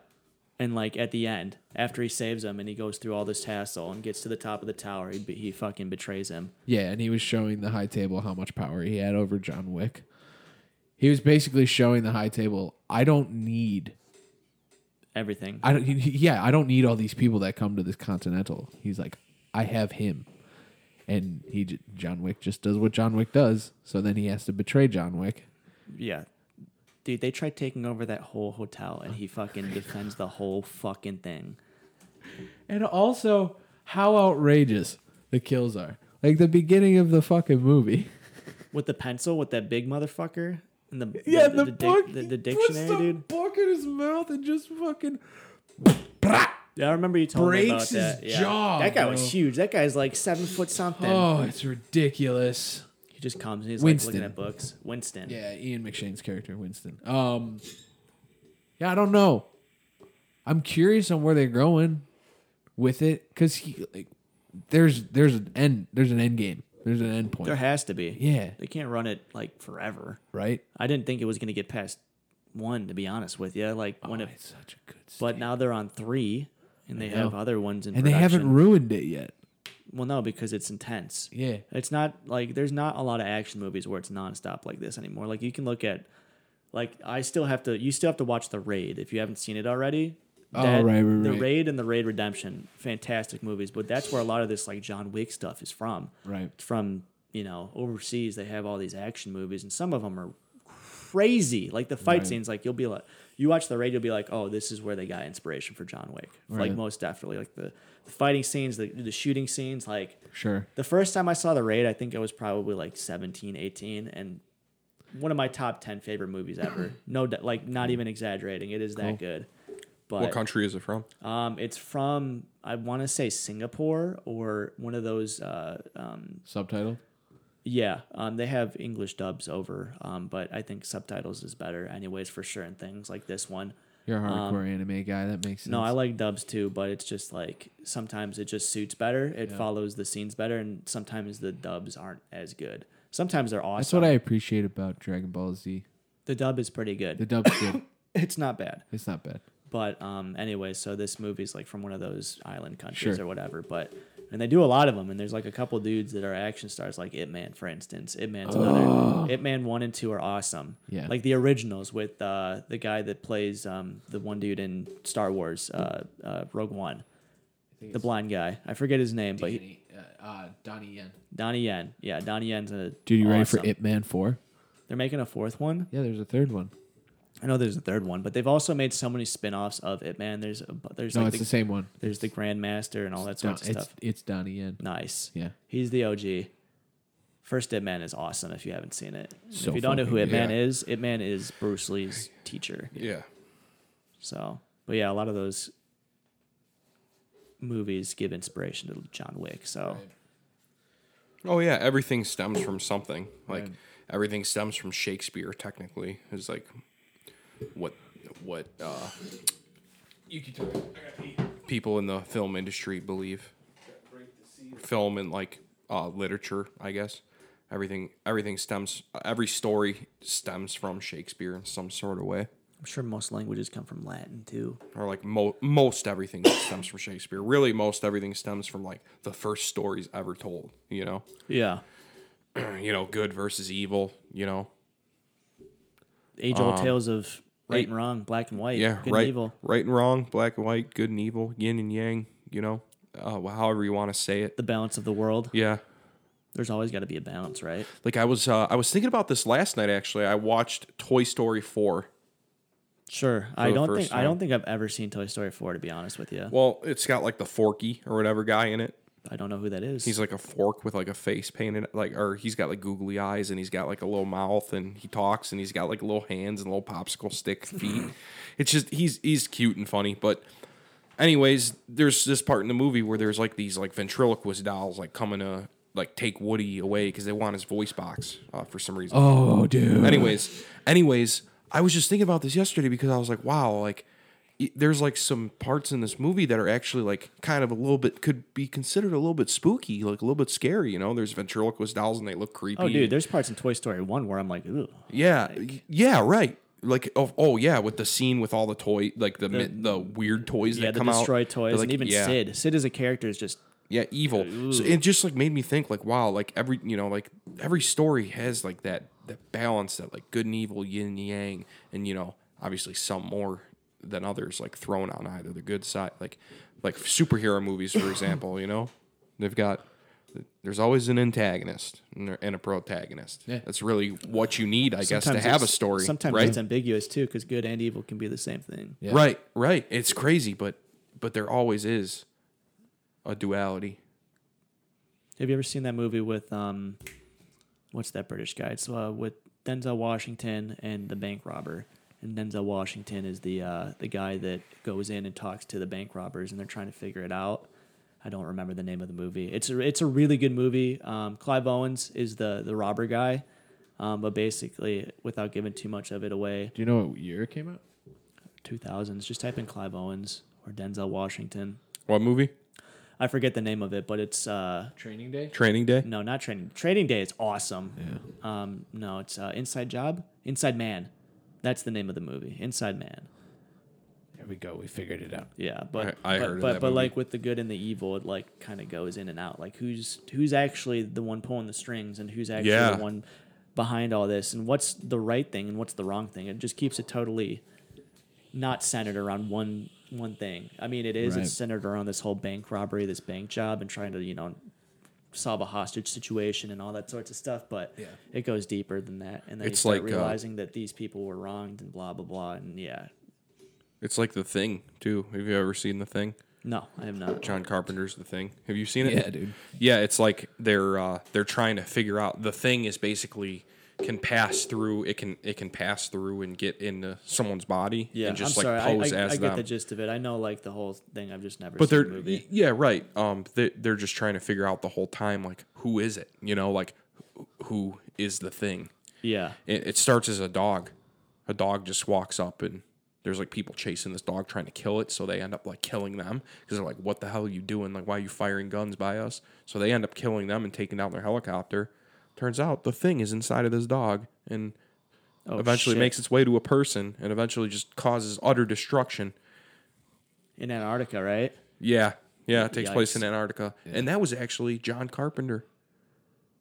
And like at the end, after he saves him and he goes through all this hassle and gets to the top of the tower, he, be- he fucking betrays him.
Yeah, and he was showing the high table how much power he had over John Wick. He was basically showing the high table, I don't need
Everything.
I don't he- he- yeah, I don't need all these people that come to this continental. He's like, I have him. And he j- John Wick just does what John Wick does, so then he has to betray John Wick.
Yeah. Dude, they tried taking over that whole hotel and he fucking defends the whole fucking thing.
And also how outrageous the kills are. Like the beginning of the fucking movie.
with the pencil with that big motherfucker and the
Yeah,
the,
the,
the dic-
book.
the,
he
the
puts
dictionary
the
dude.
book in his mouth and just fucking
Yeah, I remember you told me about
breaks his
that. Yeah.
jaw,
that guy was
bro.
huge. That guy's like seven foot something.
Oh, it's ridiculous.
He just comes and he's like
Winston.
looking at books. Winston.
Yeah, Ian McShane's character, Winston. Um, yeah, I don't know. I'm curious on where they're going with it because he like, there's there's an end there's an end game there's an end point
There has to be.
Yeah.
They can't run it like forever.
right.
I didn't think it was gonna get past one, to be honest with you. Like when it,
Oh, It's such a good. s-
but now they're on three and they have other ones in
and they haven't
production.
ruined it yet.
Well, no, because it's intense.
Yeah.
It's not like there's not a lot of action movies where it's nonstop like this anymore. Like you can look at, like I still have to, you still have to watch The Raid if you haven't seen it already.
Oh, right, right,
The
right.
Raid and The Raid Redemption, fantastic movies. But that's where a lot of this like John Wick stuff is from.
Right.
It's from you know overseas. They have all these action movies, and some of them are crazy. Like the fight scenes, like you'll be like, you watch the raid, you'll be like, oh, this is where they got inspiration for John Wick. Like most definitely, like the, the fighting scenes, the, the shooting scenes. Like
Sure.
the first time I saw the raid, I think I was probably like 17, 18, and one of my top ten favorite movies ever. no, doubt- like not even exaggerating, it is that good.
what
But
country is it from?
um, it's from I want to say Singapore or one of those uh, um,
Subtitled.
yeah, um, they have English dubs over, um, but I think subtitles is better, anyways, for certain things like this one.
You're a hardcore anime guy. That makes sense.
No, I like dubs too, but it's just like sometimes it just suits better. It follows the scenes better, and sometimes the dubs aren't as good. Sometimes they're awesome.
That's what I appreciate about Dragon Ball Z.
The dub is pretty good.
The dub's good.
it's not bad.
It's not bad.
But um, anyway, so this movie's like from one of those island countries
Sure.
or whatever. But and they do a lot of them. And there's like a couple dudes that are action stars, like Ip Man, for instance. Ip Man's another. Ip Man one and two are awesome.
Oh. Yeah.
like the originals with uh, the guy that plays um, the one dude in Star Wars, uh, uh, Rogue One, the blind guy. I forget his name, but he,
uh, uh, Donnie Yen.
Donnie Yen. Yeah, Donnie Yen's a
Dude, you ready for
awesome.
Ip Man Four?
They're making a fourth one.
Yeah, there's a third one.
I know there's a third one, but they've also made so many spin-offs of it, man. There's a, bu- there's
No,
like
it's the, same one.
there's the Grandmaster and all that
No,
sorts of
it's
stuff.
it's Donnie Yen.
Nice.
Yeah.
He's the OG. First It Man is awesome if you haven't seen it. And
So
if you don't know who It
fucking
Man
yeah.
is, It Man is Bruce Lee's teacher.
Yeah,
So, but yeah, a lot of those movies give inspiration to John Wick. So,
oh yeah, everything stems from something. Like everything stems from Shakespeare. Technically, is like what what uh, people in the film industry believe. Film and like uh, literature, I guess. Everything everything stems. Every story stems from Shakespeare in some sort of way.
I'm sure most languages come from Latin too.
or like mo- most everything stems from Shakespeare. Really, most everything stems from like the first stories ever told. You know,
Yeah.
you know, good versus evil. You know,
Um,
Age old tales of right and wrong, black and white,
Yeah,
good
right,
and evil.
right and wrong, black and white, good and evil, yin and yang. You know, uh, wh- however you want to say it.
The balance of the world.
Yeah,
There's always got to be a balance, right?
like I was, uh, I was thinking about this last night. Actually, I watched Toy Story four.
Sure. I
the
don't
first
think I don't
time.
think I've ever seen Toy Story 4 to be honest with you.
Well, it's got like the Forky or whatever guy in it.
I don't know who that is.
He's like a fork with like a face painted, like, or he's got like googly eyes and he's got like a little mouth and he talks and he's got like little hands and little popsicle stick feet. it's just he's he's cute and funny, but anyways, there's this part in the movie where there's like these like ventriloquist dolls like coming to like take Woody away because they want his voice box uh, for some reason.
Oh, dude.
Mm-hmm.
Anyways, anyways, I was just thinking about this yesterday because I was like, wow, like y- there's like some parts in this movie that are actually like kind of a little bit could be considered a little bit spooky, like a little bit scary. You know, there's ventriloquist dolls and they look creepy.
oh dude, there's parts in Toy Story 1 where I'm like, ooh.
yeah, y- yeah, right. Like oh, oh yeah, with the scene with all the toy, like the the, the weird toys
Yeah,
that
the
come out,
destroy
They're
toys
like,
and even
yeah.
Sid. Sid as a character is just
Yeah, evil. So it just like made me think like wow, like every you know, like every story has like that that balance that like good and evil, yin and yang, and you know, obviously some more than others like thrown on either the good side. Like like superhero movies for example, you know. They've got there's always an antagonist and there- and a protagonist. Yeah. That's really what you need, I guess,
sometimes
to have a
it's-
story.
Sometimes
right?
it's ambiguous too cuz good and evil can be the same thing.
Right, right. It's crazy, but but there always is a duality.
Have you ever seen that movie with um, what's that British guy? It's uh, with Denzel Washington and the bank robber. And Denzel Washington is the uh, the guy that goes in and talks to the bank robbers, and they're trying to figure it out. I don't remember the name of the movie. It's a it's a really good movie. Um, Clive Owens is the the robber guy, um, but basically, without giving too much of it away,
Do you know what year it came out?
two thousands. Just type in Clive Owens or Denzel Washington.
What movie?
I forget the name of it, but it's uh,
Training Day.
Training Day?
No, not training. Training day is awesome. Yeah. Um, no, it's uh, Inside Job, Inside Man. That's the name of the movie, Inside Man.
There we go. We figured it out.
Yeah, but
I- I
but
heard of
but,
that
but
movie.
like with the good and the evil, it like kind of goes in and out. Like who's who's actually the one pulling the strings, and who's actually
Yeah.
the one behind all this, and what's the right thing and what's the wrong thing. It just keeps it totally not centered around one one thing. I mean, it is
Right.
it's centered around this whole bank robbery, this bank job, and trying to you know solve a hostage situation and all that sorts of stuff. But it goes deeper than that, and then
It's
you start
like, uh,
realizing that these people were wronged and blah blah blah, and yeah,
It's like The Thing too. Have you ever seen The Thing?
no, I am not.
John Carpenter's The Thing. Have you seen it?
Yeah, dude.
Yeah, it's like they're uh, they're trying to figure out. The Thing is basically can pass through. It can it can pass through and get into someone's body.
Yeah,
and just
I'm
like
sorry. I-
pose
I, I,
as
get
them.
the gist of it. I know like the whole thing. I've just never
but
seen
they're
the movie.
yeah right. Um, they, they're just trying to figure out the whole time like who is it? You know, like wh- who is the thing?
Yeah,
It, it starts as a dog. A dog just walks up and there's like people chasing this dog trying to kill it, so they end up like killing them because they're like, "What the hell are you doing? Like, why are you firing guns by us?" So they end up killing them and taking down their helicopter. Turns out the thing is inside of this dog and
oh,
eventually
shit.
makes its way to a person and eventually just causes utter destruction.
in Antarctica, right?
Yeah, yeah, it takes place
Yikes.
in Antarctica, and that was actually John Carpenter,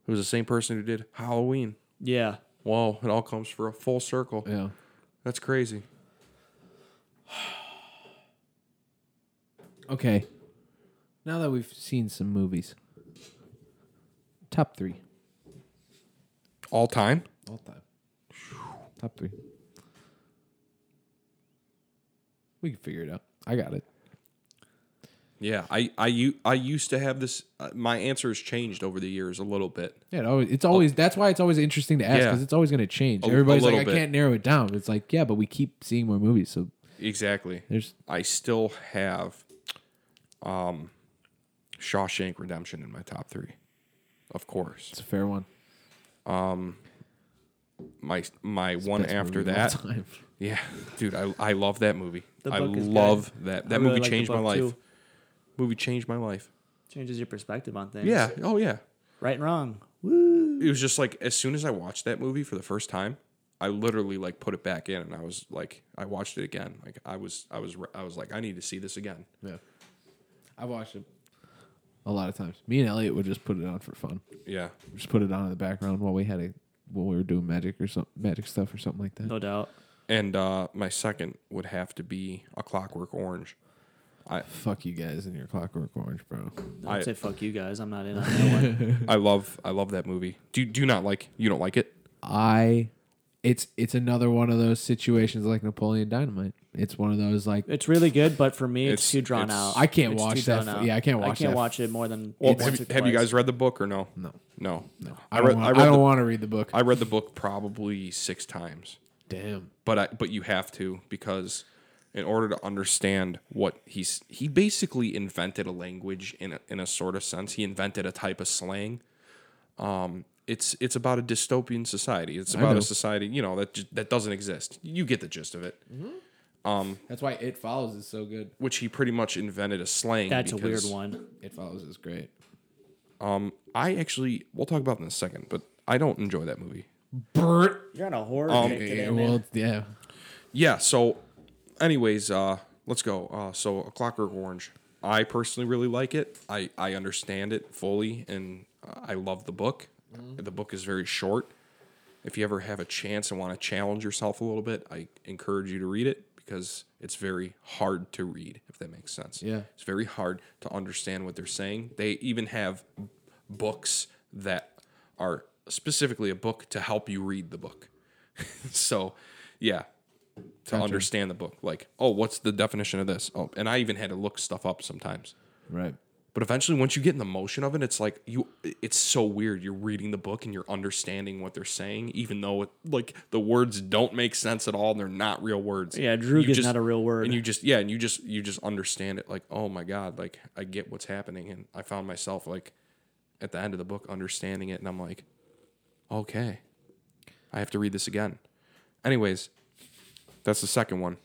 who was the same person who did Halloween.
Yeah,
Whoa, it all comes for a full circle.
Yeah.
That's crazy.
Okay.
Now that we've seen some movies, top three.
All time?
All time. Top three. We can figure it out. I got it.
Yeah, I I u- I used to have this. Uh, my answer has changed over the years a little bit.
Yeah, it always, it's always that's why it's always interesting to ask
Yeah.
because it's always going to change.
A- a
Everybody's like,
little
I
bit.
can't narrow it down. It's like, yeah, but we keep seeing more movies, so
Exactly.
there's
I still have, um, Shawshank Redemption in my top three, of course.
it's a fair one.
My my one
Best
after
movie of all
that.
time.
Yeah, dude, I I love that movie.
The
I
book is good.
love that that
I really
movie
like the
changed my
book,
life.
too.
Movie changed my life.
Changes your perspective on things.
Yeah. Oh yeah.
right and wrong. Woo!
It was just like as soon as I watched that movie for the first time, I literally like put it back in, and I was like, I watched it again. Like I was I was I was like, I need to see this again.
Yeah, I've watched it a lot of times. Me and Elliot would just put it on for fun.
Yeah.
Just put it on in the background while we had a when we were doing magic or something, magic stuff or something like that.
No doubt.
And uh, my second would have to be a Clockwork Orange.
Fuck you guys in your Clockwork Orange, bro.
I-
I'd say fuck you guys. I'm not in on that one.
I love I love that movie. Do do you not like you don't like it?
I, it's it's another one of those situations like Napoleon Dynamite. It's one of those like
It's really good, but for me, it's,
It's-
too drawn
it's-
out.
I can't
It's too
watch that
drawn
f-
out.
yeah, I can't watch
I can't
that
watch it more than.
Well,
once
have,
or
you- have you
twice.
guys read the book or no? No, no, no. I, read
don't wanna-
I read
I don't
the,
want to read the book.
I read the book probably six times.
Damn.
but I, but you have to because in order to understand what he's he basically invented a language in a, in a sort of sense he invented a type of slang um it's it's about a dystopian society it's about a society you know that ju- that doesn't exist you get the gist of it
That's why It Follows is so good.
which he pretty much invented a slang
That's a weird
because-
one.
It Follows is great.
i actually we'll talk about it in a second but i don't enjoy that movie
You're on a horror
Um,
kick today,
Yeah,
man.
well, yeah.
yeah so anyways uh let's go uh so a clockwork orange i personally really like it i i understand it fully and uh, i love the book the book is very short if you ever have a chance and want to challenge yourself a little bit i encourage you to read it because it's very hard to read if that makes sense
Yeah.
it's very hard to understand what they're saying they even have books that are specifically a book to help you read the book so yeah to understand the book like oh what's the definition of this oh and i even had to look stuff up sometimes
Right.
but eventually once you get in the motion of it it's like you it's so weird you're reading the book and you're understanding what they're saying even though it, like the words don't make sense at all and they're not real words
Yeah, droog
You
is
just-
not a real word.
and you just yeah and you just you just understand it like oh my god like i get what's happening and i found myself like at the end of the book understanding it and i'm like okay i have to read this again anyways that's the second one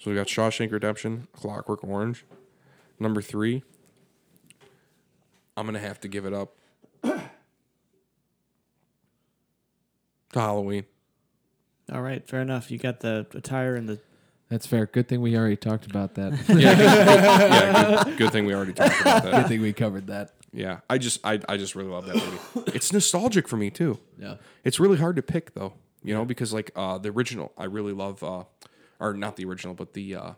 so we got shawshank redemption clockwork orange number three i'm gonna have to give it up to halloween
All right, fair enough. You got the attire and the.
That's fair. Good thing we already talked about that.
yeah, good, yeah, good, good thing we already talked about that
I think we covered that.
Yeah, I just I, I just really love that movie. it's nostalgic for me too.
Yeah.
It's really hard to pick though, you know, because like uh the original, I really love uh or not the original, but the uh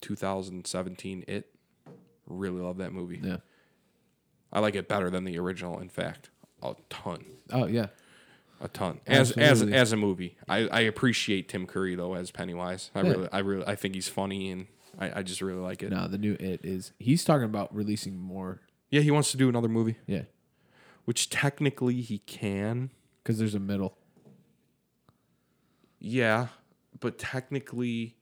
2017 It. Really love that movie.
Yeah.
I like it better than the original in fact. A ton.
Oh yeah.
A ton. As as
Absolutely.
as a movie. I I appreciate Tim Curry though as Pennywise. I
Yeah.
really I really I think he's funny and I, I just really like it.
No, the new It is. He's talking about releasing more.
Yeah, he wants to do another movie,
Yeah.
which technically he can.
Because there's a middle.
Yeah, but technically,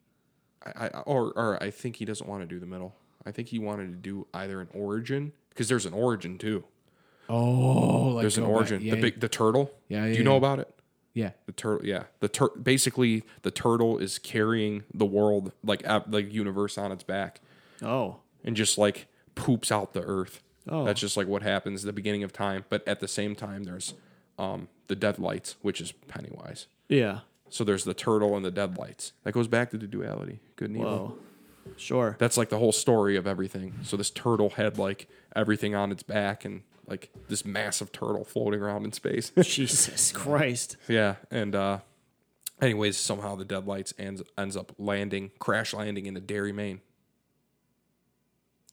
I, I or or I think he doesn't want to do the middle. I think he wanted to do either an origin because there's an origin too.
Oh, like
There's an
go back.
origin.
Yeah,
the big the turtle.
Yeah,
Do
yeah,
you know
yeah.
about it?
Yeah.
The turtle. Yeah. The tur- basically the turtle is carrying the world like ab- like universe on its back
Oh,
and just like poops out the earth.
Oh.
That's just like what happens at the beginning of time. But at the same time, there's um the deadlights, which is Pennywise.
yeah.
So there's the turtle and the deadlights. That goes back to the duality. Good and evil.
Whoa. Sure.
That's like the whole story of everything. So this turtle had like everything on its back and like this massive turtle floating around in space.
Jesus Christ.
yeah. And uh anyways, somehow the deadlights ends ends up landing, crash landing into Derry, Maine.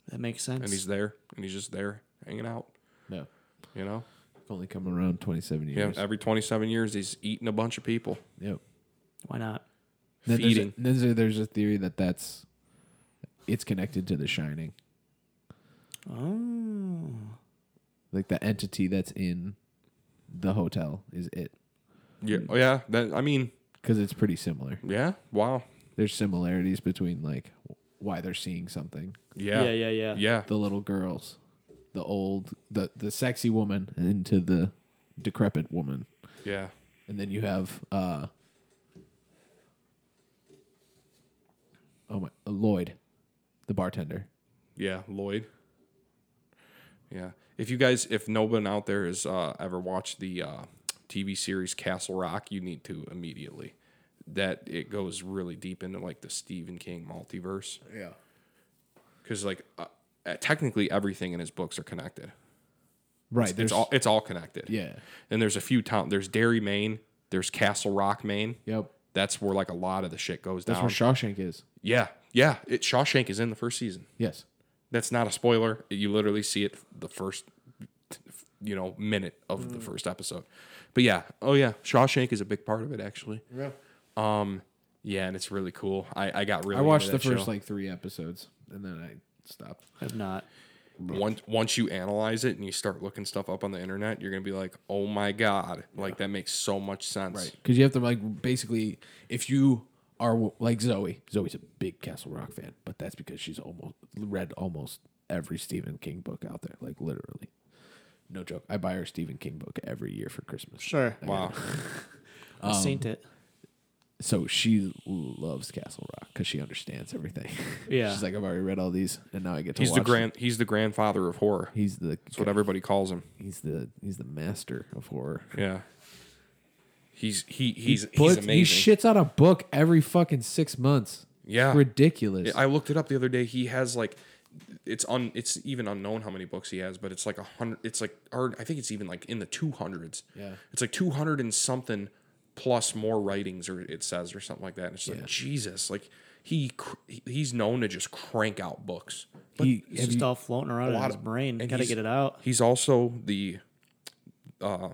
That makes
And he's
sense.
there. And he's just there hanging out.
No.
You know?
Only come around 27
Yeah. uh,
years.
Every twenty seven years he's eating a bunch of people.
Yep.
Why not?
Then
Feeding.
There's a, then there's a theory that that's it's connected to The Shining,
Oh.
like the entity that's in the hotel is it
Yeah. Oh yeah. That I mean,
because it's pretty similar.
yeah. Wow.
There's similarities between like why they're seeing something.
Yeah.
Yeah, yeah, yeah.
Yeah.
The little girls, the old, the the sexy woman into the decrepit woman,
Yeah.
and then you have uh oh my Lloyd, the bartender.
Yeah, Lloyd. Yeah. If you guys, if no one out there has uh, ever watched the uh, TV series Castle Rock, you need to immediately. That it goes really deep into like the Stephen King multiverse. Yeah. Because like uh, uh, technically everything in his books are connected.
Right.
It's all it's all connected.
yeah.
And there's a few towns. There's Derry, Maine. There's Castle Rock, Maine.
Yep.
That's where like a lot of the shit goes
That's
down.
where Shawshank is.
yeah, yeah. It, Shawshank is in the first season.
Yes.
That's not a spoiler. You literally see it the first, you know, minute of
Mm.
the first episode. But yeah, oh yeah, Shawshank is a big part of it actually. Yeah. Um. Yeah, and it's really cool. I, I got really.
I watched
into
the
Oh, that
first
show.
like three episodes and then I stopped.
I've not.
once once you analyze it and you start looking stuff up on the internet, you're gonna be like, oh my god, like that makes so much sense.
Right. Because you have to like basically, if you are w- like Zoe, Zoe's a big Castle Rock fan, but that's because she's almost read almost every Stephen King book out there, like literally. No joke. I buy her Stephen King book every year for Christmas.
Sure.
Wow.
I've seen
Um,
it.
So she loves Castle Rock because she understands everything.
Yeah.
she's like, I've already read all these, and now I get to.
He's
watch
the grand. He's the grandfather of horror.
He's the
That's what everybody calls him.
he's the he's the master of horror.
Yeah. He's he he's he's
Puts-
amazing.
he shits out a book every fucking six months.
yeah.
Ridiculous.
I looked it up the other day. He has like it's un it's even unknown how many books he has, but it's like a hundred. It's like or I think it's even like in the two hundreds.
Yeah.
It's like two hundred and something plus more writings, or it says, or something like that. And it's like Jesus, like he cr- he- he's known to just crank out books. But
He-
It's
have
just
you-
all floating around in his brain.
and
Gotta
he's-
get it out.
He's also the uh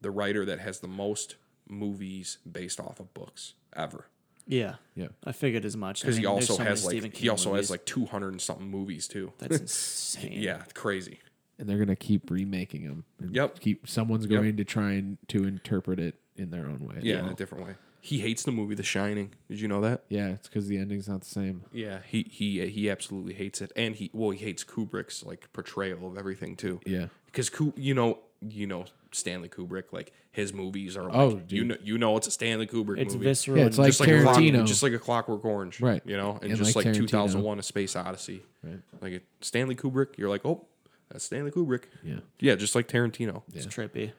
the writer that has the most movies based off of books ever.
Yeah.
Yeah.
I figured as much. I
Because he
mean, there's
also
so many
has
Stephen
like he
King
also
movies.
has like two hundred and something movies too.
That's insane.
Yeah, it's crazy.
and they're gonna keep remaking them. And
Yep.
Keep someone's going to try and to interpret it in their own way.
Yeah, in a different way. He hates the movie The Shining. Did you know that?
Yeah, it's because the ending's not the same.
Yeah, he he he absolutely hates it, and he well he hates Kubrick's like portrayal of everything too.
Yeah.
because you know you know Stanley Kubrick like his movies are like,
Oh,
you
dude.
know you know it's a Stanley Kubrick
It's
movie.
visceral.
Yeah, it's
and
like
just like, a
Tarantino.
clock, just like a Clockwork Orange,
Right.
You know, and,
And
just
like
like,
Tarantino.
2001: A Space Odyssey, right? Like it- Stanley Kubrick, you're like, oh, that's Stanley Kubrick.
Yeah.
yeah, just like Tarantino.
it's trippy.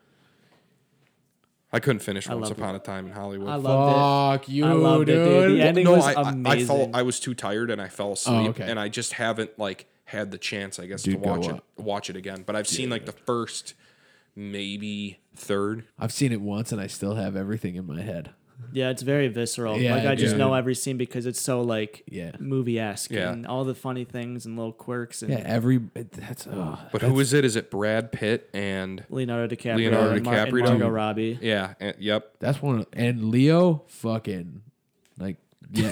I couldn't finish Once
love it.
Upon a Time in Hollywood.
I loved
Fuck
it.
you,
I loved it, dude.
dude.
The ending
no,
was
I, I, I
amazing.
fell. I was too tired and I fell asleep,
okay.
and I just haven't like had the chance, I guess,
Dude,
to
go
watch it
up.
watch it again. But I've seen like the first, maybe third.
I've seen it once and I still have everything in my head.
yeah, it's very visceral.
Yeah,
like I just
dude.
know every scene because it's so like
Yeah.
movie esque
Yeah.
and all the funny things and little quirks and
Yeah. Every it- that's oh,
But who is it? Is it Brad Pitt and
Leonardo DiCaprio,
Leonardo
and, Mar- and
DiCaprio.
Margot Robbie.
yeah, and, yep.
that's one of- and Leo fucking like yeah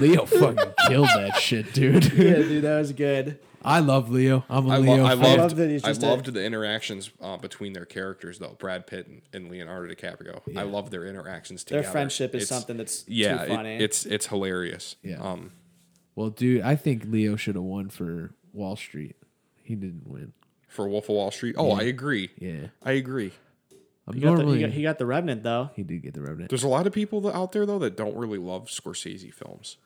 Leo fucking killed that shit, dude.
Yeah, dude, that was good.
I love Leo. I'm a
I,
Leo.
lo- I
fan.
loved. I
love that he's
loved,
just a-
the interactions uh, between their characters, though. Brad Pitt and, and Leonardo DiCaprio. I love their interactions
Their
together.
friendship is
It's-
something that's
Yeah,
too
it-
funny.
it's it's hilarious.
Yeah.
Um,
Well, dude, I think Leo should have won for Wall Street. He didn't win.
for Wolf of Wall Street. Oh, I agree.
Yeah.
I agree.
I'm
he, got the,
normally
he, got, he got the remnant though.
he did get the remnant.
There's a lot of people that, out there though that don't really love Scorsese films.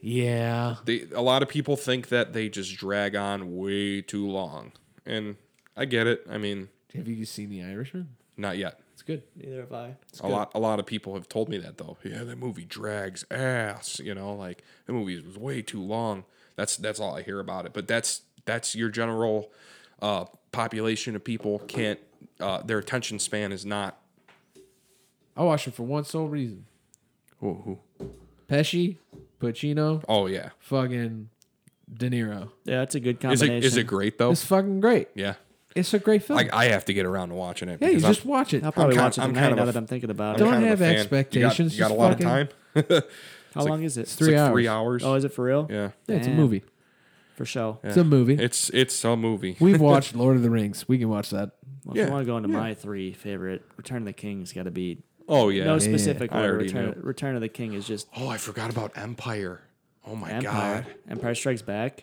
Yeah.
They a lot of people think that they just drag on way too long, and I get it. I mean,
Have you seen The Irishman?
not yet.
It's good.
Neither have I.
a lot a lot of people have told me that though. Yeah, that movie drags ass. You know, like the movie was way too long. That's that's all I hear about it. But that's that's your general uh, population of people can't. Uh, their attention span is not.
I watched it for one sole reason:
Who, who?
Pesci, Pacino,
Oh yeah,
fucking De Niro.
Yeah, that's a good
is it
combination.
is it great though?
It's fucking great.
Yeah,
It's a great film.
I, I have to get around to watching it.
yeah, you
because I'm-
just watch it.
I'll probably
I'm kind-
watch it
I'm
tonight
kind of
now
a-
that I'm thinking about
I'm
it.
Don't
kind of a
have
fan.
expectations,
You
just
got, you got a lot of
fucking-
time.
How long is it?
three
it's like
hours.
three hours.
Oh, is it for real?
yeah,
Yeah, it's a
Damn.
movie.
For show.
It's a movie.
it's it's a movie.
We've watched Lord of the Rings. We can watch that.
Well, if
Yeah,
you want to go into my three favorite, Return of the King's got to be
oh yeah.
no specific
I
order.
already
Return,
knew.
Return of the King is just
oh, I forgot about Empire. Oh my
Empire.
god.
Empire Strikes Back.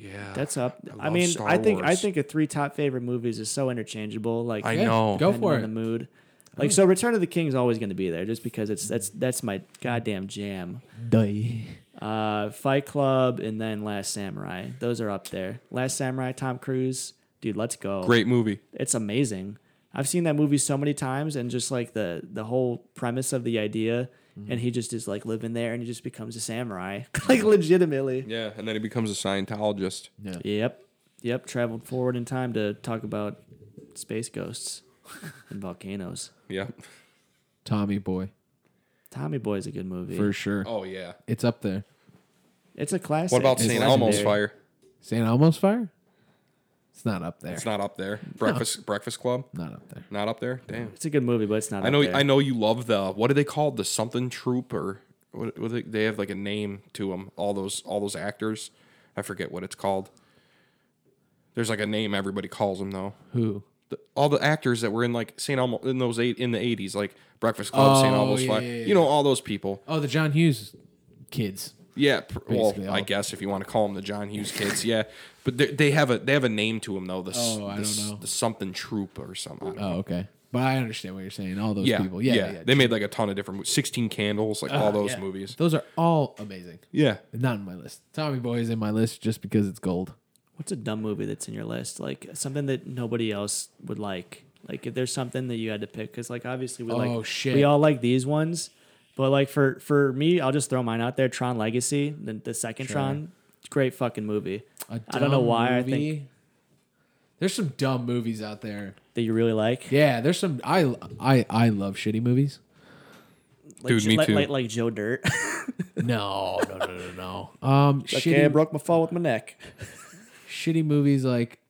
Yeah.
That's up. I,
love
mean,
Star
I think I
Wars.
think of three top favorite movies is so interchangeable. Like
I
Yeah,
know.
Go
depending
for
on the
it.
mood. Like so, Return of the King is always going to be there, just because it's that's that's my goddamn jam.
Die.
Uh, Fight Club and then Last Samurai. Those are up there. Last Samurai, Tom Cruise, dude, let's go.
Great movie.
it's amazing. I've seen that movie so many times, and just like the the whole premise of the idea, and he just is like living there, and he just becomes a samurai, like legitimately.
Yeah, and then he becomes a Scientologist.
Yep, yep. Traveled forward in time to talk about space ghosts and volcanoes.
Yeah.
Tommy Boy
Tommy Boy is a good movie.
for sure.
Oh yeah.
It's up there.
It's a classic.
What about
It's
St.
legendary.
Elmo's Fire?
St. Elmo's Fire. It's not up there.
It's not up there. Breakfast Breakfast Club?
not up there.
Not up there. Damn.
It's a good movie, but it's not.
I
up
know.
there.
I know you love the what are they called? The something troop or what? what they, they have like a name to them. All those all those actors. I forget what it's called. There's like a name everybody calls them though.
Who?
The, all the actors that were in like St. Elmo in those eight in the eighties, like Breakfast Club, St.
Oh,
Elmo's
yeah,
Fire.
yeah, yeah.
You know all those people.
Oh, the John Hughes kids.
Yeah. pr-
Basically
well, I
all.
guess if you want to call them the John Hughes kids, yeah. But they, they have a they have a name to them though. The, s-
Oh, I
the
don't
s-
know.
the something troop or something. I don't know.
Oh, okay. But I understand what you're saying. All those
Yeah,
people. Yeah, yeah. Uh,
They made like a ton of different movies. Sixteen Candles, like all those
Yeah.
movies.
Those are all amazing.
Yeah.
Not in my list. Tommy Boy is in my list just because it's gold.
What's a dumb movie that's in your list? Like something that nobody else would like. Like if there's something that you had to pick, because like obviously we
Oh,
like
shit.
we all like these ones, but like for for me, I'll just throw mine out there. Tron Legacy, the, the second Tron, great fucking movie.
I
I don't know why I think
there's some dumb movies out there.
that you really like.
Yeah, there's some. I I I love shitty movies.
like,
Dude, me
like,
too.
Like, like Joe Dirt.
No, no, no, no, no, no. Um, shitty,
okay, I broke my fall with my neck.
shitty movies like.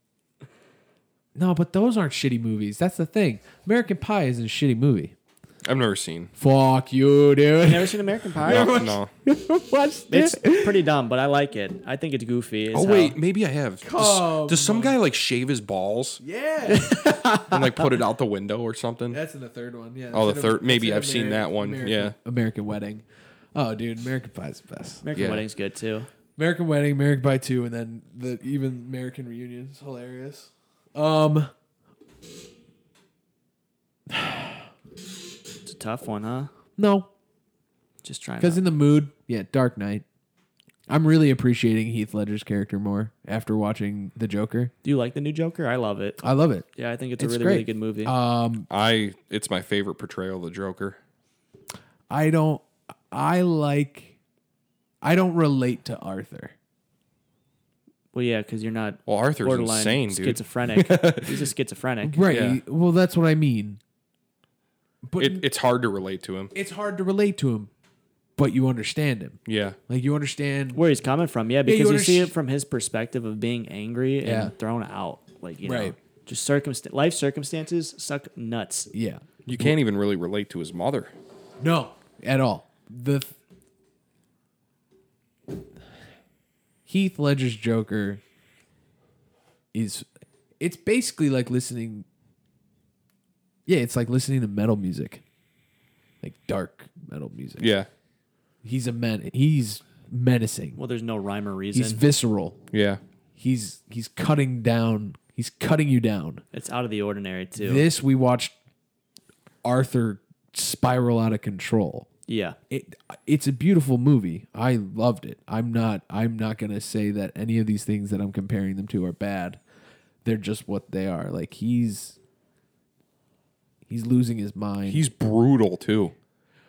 No, but those aren't shitty movies. That's the thing. American Pie isn't a shitty movie.
I've never seen.
Fuck you, dude.
Never seen American Pie.
No. no.
Watch this.
It's pretty dumb, but I like it. I think it's goofy. as
Oh
hell.
wait, maybe I have. Does, does some guy like shave his balls? Yeah. and like put it out the window or something.
That's in the third one. Yeah.
Oh, the
that's in
third-
Amer-
maybe
that's in
I've seen that one,
American,
yeah.
American Wedding. Oh, dude, American Pie's the best.
American
yeah.
Wedding's good too.
American Wedding, American Pie Two, and then the even American Reunion is hilarious. Um,
It's a tough one, huh?
no,
Just trying.
because
to
in the mood, yeah, Dark Knight. I'm really appreciating Heath Ledger's character more after watching The Joker.
Do you like the new Joker? I love it.
I love it.
Yeah, I think it's,
It's
a really,
great.
really good movie.
Um,
I. It's my favorite portrayal of the Joker.
I don't. I like. I don't relate to Arthur.
well, yeah, because you're not
Well, Arthur's
borderline
insane, dude.
schizophrenic. He's a schizophrenic.
Right.
Yeah.
Well, that's what I mean. But
It, it's hard to relate to him.
it's hard to relate to him, but you understand him.
Yeah.
Like you understand
Where he's coming from, yeah, because
you
you, see
underst-
it from his perspective of being angry and
Yeah.
thrown out, like you know,
Right.
just circumst life circumstances suck nuts.
Yeah.
You can't even really relate to his mother.
No, at all. The th- Heath Ledger's Joker is it's basically like listening Yeah, it's like listening to metal music. Like dark metal music.
Yeah.
He's a men he's menacing.
Well, there's no rhyme or reason.
He's visceral.
Yeah.
He's he's cutting down. He's cutting you down.
it's out of the ordinary too.
This we watched Arthur spiral out of control.
yeah,
it it's a beautiful movie. I loved it. I'm not I'm not going to say that any of these things that I'm comparing them to are bad. They're just what they are. Like he's he's losing his mind.
He's brutal too.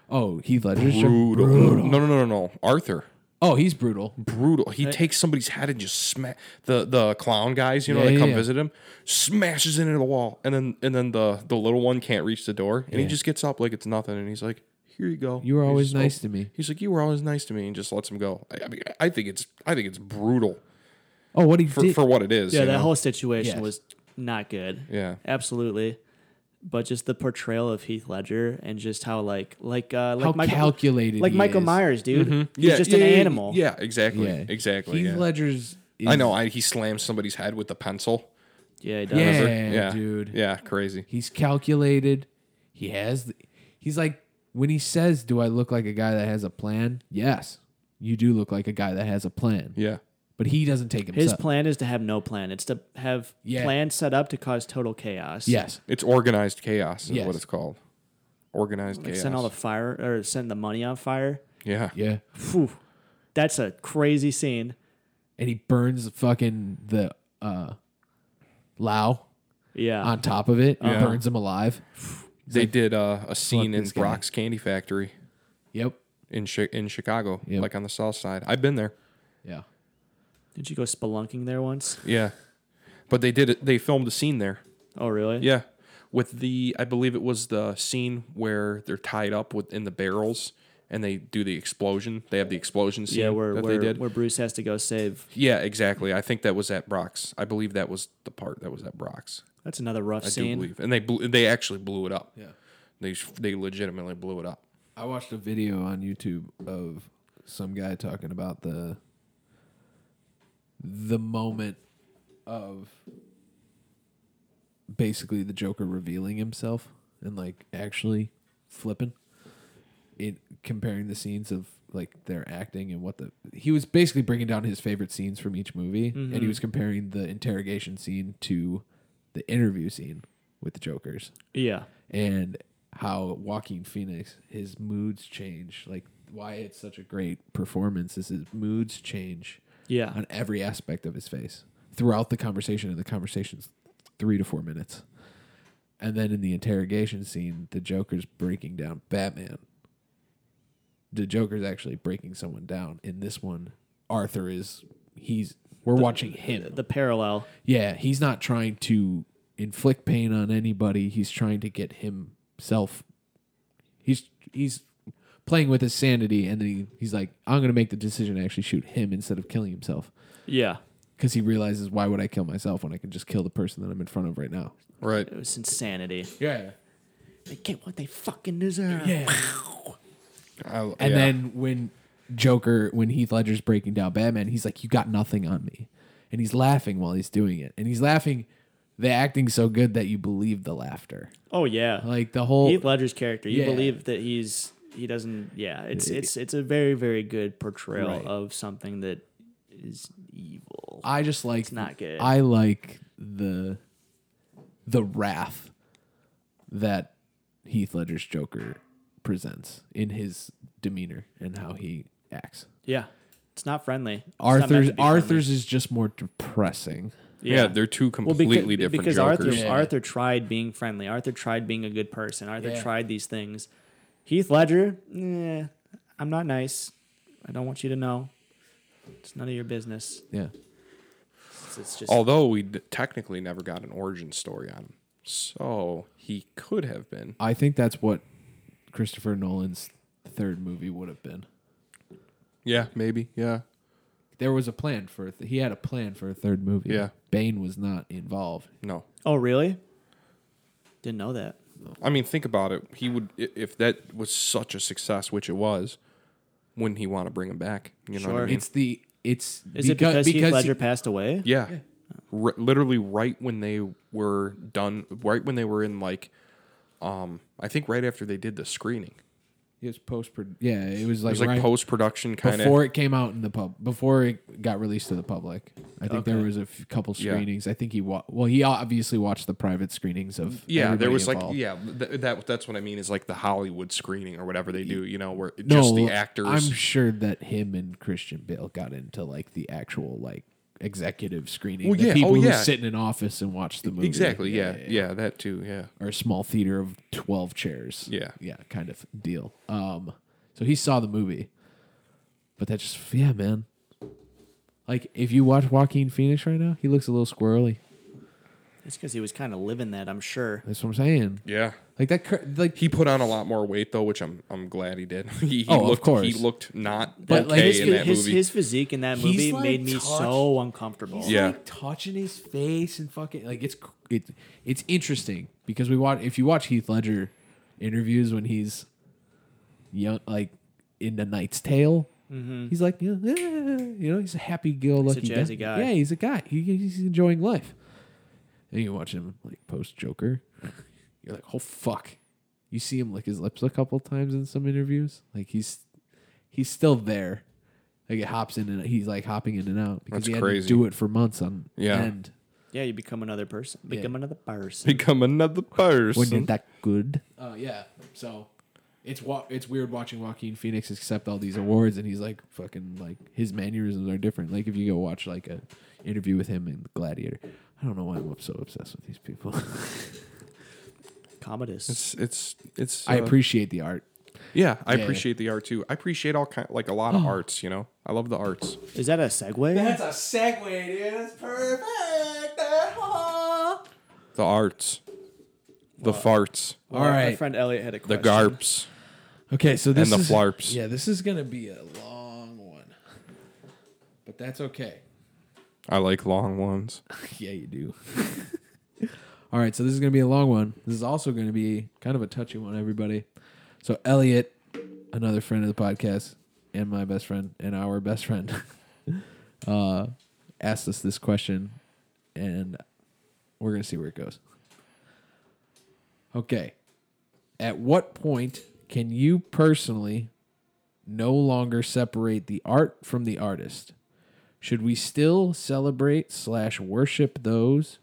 oh, Heath Ledger's
Brutal. No, no, no, no, no. Arthur.
Oh, he's brutal.
brutal. He takes somebody's hat and just smash the the clown guys. You know,
Yeah,
they
yeah,
come
yeah.
visit him, smashes into the wall, and then and then the the little one can't reach the door, and he just gets up like it's nothing, and he's like, "Here you go.
You were
He's
always
just- "Oh."
nice to me.
He's like, "You were always nice to me," and just lets him go. I, I mean, I think it's I think it's brutal
Oh, what he
for,
did.
for what it is.
yeah,
you
that
know?
whole situation
Yes.
was not good.
yeah.
absolutely. But just the portrayal of Heath Ledger and just how like like uh, like
How
Michael,
calculated
like
he
Michael
is.
Myers, dude. He's
Mm-hmm. yeah,
just
yeah,
an
yeah, yeah,
animal.
Yeah, exactly,
yeah.
exactly.
Heath
yeah.
Ledger's is,
I know. I, he slams somebody's head with the pencil.
yeah, he does.
Yeah,
yeah,
dude.
Yeah, crazy.
He's calculated. He has the, he's like when he says, "Do I look like a guy that has a plan?" Yes. You do look like a guy that has a plan.
Yeah,
But he doesn't take himself.
His plan is to have no plan. It's to have
Yeah.
plans set up to cause total chaos.
Yes.
it's organized chaos is
Yes.
what it's called. Organized chaos.
Send all the fire or send the money on fire.
yeah.
Yeah.
Phew. That's a crazy scene.
and he burns the fucking the uh Lao
Yeah.
on top of it. and Burns him alive.
They did uh, a scene in
this guy.
Brock's Candy Factory
Yep.
in Chi- in Chicago,
Yep.
like on the south side. I've been there.
Yeah.
Did you go spelunking there once?
Yeah, but they did it. They filmed a scene there.
Oh, really?
Yeah, with the I believe it was the scene where they're tied up with in the barrels and they do the explosion. They have the explosion scene
Yeah, where
that
where,
they did.
where Bruce has to go save.
yeah, exactly. I think that was at Brock's. I believe that was the part that was at Brock's.
That's another rough
I do
scene.
believe, and they blew, they actually blew it up. Yeah, they sh- they legitimately blew it up.
I watched a video on YouTube of some guy talking about the the moment of basically the Joker revealing himself and like actually flipping it comparing the scenes of like their acting and what the he was basically bringing down his favorite scenes from each movie and he was comparing the interrogation scene to the interview scene with the Jokers
Yeah,
and how Joaquin Phoenix his moods change. Like why it's such a great performance is his moods change
yeah,
on every aspect of his face throughout the conversation, and the conversation's three to four minutes. And then in the interrogation scene, the Joker's breaking down Batman. The Joker's actually breaking someone down. In this one, Arthur is he's we're watching him.
the parallel.
Yeah, he's not trying to inflict pain on anybody. He's trying to get himself. He's he's playing with his sanity, and then he, he's like, "I'm going to make the decision to actually shoot him instead of killing himself,"
Yeah,
because he realizes, "Why would I kill myself when I can just kill the person that I'm in front of right now?"
Right.
it was insanity.
Yeah,
They get what they fucking deserve.
yeah. And then when Joker, when Heath Ledger's breaking down Batman, he's like, "You got nothing on me," and he's laughing while he's doing it, and he's laughing. The acting's so good that you believe the laughter.
Oh yeah,
Like the whole
Heath Ledger's character. You
Yeah.
believe that he's he doesn't. Yeah, it's it's it's a very very good portrayal
Right.
of something that is evil.
I just like
not good.
I like the the wrath that Heath Ledger's Joker presents in his demeanor and how he acts.
yeah, it's not friendly. It's
Arthur's
not meant to be friendly.
Arthur's is just more depressing.
yeah. they're two
Well, because,
completely different
because Arthur
jokers.
Yeah.
Arthur tried being friendly. Arthur tried being a good person. Arthur
Yeah.
tried these things. Heath Ledger, eh, I'm not nice. I don't want you to know. It's none of your business.
Yeah.
It's, it's just
Although we d- technically never got an origin story on him, so he could have been.
I think that's what Christopher Nolan's third movie would have been.
Yeah, maybe. Yeah,
There was a plan for a th- he had a plan for a third movie.
Yeah.
Bane was not involved.
no.
oh really? Didn't know that.
I mean, think about it. He would i- if that was such a success, which it was. Wouldn't he want to bring him back? You know what I
Sure.
mean?
It's the it's
Is it because, Heath Ledger passed away?
yeah. R- literally, right when they were done, right when they were in like, um, I think right after they did the screening,
it was post yeah, it was
it
like,
was like
right-
post production kind
before
of.
it came out in the pub before it got released to the public i think there was a f- couple
Yeah.
screenings i think he wa- well he obviously watched the private screenings of
Yeah, there
everybody
was like
involved.
yeah th- that that's what I mean is like the Hollywood screening or whatever they do, you know, where
no
just the actors.
i'm sure that him and christian bale got into like the actual like executive screening
Well,
the
yeah.
people
Oh,
who
yeah.
sit in an office and watch the movie
Exactly. Yeah, yeah. That too. Yeah.
or a small theater of 12 chairs
Yeah.
yeah kind of deal um so he saw the movie but that just yeah man like if you watch joaquin phoenix right now he looks a little squirrely
It's because he was kind of living that. I'm sure.
That's what I'm saying.
Yeah.
Like that, cur- like
He put on a lot more weight though, which I'm I'm glad he did. he, he
Oh, of
looked, He
course.
looked not
But, like,
okay
his,
in that
his,
movie.
his physique in that
He's,
movie
like,
made me
touched-
so uncomfortable.
Yeah.
touching his face and fucking like it's it, it's interesting because we watch if you watch Heath Ledger interviews when he's young, like in The Knight's Tale, he's like you know, "Ah," you know, he's a happy go lucky
Mm-hmm. He's a jazzy guy.
Yeah, he's a guy. He, he's enjoying life. And you watch him like post Joker, you're like, oh fuck. You see him lick his lips a couple times in some interviews. Like he's he's still there. Like it hops in and he's like hopping in and out because
That's
he had to
crazy.
do it for months on
Yeah.
end.
Yeah, you become another person. Become another person.
Become another
When you're
person.
that good,
Oh yeah. So it's wa- it's weird watching Joaquin Phoenix accept all these awards and he's like fucking like his mannerisms are different. Like if you go watch like a interview with him in Gladiator. I don't know why I'm so obsessed with these people.
Commodus.
It's it's it's.
I
uh,
appreciate the art.
Yeah, I
Yeah, Oh. yeah.
appreciate the art too. I appreciate all kind like a lot of arts. You know, I love the arts.
Is that a segue?
The arts. the farts,
Well,
All
My
right.
friend Elliot had a
the
question.
garps.
Okay, so this
the
is,
flarps.
Yeah, this is gonna be a long one, but that's okay.
I like long ones.
Yeah, you do. All right, so this is going to be a long one. This is also going to be kind of a touchy one, everybody. So, Elliot, another friend of the podcast, and my best friend, and our best friend, uh, asked us this question, and we're going to see where it goes. Okay. At what point can you personally no longer separate the art from the artist? Should we still celebrate slash worship those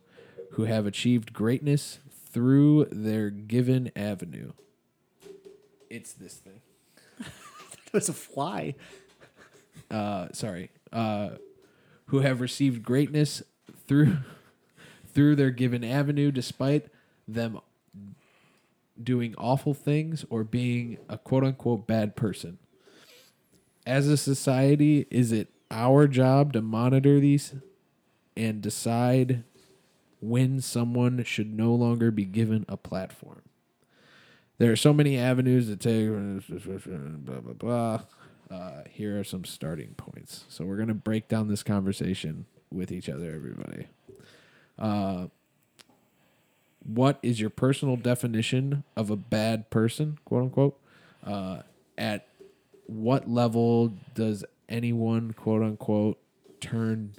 who have achieved greatness through their given avenue? It's this thing.
It was a fly.
Uh, sorry. Uh, who have received greatness through through their given avenue, despite them doing awful things or being a quote unquote bad person. As a society, is it our job to monitor these and decide when someone should no longer be given a platform? There are so many avenues to take. Blah blah blah. Uh, here are some starting points. So we're gonna break down this conversation with each other, everybody Uh, what is your personal definition of a bad person, quote unquote? Uh, at what level does anyone, quote unquote, turn?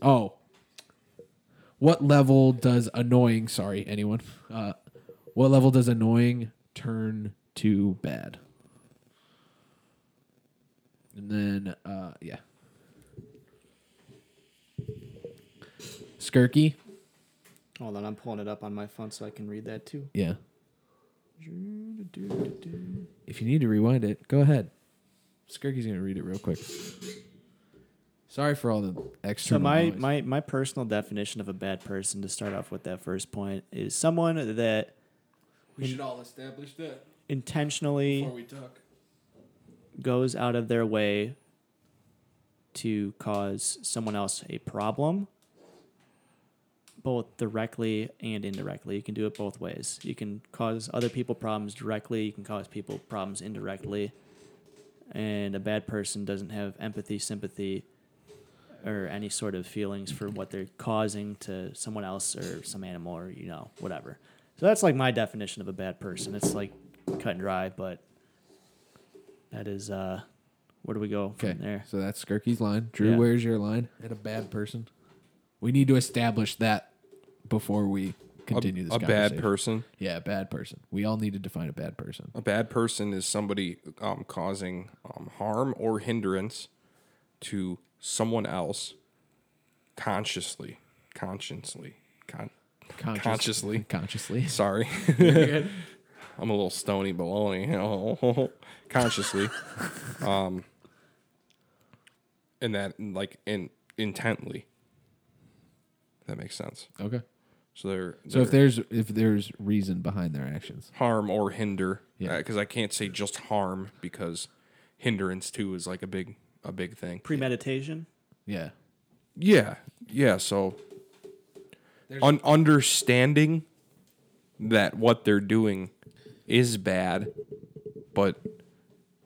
Oh, what level does annoying, sorry, anyone, uh, what level does annoying turn to bad? And then, uh, yeah. Skirky?
Hold on, I'm pulling it up on my phone so I can read that too.
Yeah. If you need to rewind it, go ahead. Skirky's gonna read it real quick. Sorry for all the extra.
So my, my my personal definition of a bad person to start off with that first point is someone that
We should all establish that
intentionally
we talk.
goes out of their way to cause someone else a problem, both directly and indirectly. You can do it both ways. You can cause other people problems directly, you can cause people problems indirectly. And a bad person doesn't have empathy, sympathy, or any sort of feelings for what they're causing to someone else or some animal or, you know, whatever. So that's like my definition of a bad person. It's like cut and dry, but that is uh where do we go
okay.
from there?
So that's Skirky's line. Drew,
Yeah.
where's your line? And a bad person. We need to establish that before we
A,
continue this.
a bad
conversation.
person.
Yeah, a bad person. We all need to define a bad person.
A bad person is somebody um, causing um, harm or hindrance to someone else consciously, consciously, con-
Conscious-
consciously.
Consciously.
Sorry, I'm a little stony baloney. you know, consciously, um, and that like in intently. If That makes sense.
Okay.
So they're,
So if
they're
there's if there's reason behind their actions.
harm or hinder,
Yeah.
because I can't say just harm because hindrance too is like a big a big thing.
Premeditation.
Yeah.
Yeah, yeah. So, un- understanding that what they're doing is bad, but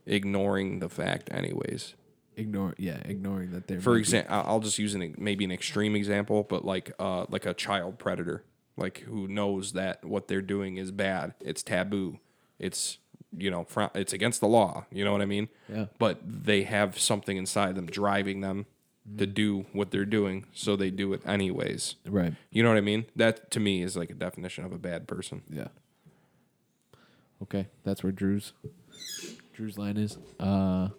ignoring the fact, anyways.
Ignore. Yeah. Ignoring that they're
For example, I'll just use an e- maybe an extreme example, but like uh, like a child predator, like who knows that what they're doing is bad. It's taboo. It's you know fro- it's against the law. You know what I mean?
Yeah.
But they have something inside them driving them to do what they're doing, so they do it anyways.
Right.
You know what I mean? That to me is like a definition of a bad person.
Yeah. Okay, that's where Drew's Drew's line is. Uh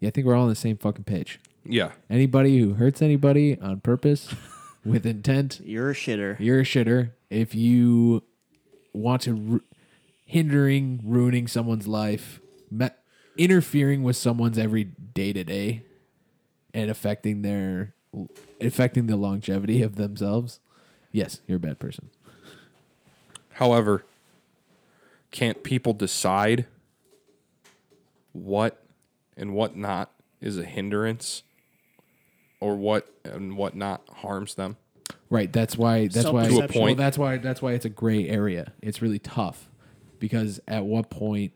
Yeah, I think we're all on the same fucking page.
Yeah.
Anybody who hurts anybody on purpose with intent,
You're a shitter.
you're a shitter. If you want to ru- hindering, ruining someone's life, me- interfering with someone's every day to day and affecting their affecting the longevity of themselves. Yes, you're a bad person.
However, can't people decide what and what not is a hindrance or what and what not harms them?
Right. That's why. That's why.
To a point.
Well, that's why. That's why it's a gray area. It's really tough because at what point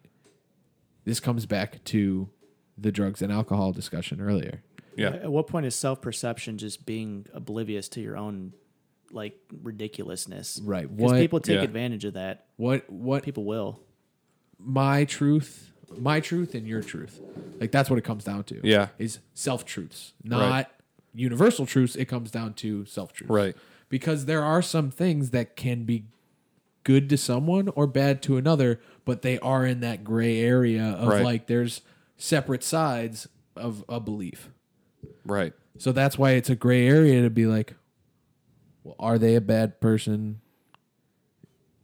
this comes back to the drugs and alcohol discussion earlier.
Yeah.
At what point is self perception just being oblivious to your own like ridiculousness?
Right.
Because
What?
people take
Yeah.
advantage of that.
what? What?
People will.
my truth, my truth, and your truth. Like that's what it comes down to.
Yeah.
is self truths, not universal truths. It comes down to self truths.
Right.
Because there are some things that can be good to someone or bad to another, but they are in that gray area of
Right.
like there's separate sides of a belief.
Right.
So that's why it's a gray area to be like, well, are they a bad person?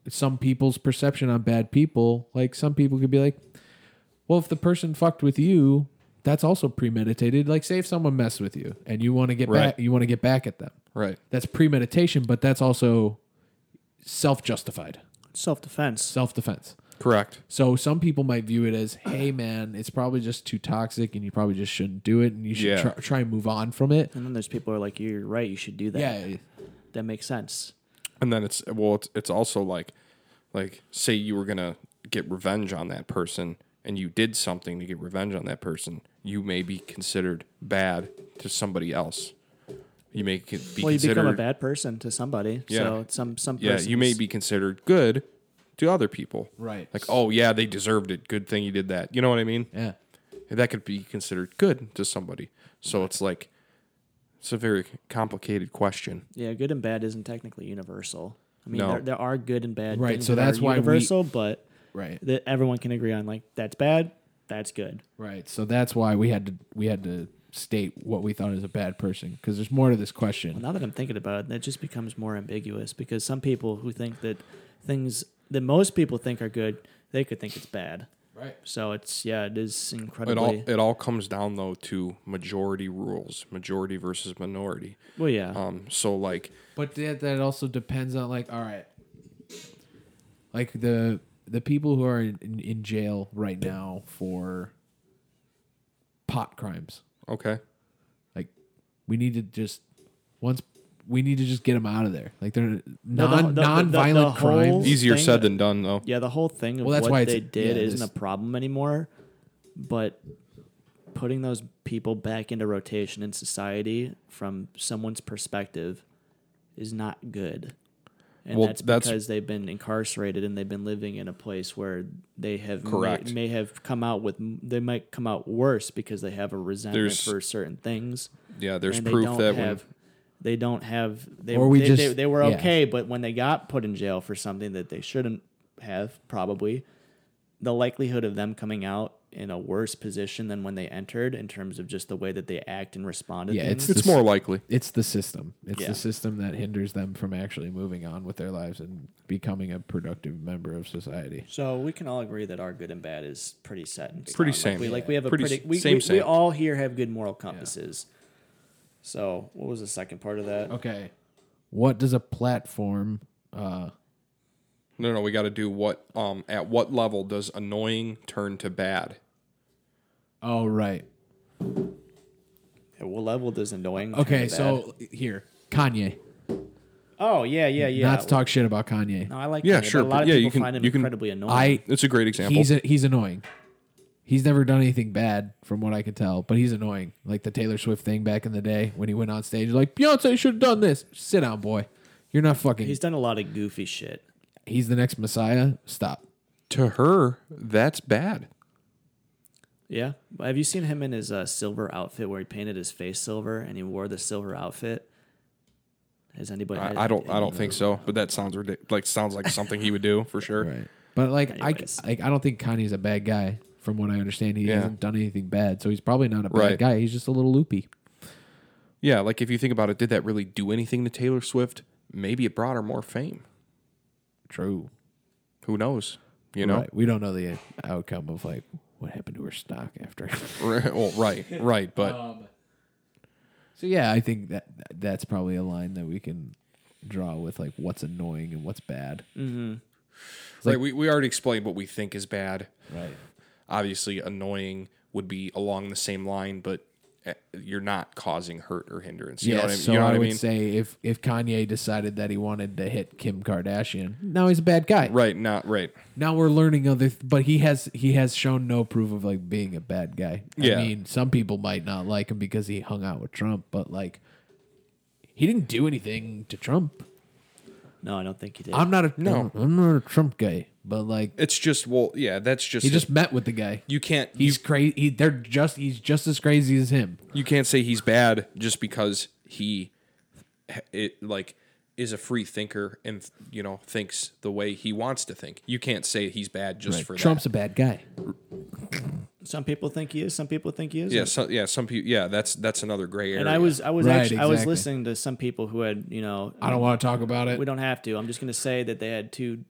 Some people's perception on bad people, like some people could be like, well, if the person fucked with you, that's also premeditated. Like, say if someone messed with you and you want to get
Right.
back, you want to get back at them.
Right.
That's premeditation, but that's also self-justified,
Self defense.
self-defense.
Correct.
So some people might view it as, hey man, it's probably just too toxic, and you probably just shouldn't do it, and you should
Yeah.
try, try and move on from it.
And then there's people who are like, you're right. You should do that.
Yeah,
That makes sense.
And then it's well, it's, it's also like, like say you were gonna get revenge on that person, and you did something to get revenge on that person, you may be considered bad to somebody else. You may con- be
well, you
considered
become a bad person to somebody.
Yeah.
So some some
yeah. You may
persons-
be considered good to other people.
Right.
Like oh yeah, they deserved it. Good thing you did that. You know what I mean?
yeah.
that could be considered good to somebody. So it's like it's a very complicated question.
Yeah, good and bad isn't technically universal. I mean,
No.
there, there are good and bad.
Right,
things
so
that
that's
are
why we-
universal, but
Right.
that everyone can agree on like that's bad, that's good.
Right. So that's why we had to we had to state what we thought is a bad person because there's more to this
Well,
question.
now that I'm thinking about it, that just becomes more ambiguous because some people who think that things that most people think are good, they could think it's bad.
Right.
So it's yeah, it is incredibly.
It all it all comes down though to majority rules, majority versus minority.
well, yeah,
Um, so like
But that that also depends on like all right, like the the people who are in, in jail right now for pot crimes.
okay,
Like we need to just once we need to just get them out of there. Like they're
No, the-
non
the- the- the- the
non-violent
whole-
crimes.
easier
Thing
said
that-
than done though.
yeah. The whole thing of
Well, that's
what
why
they
it's-
did
yeah,
isn't
this-
a problem anymore, but putting those people back into rotation in society from someone's perspective is not good. And
Well,
that's
that's-
because they've been incarcerated and they've been living in a place where they have may-
Correct.
May, have come out with they might come out worse because they have a resentment
There's-
for certain things.
Yeah, there's
and they
proof
don't
that
have, they don't have they,
Or we
they,
just-
they, they were
yeah.
okay, but when they got put in jail for something that they shouldn't have, probably the likelihood of them coming out in a worse position than when they entered in terms of just the way that they act and respond to
Yeah,
things.
when it's more likely.
it's the system. It's
Yeah.
the system that hinders them from actually moving on with their lives and becoming a productive member of society.
So we can all agree that our good and bad is pretty set. And
Pretty
sound. Like we,
same.
like we have a
Pretty
pretty,
s-
we,
same,
we, we
same.
all here have good moral compasses. So what was the second part of that?
Okay. What does a platform uh
No, no, we got to do what. Um, at what level does annoying turn to bad?
Oh right.
At what level does annoying? turn
Okay,
to bad?
so here. Kanye.
oh yeah, yeah, yeah.
Not to talk shit about Kanye.
No, I like.
Yeah,
Kanye, but
sure,
A
but
lot of
yeah,
people
you can-
find him
you can-
incredibly annoying.
I
That's a great example.
he's a, he's annoying. He's never done anything bad from what I can tell, but he's annoying. Like the Taylor Swift thing back in the day when he went on stage like Beyonce should have done this. Sit down, boy. You're not fucking
He's done a lot of goofy shit.
he's the next Messiah. Stop.
to her, that's bad.
Yeah. Have you seen him in his uh, silver outfit where he painted his face silver and he wore the silver outfit? Has anybody?
I, I don't. I don't think so. But that sounds ridiculous. Like sounds like something he would do for sure.
Right. But like
Anyways.
I like I don't think Kanye's a bad guy. From what I understand, he
Yeah.
hasn't done anything bad, so he's probably not a bad
Right.
guy. He's just a little loopy.
Yeah, like if you think about it, did that really do anything to Taylor Swift? Maybe it brought her more fame.
True.
Who knows? You know?
Right. We don't know the outcome of like what happened to her stock after.
Right. well, right, right. But
so yeah, I think that that's probably a line that we can draw with like what's annoying and what's bad.
right, we, we already explained what we think is bad.
Right.
Obviously, annoying would be along the same line, but eh, you're not causing hurt or hindrance. You
Yeah,
know what I mean?
so
you know
I
what I
would
mean?
say if if Kanye decided that he wanted to hit Kim Kardashian, now he's a bad guy.
right, not right.
Now we're learning other, th- but he has he has shown no proof of like being a bad guy.
Yeah.
I mean, some people might not like him because he hung out with Trump, but like he didn't do anything to Trump.
No, I don't think he did.
I'm not a
No.
I'm not a Trump guy, but like
It's just well, yeah, that's just
he just met with the guy.
you can't you,
He's crazy. He, they're just he's just as crazy as him.
you can't say he's bad just because he h- it like is a free thinker and you know thinks the way he wants to think. You can't say he's bad just for
Trump's
that.
a bad guy.
some people think he is. Some people think he is.
Yeah, so, yeah, some people yeah, that's that's another gray area.
And I was I was
Right,
actually I was
exactly.
listening to some people who had you know
I don't want to talk about it.
we don't have to. I'm just gonna say that they had two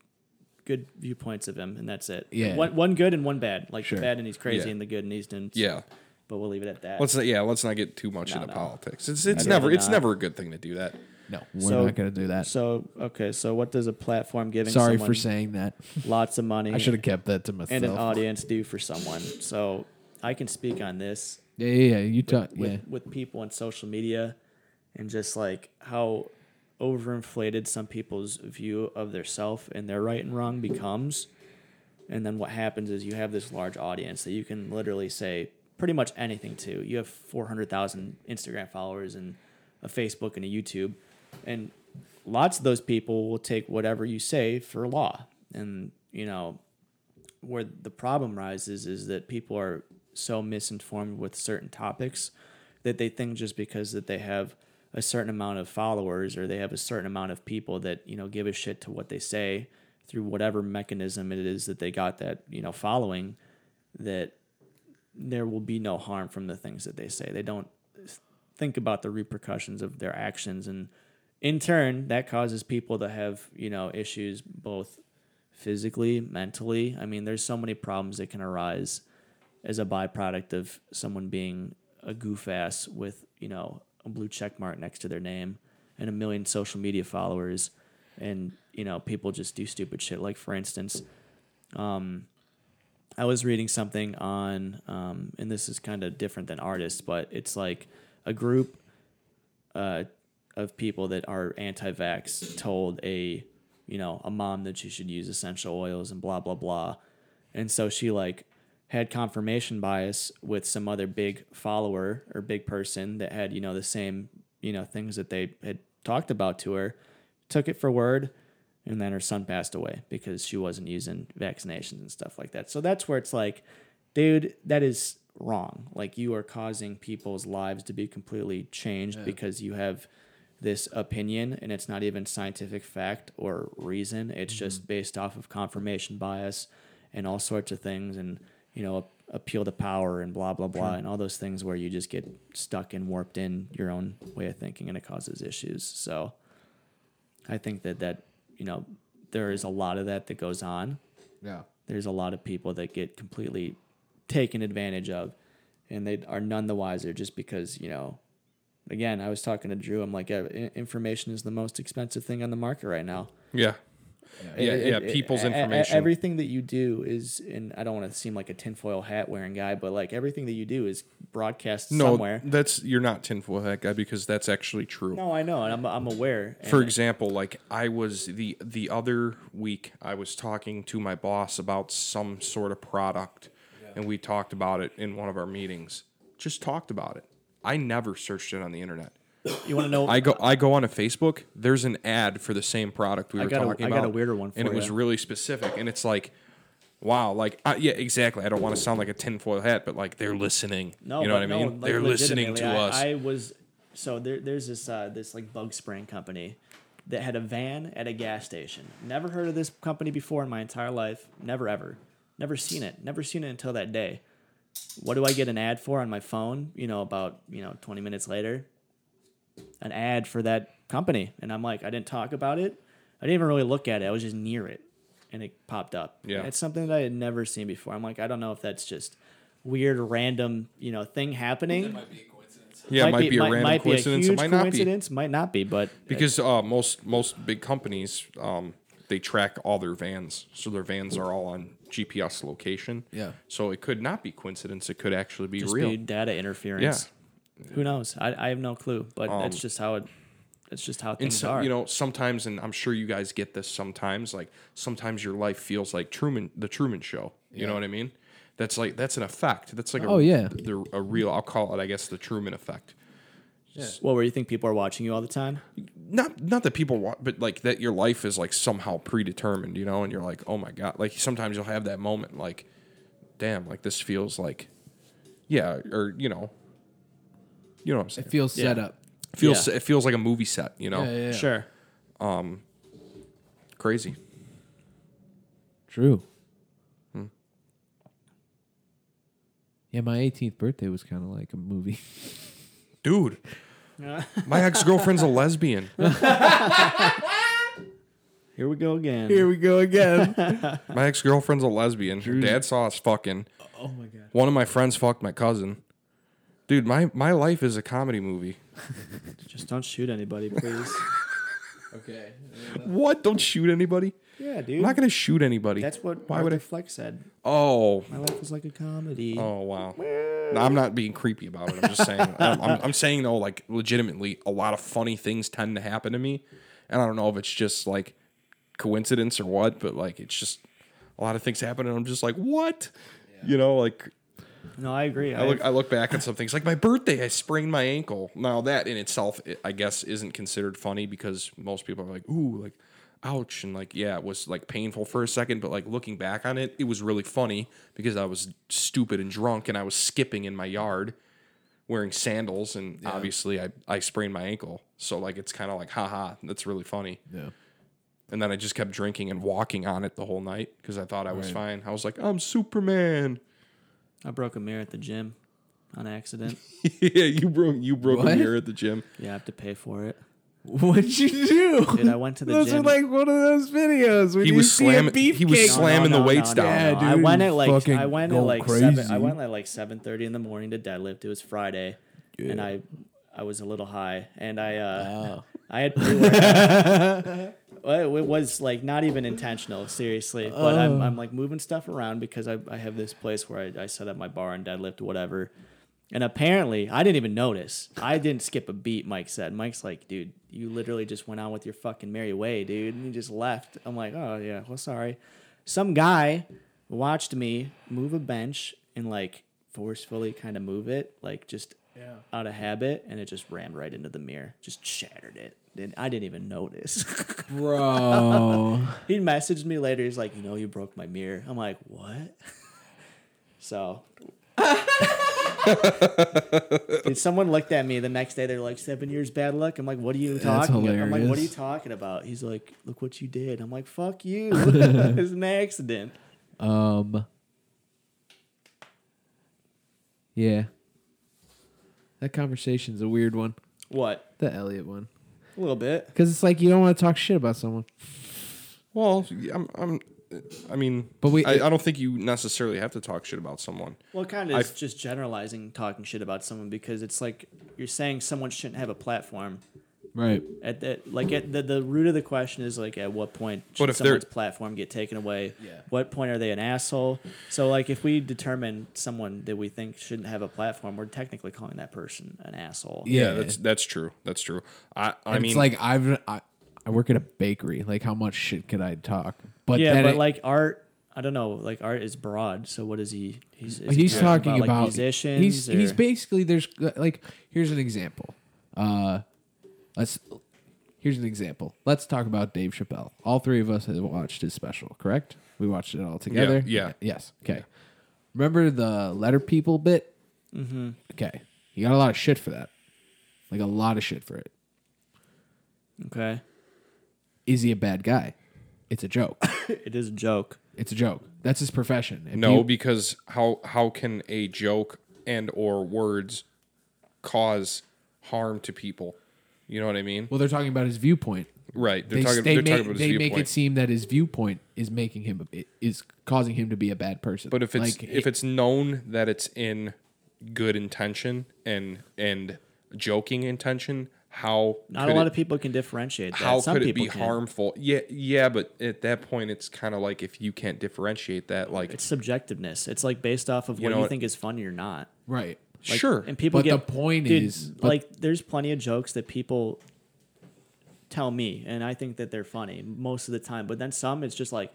good viewpoints of him, and that's it.
Yeah.
one, one good and one bad. Like
Sure.
the bad and he's crazy,
Yeah.
and the good and he's didn't.
Yeah.
but we'll leave it at that.
Let's not, yeah, let's not get too much
No,
into
no.
politics. It's it's
I'd
never
rather
it's
not.
never a good thing to do that.
No, we're
So-
not going to do that.
so okay, so what does a platform giving
Sorry
someone
for saying that.
lots of money
I should have kept that to myself.
and an audience do for someone? So I can speak on this
Yeah, yeah, yeah. You talk.
with,
Yeah,
with people on social media and just like how overinflated some people's view of their self and their right and wrong becomes. And then what happens is you have this large audience that you can literally say pretty much anything to. You have 400,000 Instagram followers and a Facebook and a YouTube. And lots of those people will take whatever you say for law. And, you know, where the problem rises is that people are so misinformed with certain topics that they think just because that they have a certain amount of followers or they have a certain amount of people that you know give a shit to what they say through whatever mechanism it is that they got that you know following that there will be no harm from the things that they say they don't think about the repercussions of their actions and in turn that causes people to have you know issues both physically mentally i mean there's so many problems that can arise as a byproduct of someone being a goof ass with you know a blue check mark next to their name and a million social media followers and you know people just do stupid shit like for instance I was reading something on, um, and this is kind of different than artists, but it's like a group uh, of people that are anti-vax told a, you know, a mom that she should use essential oils and blah blah blah, and so she like had confirmation bias with some other big follower or big person that had you know the same you know things that they had talked about to her, took it for word, and then her son passed away because she wasn't using vaccinations and stuff like that. So that's where it's like, dude, that is wrong. Like you are causing people's lives to be completely changed because you have this opinion and it's not even scientific fact or reason. It's just based off of confirmation bias and all sorts of things and you know appeal to power and blah blah blah and all those things where you just get stuck and warped in your own way of thinking and it causes issues. So I think that that you know there is a lot of that that goes on.
yeah.
There's a lot of people that get completely taken advantage of, and they are none the wiser just because you know. Again, I was talking to Drew. I'm like, "Eh, i- information is the most expensive thing on the market right now.
Yeah. Yeah,
It-
yeah,
it- it-
people's
e- e-
information.
Everything that you do is, and I don't want to seem like a tinfoil hat wearing guy, but like everything that you do is broadcast
no,
somewhere.
that's you're not tinfoil hat guy because that's actually true.
No, I know, and I'm I'm aware. and-
For example, like I was the the other week, I was talking to my boss about some sort of product, and we talked about it in one of our meetings. Just talked about it. I never searched it on the internet.
you want to know?
I go I go on to Facebook. There's an ad for the same product we were
got a-
talking
I
about.
got a weirder one
and
for
it was
ya.
really specific. And it's like, wow, like I, yeah, exactly. I don't want to sound like a tinfoil hat, but like they're listening.
No,
you know what I
but
mean?
No, like,
they're listening
legitimately,
to
I,
us.
I was so there, there's this uh, this like bug spraying company that had a van at a gas station. Never heard of this company before in my entire life. Never ever. Never seen it. Never seen it until that day. What do I get an ad for on my phone? You know, about you know 20 minutes later, an ad for that company, and I'm like, I didn't talk about it. I didn't even really look at it. I was just near it, and it popped up.
Yeah.
it's something that I had never seen before. I'm like, I don't know if that's just weird, random, you know, thing happening.
yeah, it might be, a random
might be a
coincidence.
huge
it might not be.
coincidence, might not be, but
because uh, most most big companies um, they track all their vans, so their vans are all on GPS location.
Yeah.
So it could not be coincidence. It could actually be
just
real.
be data interference.
yeah. Um,
Who knows? I, I have no clue, but that's just how it. That's just how
And
things
so,
are.
you know, sometimes, and I'm sure you guys get this sometimes, like sometimes your life feels like Truman, the Truman Show. You know what I mean? That's like that's an effect. That's like a,
Oh, yeah.
the, a real. I'll call it, I guess, the Truman effect.
what where you think people are watching you all the time?
Not not that people want, but like that your life is like somehow predetermined. You know, and you're like, oh my god. Like sometimes you'll have that moment, like, damn, like this feels like, yeah, or you know, you know what I'm saying.
It feels set up.
feels
Yeah.
it feels like a movie set. You know,
Yeah, yeah, yeah.
Sure.
crazy.
True.
Hmm.
Yeah, my 18th birthday was kind of like a movie.
dude. My ex girlfriend's a lesbian.
Here we go again.
we go again.
My ex girlfriend's a lesbian. Her dad saw us fucking. Oh my god. One of my friends fucked my cousin. Dude, my, my life is a comedy movie.
Just don't shoot anybody, please.
okay.
What? Don't shoot anybody.
yeah,
I'm
dude.
not gonna shoot anybody.
that's what
Why would I?
Fleck said.
Oh.
My life is like a comedy.
Oh wow. No, I'm not being creepy about it. I'm just saying. I'm, I'm, I'm saying though, like legitimately, a lot of funny things tend to happen to me, and I don't know if it's just like coincidence or what, but like it's just a lot of things happen, and I'm just like, what? You know, like
No, I agree.
I
I
look, I look back at some things like my birthday. I sprained my ankle. Now that in itself, i I guess, isn't considered funny because most people are like, "Ooh, like, ouch," and like, yeah, it was like painful for a second, but like looking back on it, it was really funny because I was stupid and drunk and I was skipping in my yard wearing sandals, and obviously I I sprained my ankle. So like, it's kind of like, haha, that's really funny.
Yeah.
And then I just kept drinking and walking on it the whole night because I thought I was fine. I was like, I'm Superman.
I broke a mirror at the gym on accident.
yeah, you broke you broke
What?
a mirror at the gym.
yeah, I have to pay for it.
What'd you do?
Dude, I went to the
Those
gym.
are like one of those videos when
He
you
was
see a
slamming-
beef
he was
cake.
slam- slamming the weights down.
No,
Yeah,
I
dude,
went
you
at like
fucking
I went at
go
like seven.
crazy.
I went at like seven thirty in the morning to deadlift. It was Friday, and I I was a little high, and I uh, I had pre-workout. well, it was like not even intentional, seriously. But I'm I'm like moving stuff around because I I have this place where I, I set up my bar and deadlift whatever. And apparently, I didn't even notice. I didn't skip a beat. Mike said, "Mike's like, dude, you literally just went on with your fucking merry way, dude, and you just left." I'm like, "Oh yeah, well, sorry." Some guy watched me move a bench and like forcefully kind of move it, like just out of habit, and it just rammed right into the mirror, just shattered it. And I didn't even notice.
Bro.
he messaged me later. He's like, "You know, you broke my mirror." I'm like, "What?" so. Dude, someone looked at me the next day. They're like, seven years bad luck. I'm like, what are you talking about? I'm like, what are you
hilarious.
talking about? He's like, look what you did. I'm like, fuck you. it's an accident.
Um. Yeah. That conversation's a weird one.
What?
The Elliot one.
A little bit.
Because it's like you don't want to talk shit about someone.
Well, I'm, I'm I mean,
But
but
we-
we, I, I don't think you necessarily have to talk shit about someone.
Well, kind of is just generalizing talking shit about someone because it's like you're saying someone shouldn't have a platform.
Right.
At that, like at the, the root of the question is like, at what point should
But if they're-
someone's platform get taken away? Yeah. What point are they an asshole? So, like, if we determine someone that we think shouldn't have a platform, we're technically calling that person an asshole.
Yeah, that's that's true. That's true. I I mean,
it's like I've I, I work at a bakery. Like how much shit could I talk? But
Yeah,
then
but
it-
like art, I don't know. Like art is broad. So what is he? He's, is he
he's talking about,
like, musicians.
He's he's
or-
basically there's like here's an example. Uh, let's here's an example. Let's talk about Dave Chappelle. All three of us have watched his special, correct? We watched it all together.
yeah.
Yes. Okay. Remember the letter people bit? Mm-hmm. Okay. He got a lot of shit for that. Like a lot of shit for it.
okay.
Is he a bad guy? It's a joke.
It is a joke.
it's a joke. That's his profession. If
no,
you-
because how how can a joke and or words cause harm to people? You know what I mean?
well, they're talking about his viewpoint.
Right. They're
they,
talking.
they,
they're
make,
talking about his
they
viewpoint.
make it seem that his viewpoint is making him is causing him to be a bad person.
But if it's
like,
if it's known that it's in good intention and and joking intention, how
Not
could
a lot
it-
of people can differentiate that.
how
Some
could it
people
be
can.
harmful? Yeah, yeah, but at that point, it's kind of like if you can't differentiate that, like
It's subjectiveness. It's like based off of what
know
you
what-
think is funny or not.
right,
Like,
sure.
And people
But
get
the point
dude,
is- but-
like there's plenty of jokes that people tell me and I think that they're funny most of the time. But then some it's just like,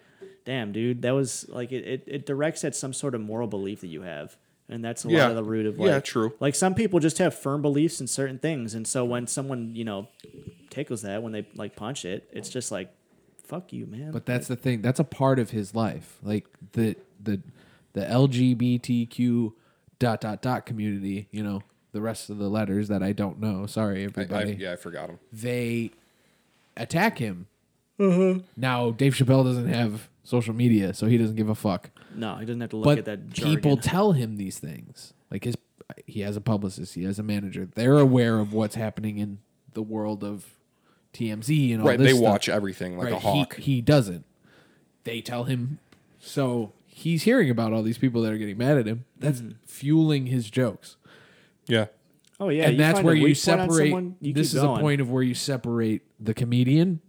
damn dude, that was like it, it, it directs at some sort of moral belief that you have. And that's a lot
Yeah.
of the root of like
Yeah, true.
Like some people just have firm beliefs in certain things. And so when someone, you know, tickles that when they like punch it, it's just like, fuck you, man.
But that's the thing. That's a part of his life. Like the the the LGBTQ dot dot dot community. You know the rest of the letters that I don't know. Sorry,
I, I,
everybody.
yeah, I forgot him.
They attack him. Now Dave Chappelle doesn't have social media, so he doesn't give a fuck.
no, he doesn't have to look
But
at that jargon.
people tell him these things. Like his, he has a publicist. He has a manager. They're aware of what's happening in the world of TMZ and all
Right,
this
they
stuff.
watch everything like a
Right, he-
hawk.
He, doesn't. They tell him. So he's hearing about all these people that are getting mad at him. That's
Mm-hmm.
fueling his jokes.
yeah.
oh yeah.
and that's
find a
where you
weak point on
separate.
someone, you
this
keep
is
going.
a point of where you separate the comedian,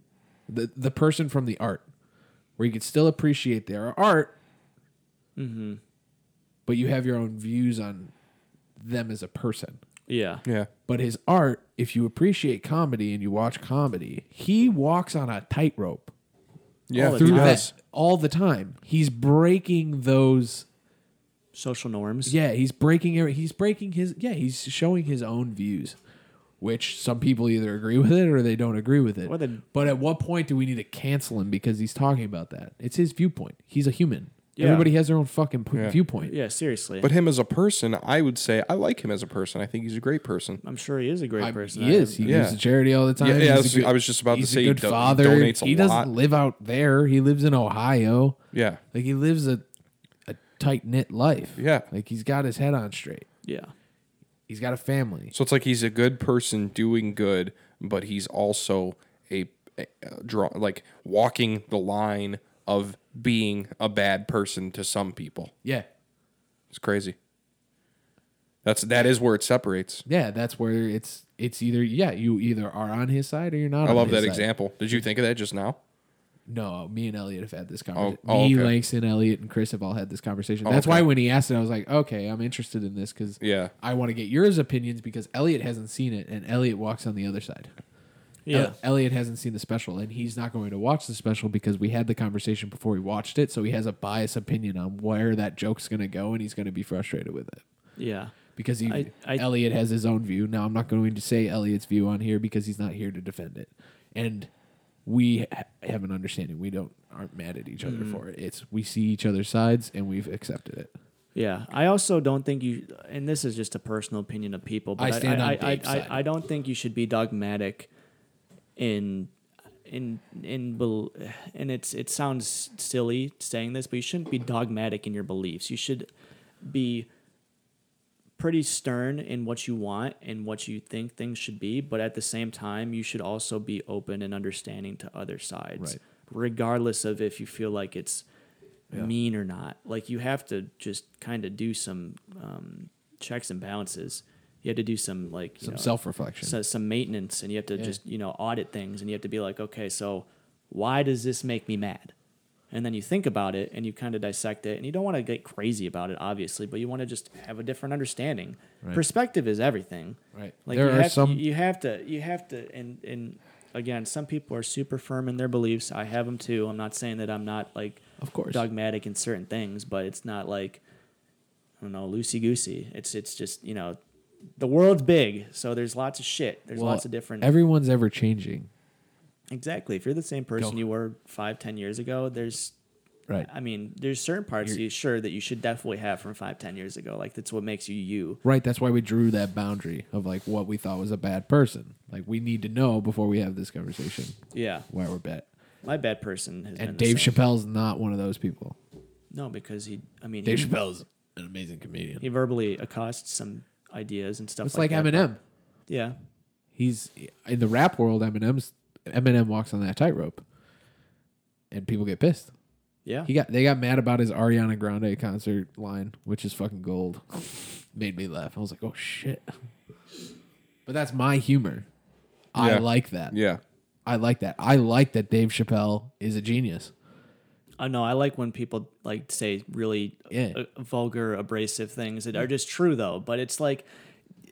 the, the person from the art, where you can still appreciate their art,
Mm-hmm.
but you have your own views on them as a person.
Yeah.
Yeah.
But his art, if you appreciate comedy and you watch comedy, he walks on a tightrope
Yeah.
the
he
through
does.
that all the time. He's breaking those.
Social norms.
Yeah, he's breaking. every- He's breaking his. Yeah, he's showing his own views, which some people either agree with it or they don't agree with it.
Or they-
but at what point do we need to cancel him because he's talking about that? It's his viewpoint. He's a human.
Yeah.
Everybody has their own fucking p- viewpoint.
Yeah, seriously.
But him as a person, I would say I like him as a person. I think he's a great person.
I'm sure he is a great
I-
person.
he
I-
is. He
Yeah.
gives to charity all the time.
Yeah, yeah, I
He's a
was-
good-
I was just about to
he's
say
a
he
good
do- he
father.
donates a
he
lot.
doesn't live out there. He lives in Ohio.
Yeah.
Like he lives a a tight knit life.
Yeah.
Like he's got his head on straight.
Yeah.
He's got a family.
So it's like he's a good person doing good, but he's also a, a a draw like walking the line of being a bad person to some people.
Yeah.
It's crazy. That's that is where it separates.
Yeah, that's where it's it's either yeah, you either are on his side or you're not
I
on
love
his
that
side.
example. Did you think of that just now?
No, me and Elliot have had this conversation.
oh,
me,
okay. Oh,
Langston, Elliot, and Chris have all had this conversation. That's
okay.
why when he asked it, I was like, okay, I'm interested in this because
Yeah.
I want to get yours opinions because Elliot hasn't seen it and Elliot walks on the other side.
Yeah.
El- Elliot hasn't seen the special and he's not going to watch the special because we had the conversation before he watched it, so he has a biased opinion on where that joke's going to go and he's going to be frustrated with it.
yeah.
Because he,
I- I-
Elliot has his own view. Now I'm not going to say Elliot's view on here because he's not here to defend it, and we ha- have an understanding. We don't aren't mad at each other
Mm-hmm.
for it. It's we see each other's sides and we've accepted it.
Yeah. I also don't think you and this is just a personal opinion of people, but
I
I
stand on
I, I,
Dave's
I,
side.
I, I don't think you should be dogmatic in in in bel- and it's it sounds silly saying this, but you shouldn't be dogmatic in your beliefs. You should be pretty stern in what you want and what you think things should be, but at the same time, you should also be open and understanding to other sides,
Right.
regardless of if you feel like it's mean or not. Like you have to just kind of do some um, checks and balances. You have to do some like you
Some
know,
self reflection.
so, some maintenance, and you have to just you know audit things, and you have to be like, okay, so why does this make me mad? And then you think about it, and you kind of dissect it, and you don't want to get crazy about it, obviously, but you want to just have a different understanding. Perspective is everything.
Right.
Like
There
you
are
have,
some-
you have to you have to and and again, some people are super firm in their beliefs. I have them too. I'm not saying that I'm not like
Of course.
dogmatic in certain things, but it's not like I don't know, loosey goosey. It's it's just you know, the world's big, so there's lots of shit. There's
Well,
lots of different.
Everyone's ever changing,
exactly. If you're the same person you were five, ten years ago, there's.
right?
I mean, there's certain parts you sure that you should definitely have from five, ten years ago. Like that's what makes you you.
Right. That's why we drew that boundary of like what we thought was a bad person. Like we need to know before we have this conversation
Yeah,
why we're bad.
my bad person has been
And
the
Dave
same.
Chappelle's not one of those people.
No, because he. I mean,
Dave
he,
Chappelle's an amazing comedian.
he verbally accosts some ideas and stuff.
It's like,
that, but-
Eminem.
Yeah,
he's in the rap world. Eminem's Eminem walks on that tightrope, and people get pissed.
yeah.
He got they got mad about his Ariana Grande concert line, which is fucking gold. Made me laugh. I was like, oh shit. But that's my humor. I
Yeah.
like that.
Yeah.
I like that. I like that Dave Chappelle is a genius.
I know I like when people like say really
Yeah. Mm.
uh, vulgar, abrasive things that are just true though. But it's like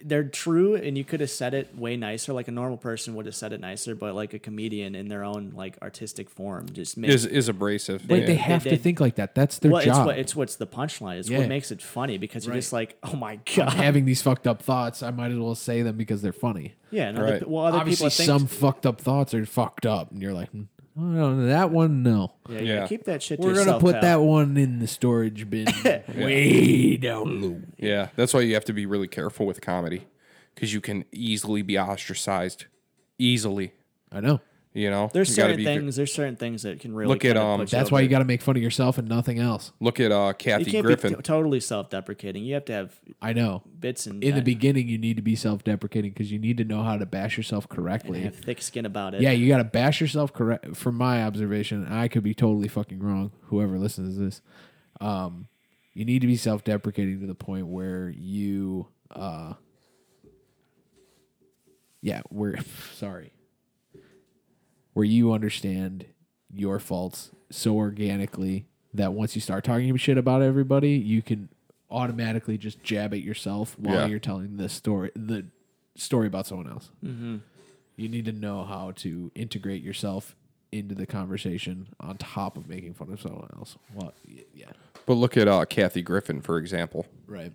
they're true, and you could have said it way nicer. Like a normal person would have said it nicer, but like a comedian in their own like artistic form just makes
is is abrasive.
Like
yeah.
they have to
did.
think like that. That's their
well, it's
job.
what it's what's the punchline. It's
Yeah.
what makes it funny because you're just like, oh my god,
Having these fucked up thoughts, I might as well say them because they're funny.
yeah. And other,
Right.
pe- well, other
Obviously,
people think,
some fucked up thoughts are fucked up, and you're like, "Hmm, I don't know, that one, no.
yeah, yeah,
Yeah.
keep that shit.
We're
to
gonna
yourself,
put
pal.
that one in the storage bin, way down low.
Yeah, that's why you have to be really careful with comedy because you can easily be ostracized, easily.
I know.
You know,
There's
You gotta
certain
be-
things. There's certain things that can really
Look at,
kinda
um,
put
That's
over.
why you got to make fun of yourself and nothing else.
Look at uh,
You
Kathy
can't
Griffin.
be t- totally self-deprecating. You have to have
I know.
bits and
In the
and
beginning, you need to be self-deprecating because you need to know how to bash yourself correctly.
have thick skin about it.
Yeah, you got to bash yourself correct. From my observation, I could be totally fucking wrong. Whoever listens to this, um, you need to be self-deprecating to the point where you, uh, yeah, we're sorry, where you understand your faults so organically that once you start talking shit about everybody, you can automatically just jab at yourself while
Yeah.
you're telling the story, the story about someone else you need to know how to integrate yourself into the conversation on top of making fun of someone else. Well, y- yeah,
but look at uh, Kathy Griffin, for example.
right.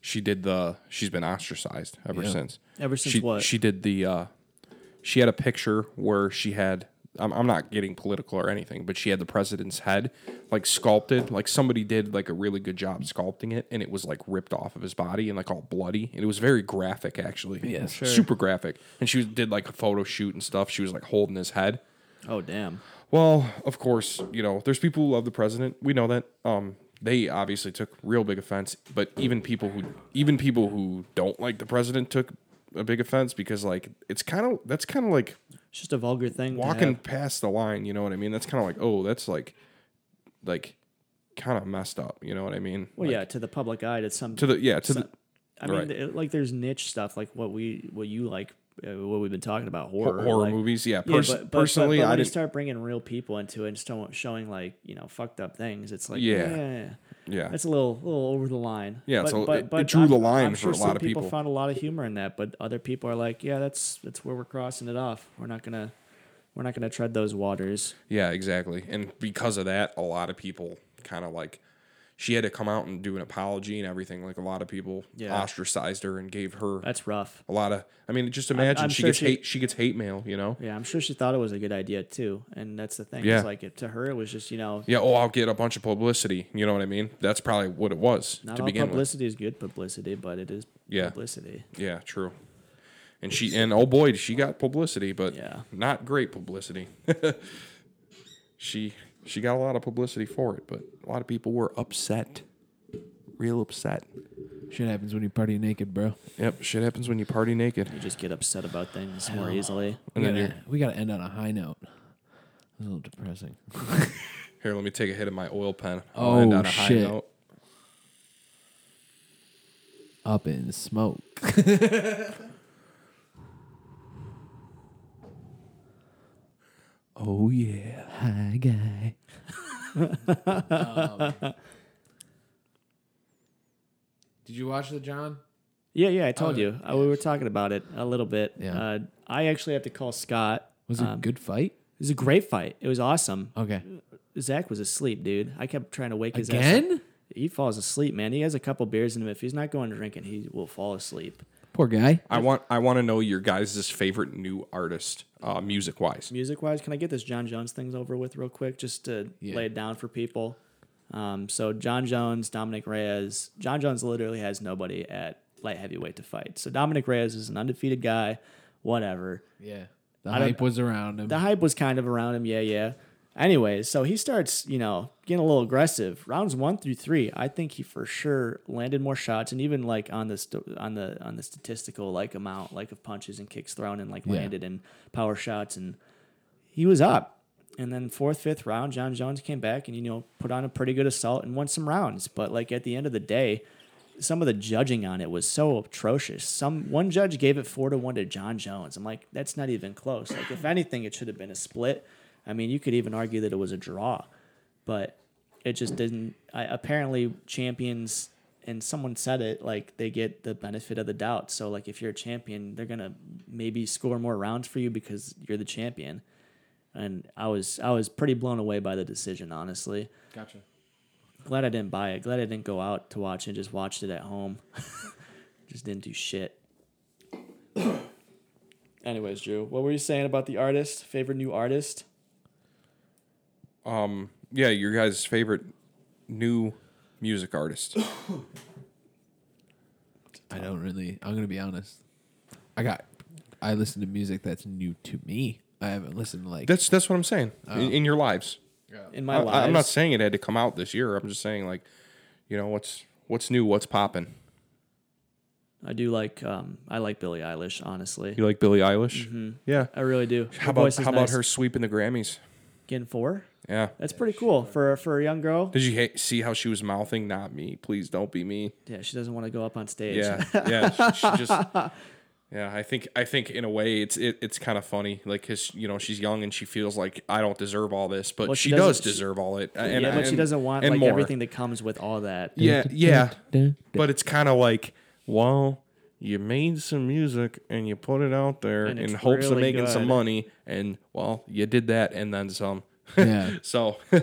She did the. She's been ostracized ever
Yeah.
since.
Ever since
she,
what?
She did the. Uh, she had a picture where she had. I'm, I'm not getting political or anything, but she had the president's head like sculpted. Like somebody did like a really good job sculpting it, and it was like ripped off of his body and like all bloody. And it was very graphic, actually. Yeah, super graphic. And she was, did like a photo shoot and stuff. She was like holding his head.
Oh damn.
Well, of course, you know, there's people who love the president. We know that. Um, they obviously took real big offense, but even people who even people who don't like the president took a big offense because like it's kind of that's kind of like
It's just a vulgar thing. to
walking
have.
past the line, you know what I mean? That's kind of like, oh, that's like like kind of messed up, you know what I mean?
Well,
Like,
yeah, to the public eye, that's some.
To the yeah, to the
I mean,
right.
th- like there's niche stuff, like what we, what you like, uh, what we've been talking about,
ho-
horror,
horror,
like-
movies, yeah.
Yeah,
Pers-
but- but, but,
personally,
but when
I
you
didn't
start bringing real people into it and start showing like you know fucked up things. It's like
Yeah.
yeah, yeah.
yeah.
That's a little, little over the line.
Yeah,
but,
so
but,
it- it
but
drew
I'm-
the line
I'm
for
sure
a
some
lot of people.
People found a lot of humor in that, but other people are like, yeah, that's that's where we're crossing it off. We're not gonna, we're not gonna tread those waters.
Yeah, exactly. And because of that, a lot of people kind of like she had to come out and do an apology and everything. Like a lot of people
Yeah.
ostracized her and gave her
That's rough.
a lot of. I mean, just imagine
I'm
she
sure
gets
she-
hate. She gets hate mail. You know.
Yeah, I'm sure she thought it was a good idea too, and that's the thing.
Yeah.
It's like it, to her, it was just you know,
Yeah. Oh, I'll get a bunch of publicity. You know what I mean? That's probably what it was
not
to
all
begin with.
publicity is good publicity, but it is
Yeah.
publicity.
Yeah. True. And she and oh boy, she got publicity, but
Yeah.
not great publicity. she she got a lot of publicity for it, but a lot of people were upset, real upset.
Shit happens when you party naked, bro.
Yep, shit happens when you party naked.
You just get upset about things more easily.
We
And then
gotta,
you're,
we gotta end on a high note. A little depressing.
here, let me take a hit of my oil pen.
Oh,
end
shit. Up in smoke.
Oh yeah.
Hi, guy. Um, did you watch the John?
Yeah, yeah, I told you. Uh, we were talking about it a little bit.
Yeah.
Uh, I actually have to call Scott.
Was it a
Um,
good fight?
It was a great fight. It was awesome.
Okay.
Zach was asleep, dude. I kept trying to wake his ass
Again?
up. He falls asleep, man. He has a couple beers in him. If he's not going drinking, he will fall asleep.
Poor guy.
I want I want to know your guys' favorite new artist, uh, music wise.
Music wise, can I get this John Jones things over with real quick just to lay it down for people? Um, so, John Jones, Dominic Reyes. John Jones literally has nobody at light heavyweight to fight. So, Dominic Reyes is an undefeated guy, whatever.
Yeah. The
don't-
hype was around him.
the hype was kind of around him. Yeah, yeah. Anyways, so he starts, you know, getting a little aggressive. Rounds one through three, I think he for sure landed more shots, and even like on the st- on the on the statistical like amount like of punches and kicks thrown and like landed and power shots, and he was up. And then fourth, fifth round, John Jones came back and you know put on a pretty good assault and won some rounds. But like at the end of the day, some of the judging on it was so atrocious. Some one judge gave it four to one to John Jones. I'm like, that's not even close. Like, if anything, it should have been a split. I mean, you could even argue that it was a draw. but it just didn't. I, apparently, champions and someone said it like they get the benefit of the doubt. So like if you're a champion, they're gonna maybe score more rounds for you because you're the champion. And I was I was pretty blown away by the decision, honestly.
Gotcha.
Glad I didn't buy it. Glad I didn't go out to watch it. Just watched it at home. just didn't do shit. Anyways, Drew, what were you saying about the artist? Favorite new artist?
Yeah, your guys' favorite new music artist.
I don't really. I'm gonna be honest. I got. I listen to music that's new to me. I haven't listened to like.
That's that's what I'm saying.
Oh.
In, in your lives.
In my
I,
life,
I- I'm not saying it had to come out this year. I'm just saying like, you know, what's what's new, what's popping.
I do like um I like Billie Eilish, honestly.
You like Billie Eilish?
Mm-hmm.
Yeah.
I really do.
How about how about her sweeping the Grammys?
getting four?
Yeah.
That's pretty cool for for a young girl.
Did you ha- see how she was mouthing "Not me, please don't be me"?
Yeah, she doesn't want to go up on stage.
Yeah, yeah. She, she just, yeah. I think I think in a way it's it, it's kind of funny, like because you know she's young and she feels like I don't deserve all this, but
Well, she
she, does
doesn't- she-
deserve all it. And,
yeah, but she
and-
doesn't want
and
like
more.
everything that comes with all that.
Yeah, yeah. But it's kind of like, well, you made some music and you put it out there
And
in
it's
hopes of
really
making some
good.
money, and well, you did that and then some.
yeah,
So,
Uh,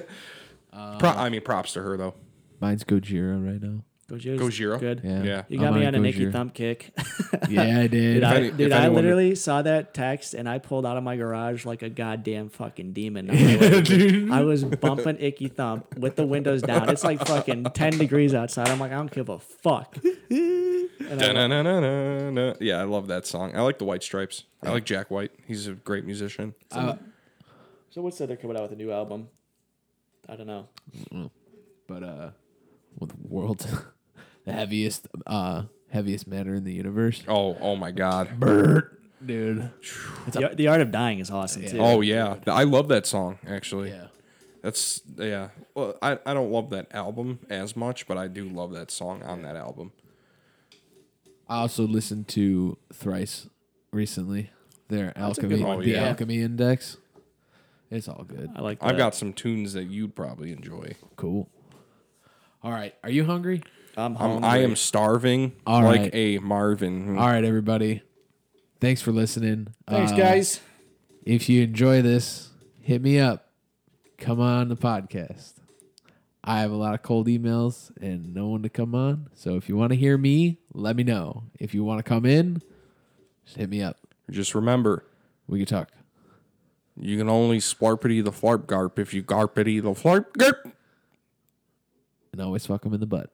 pro- I mean, props to her though.
mine's Gojira right now.
Gojira's
Gojira.
Good.
Yeah,
Yeah.
You got
I'm
me on a Nikki
Gojira.
Thump kick.
Yeah, I did.
Dude, I,
any-
dude,
if
I
anyone-
literally saw that text and I pulled out of my garage like a goddamn fucking demon. I was- I was bumping Icky Thump with the windows down. It's like fucking 10 degrees outside. I'm like, I don't give a fuck. And I love-
Da-na-na-na-na-na. Yeah, I love that song. I like the White Stripes. I like Jack White. He's a great musician.
Uh,
so, what's the other coming out with a new album? I don't know.
but uh, with the world's the heaviest uh heaviest matter in the universe.
Oh, oh my God.
Dude.
The, the Art of Dying is awesome, too.
Oh yeah, I love that song actually.
Yeah.
That's yeah. Well, I, I don't love that album as much, but I do love that song on that album.
I also listened to Thrice recently. Their alchemy,
one.
the
Oh, yeah.
alchemy index. It's all good.
I like that.
I've got some tunes that you'd probably enjoy.
Cool. All right. Are you hungry?
I'm
I'm,
hungry.
I am starving
All
like
right.
a Marvin.
All right, everybody. Thanks for listening.
Thanks,
Uh,
guys.
If you enjoy this, hit me up. Come on the podcast. I have a lot of cold emails and no one to come on. So if you want to hear me, let me know. If you want to come in, just hit me up.
Just remember,
We can talk.
you can only slarpity the flarp garp if you garpity the flarp garp.
And always fuck them in the butt.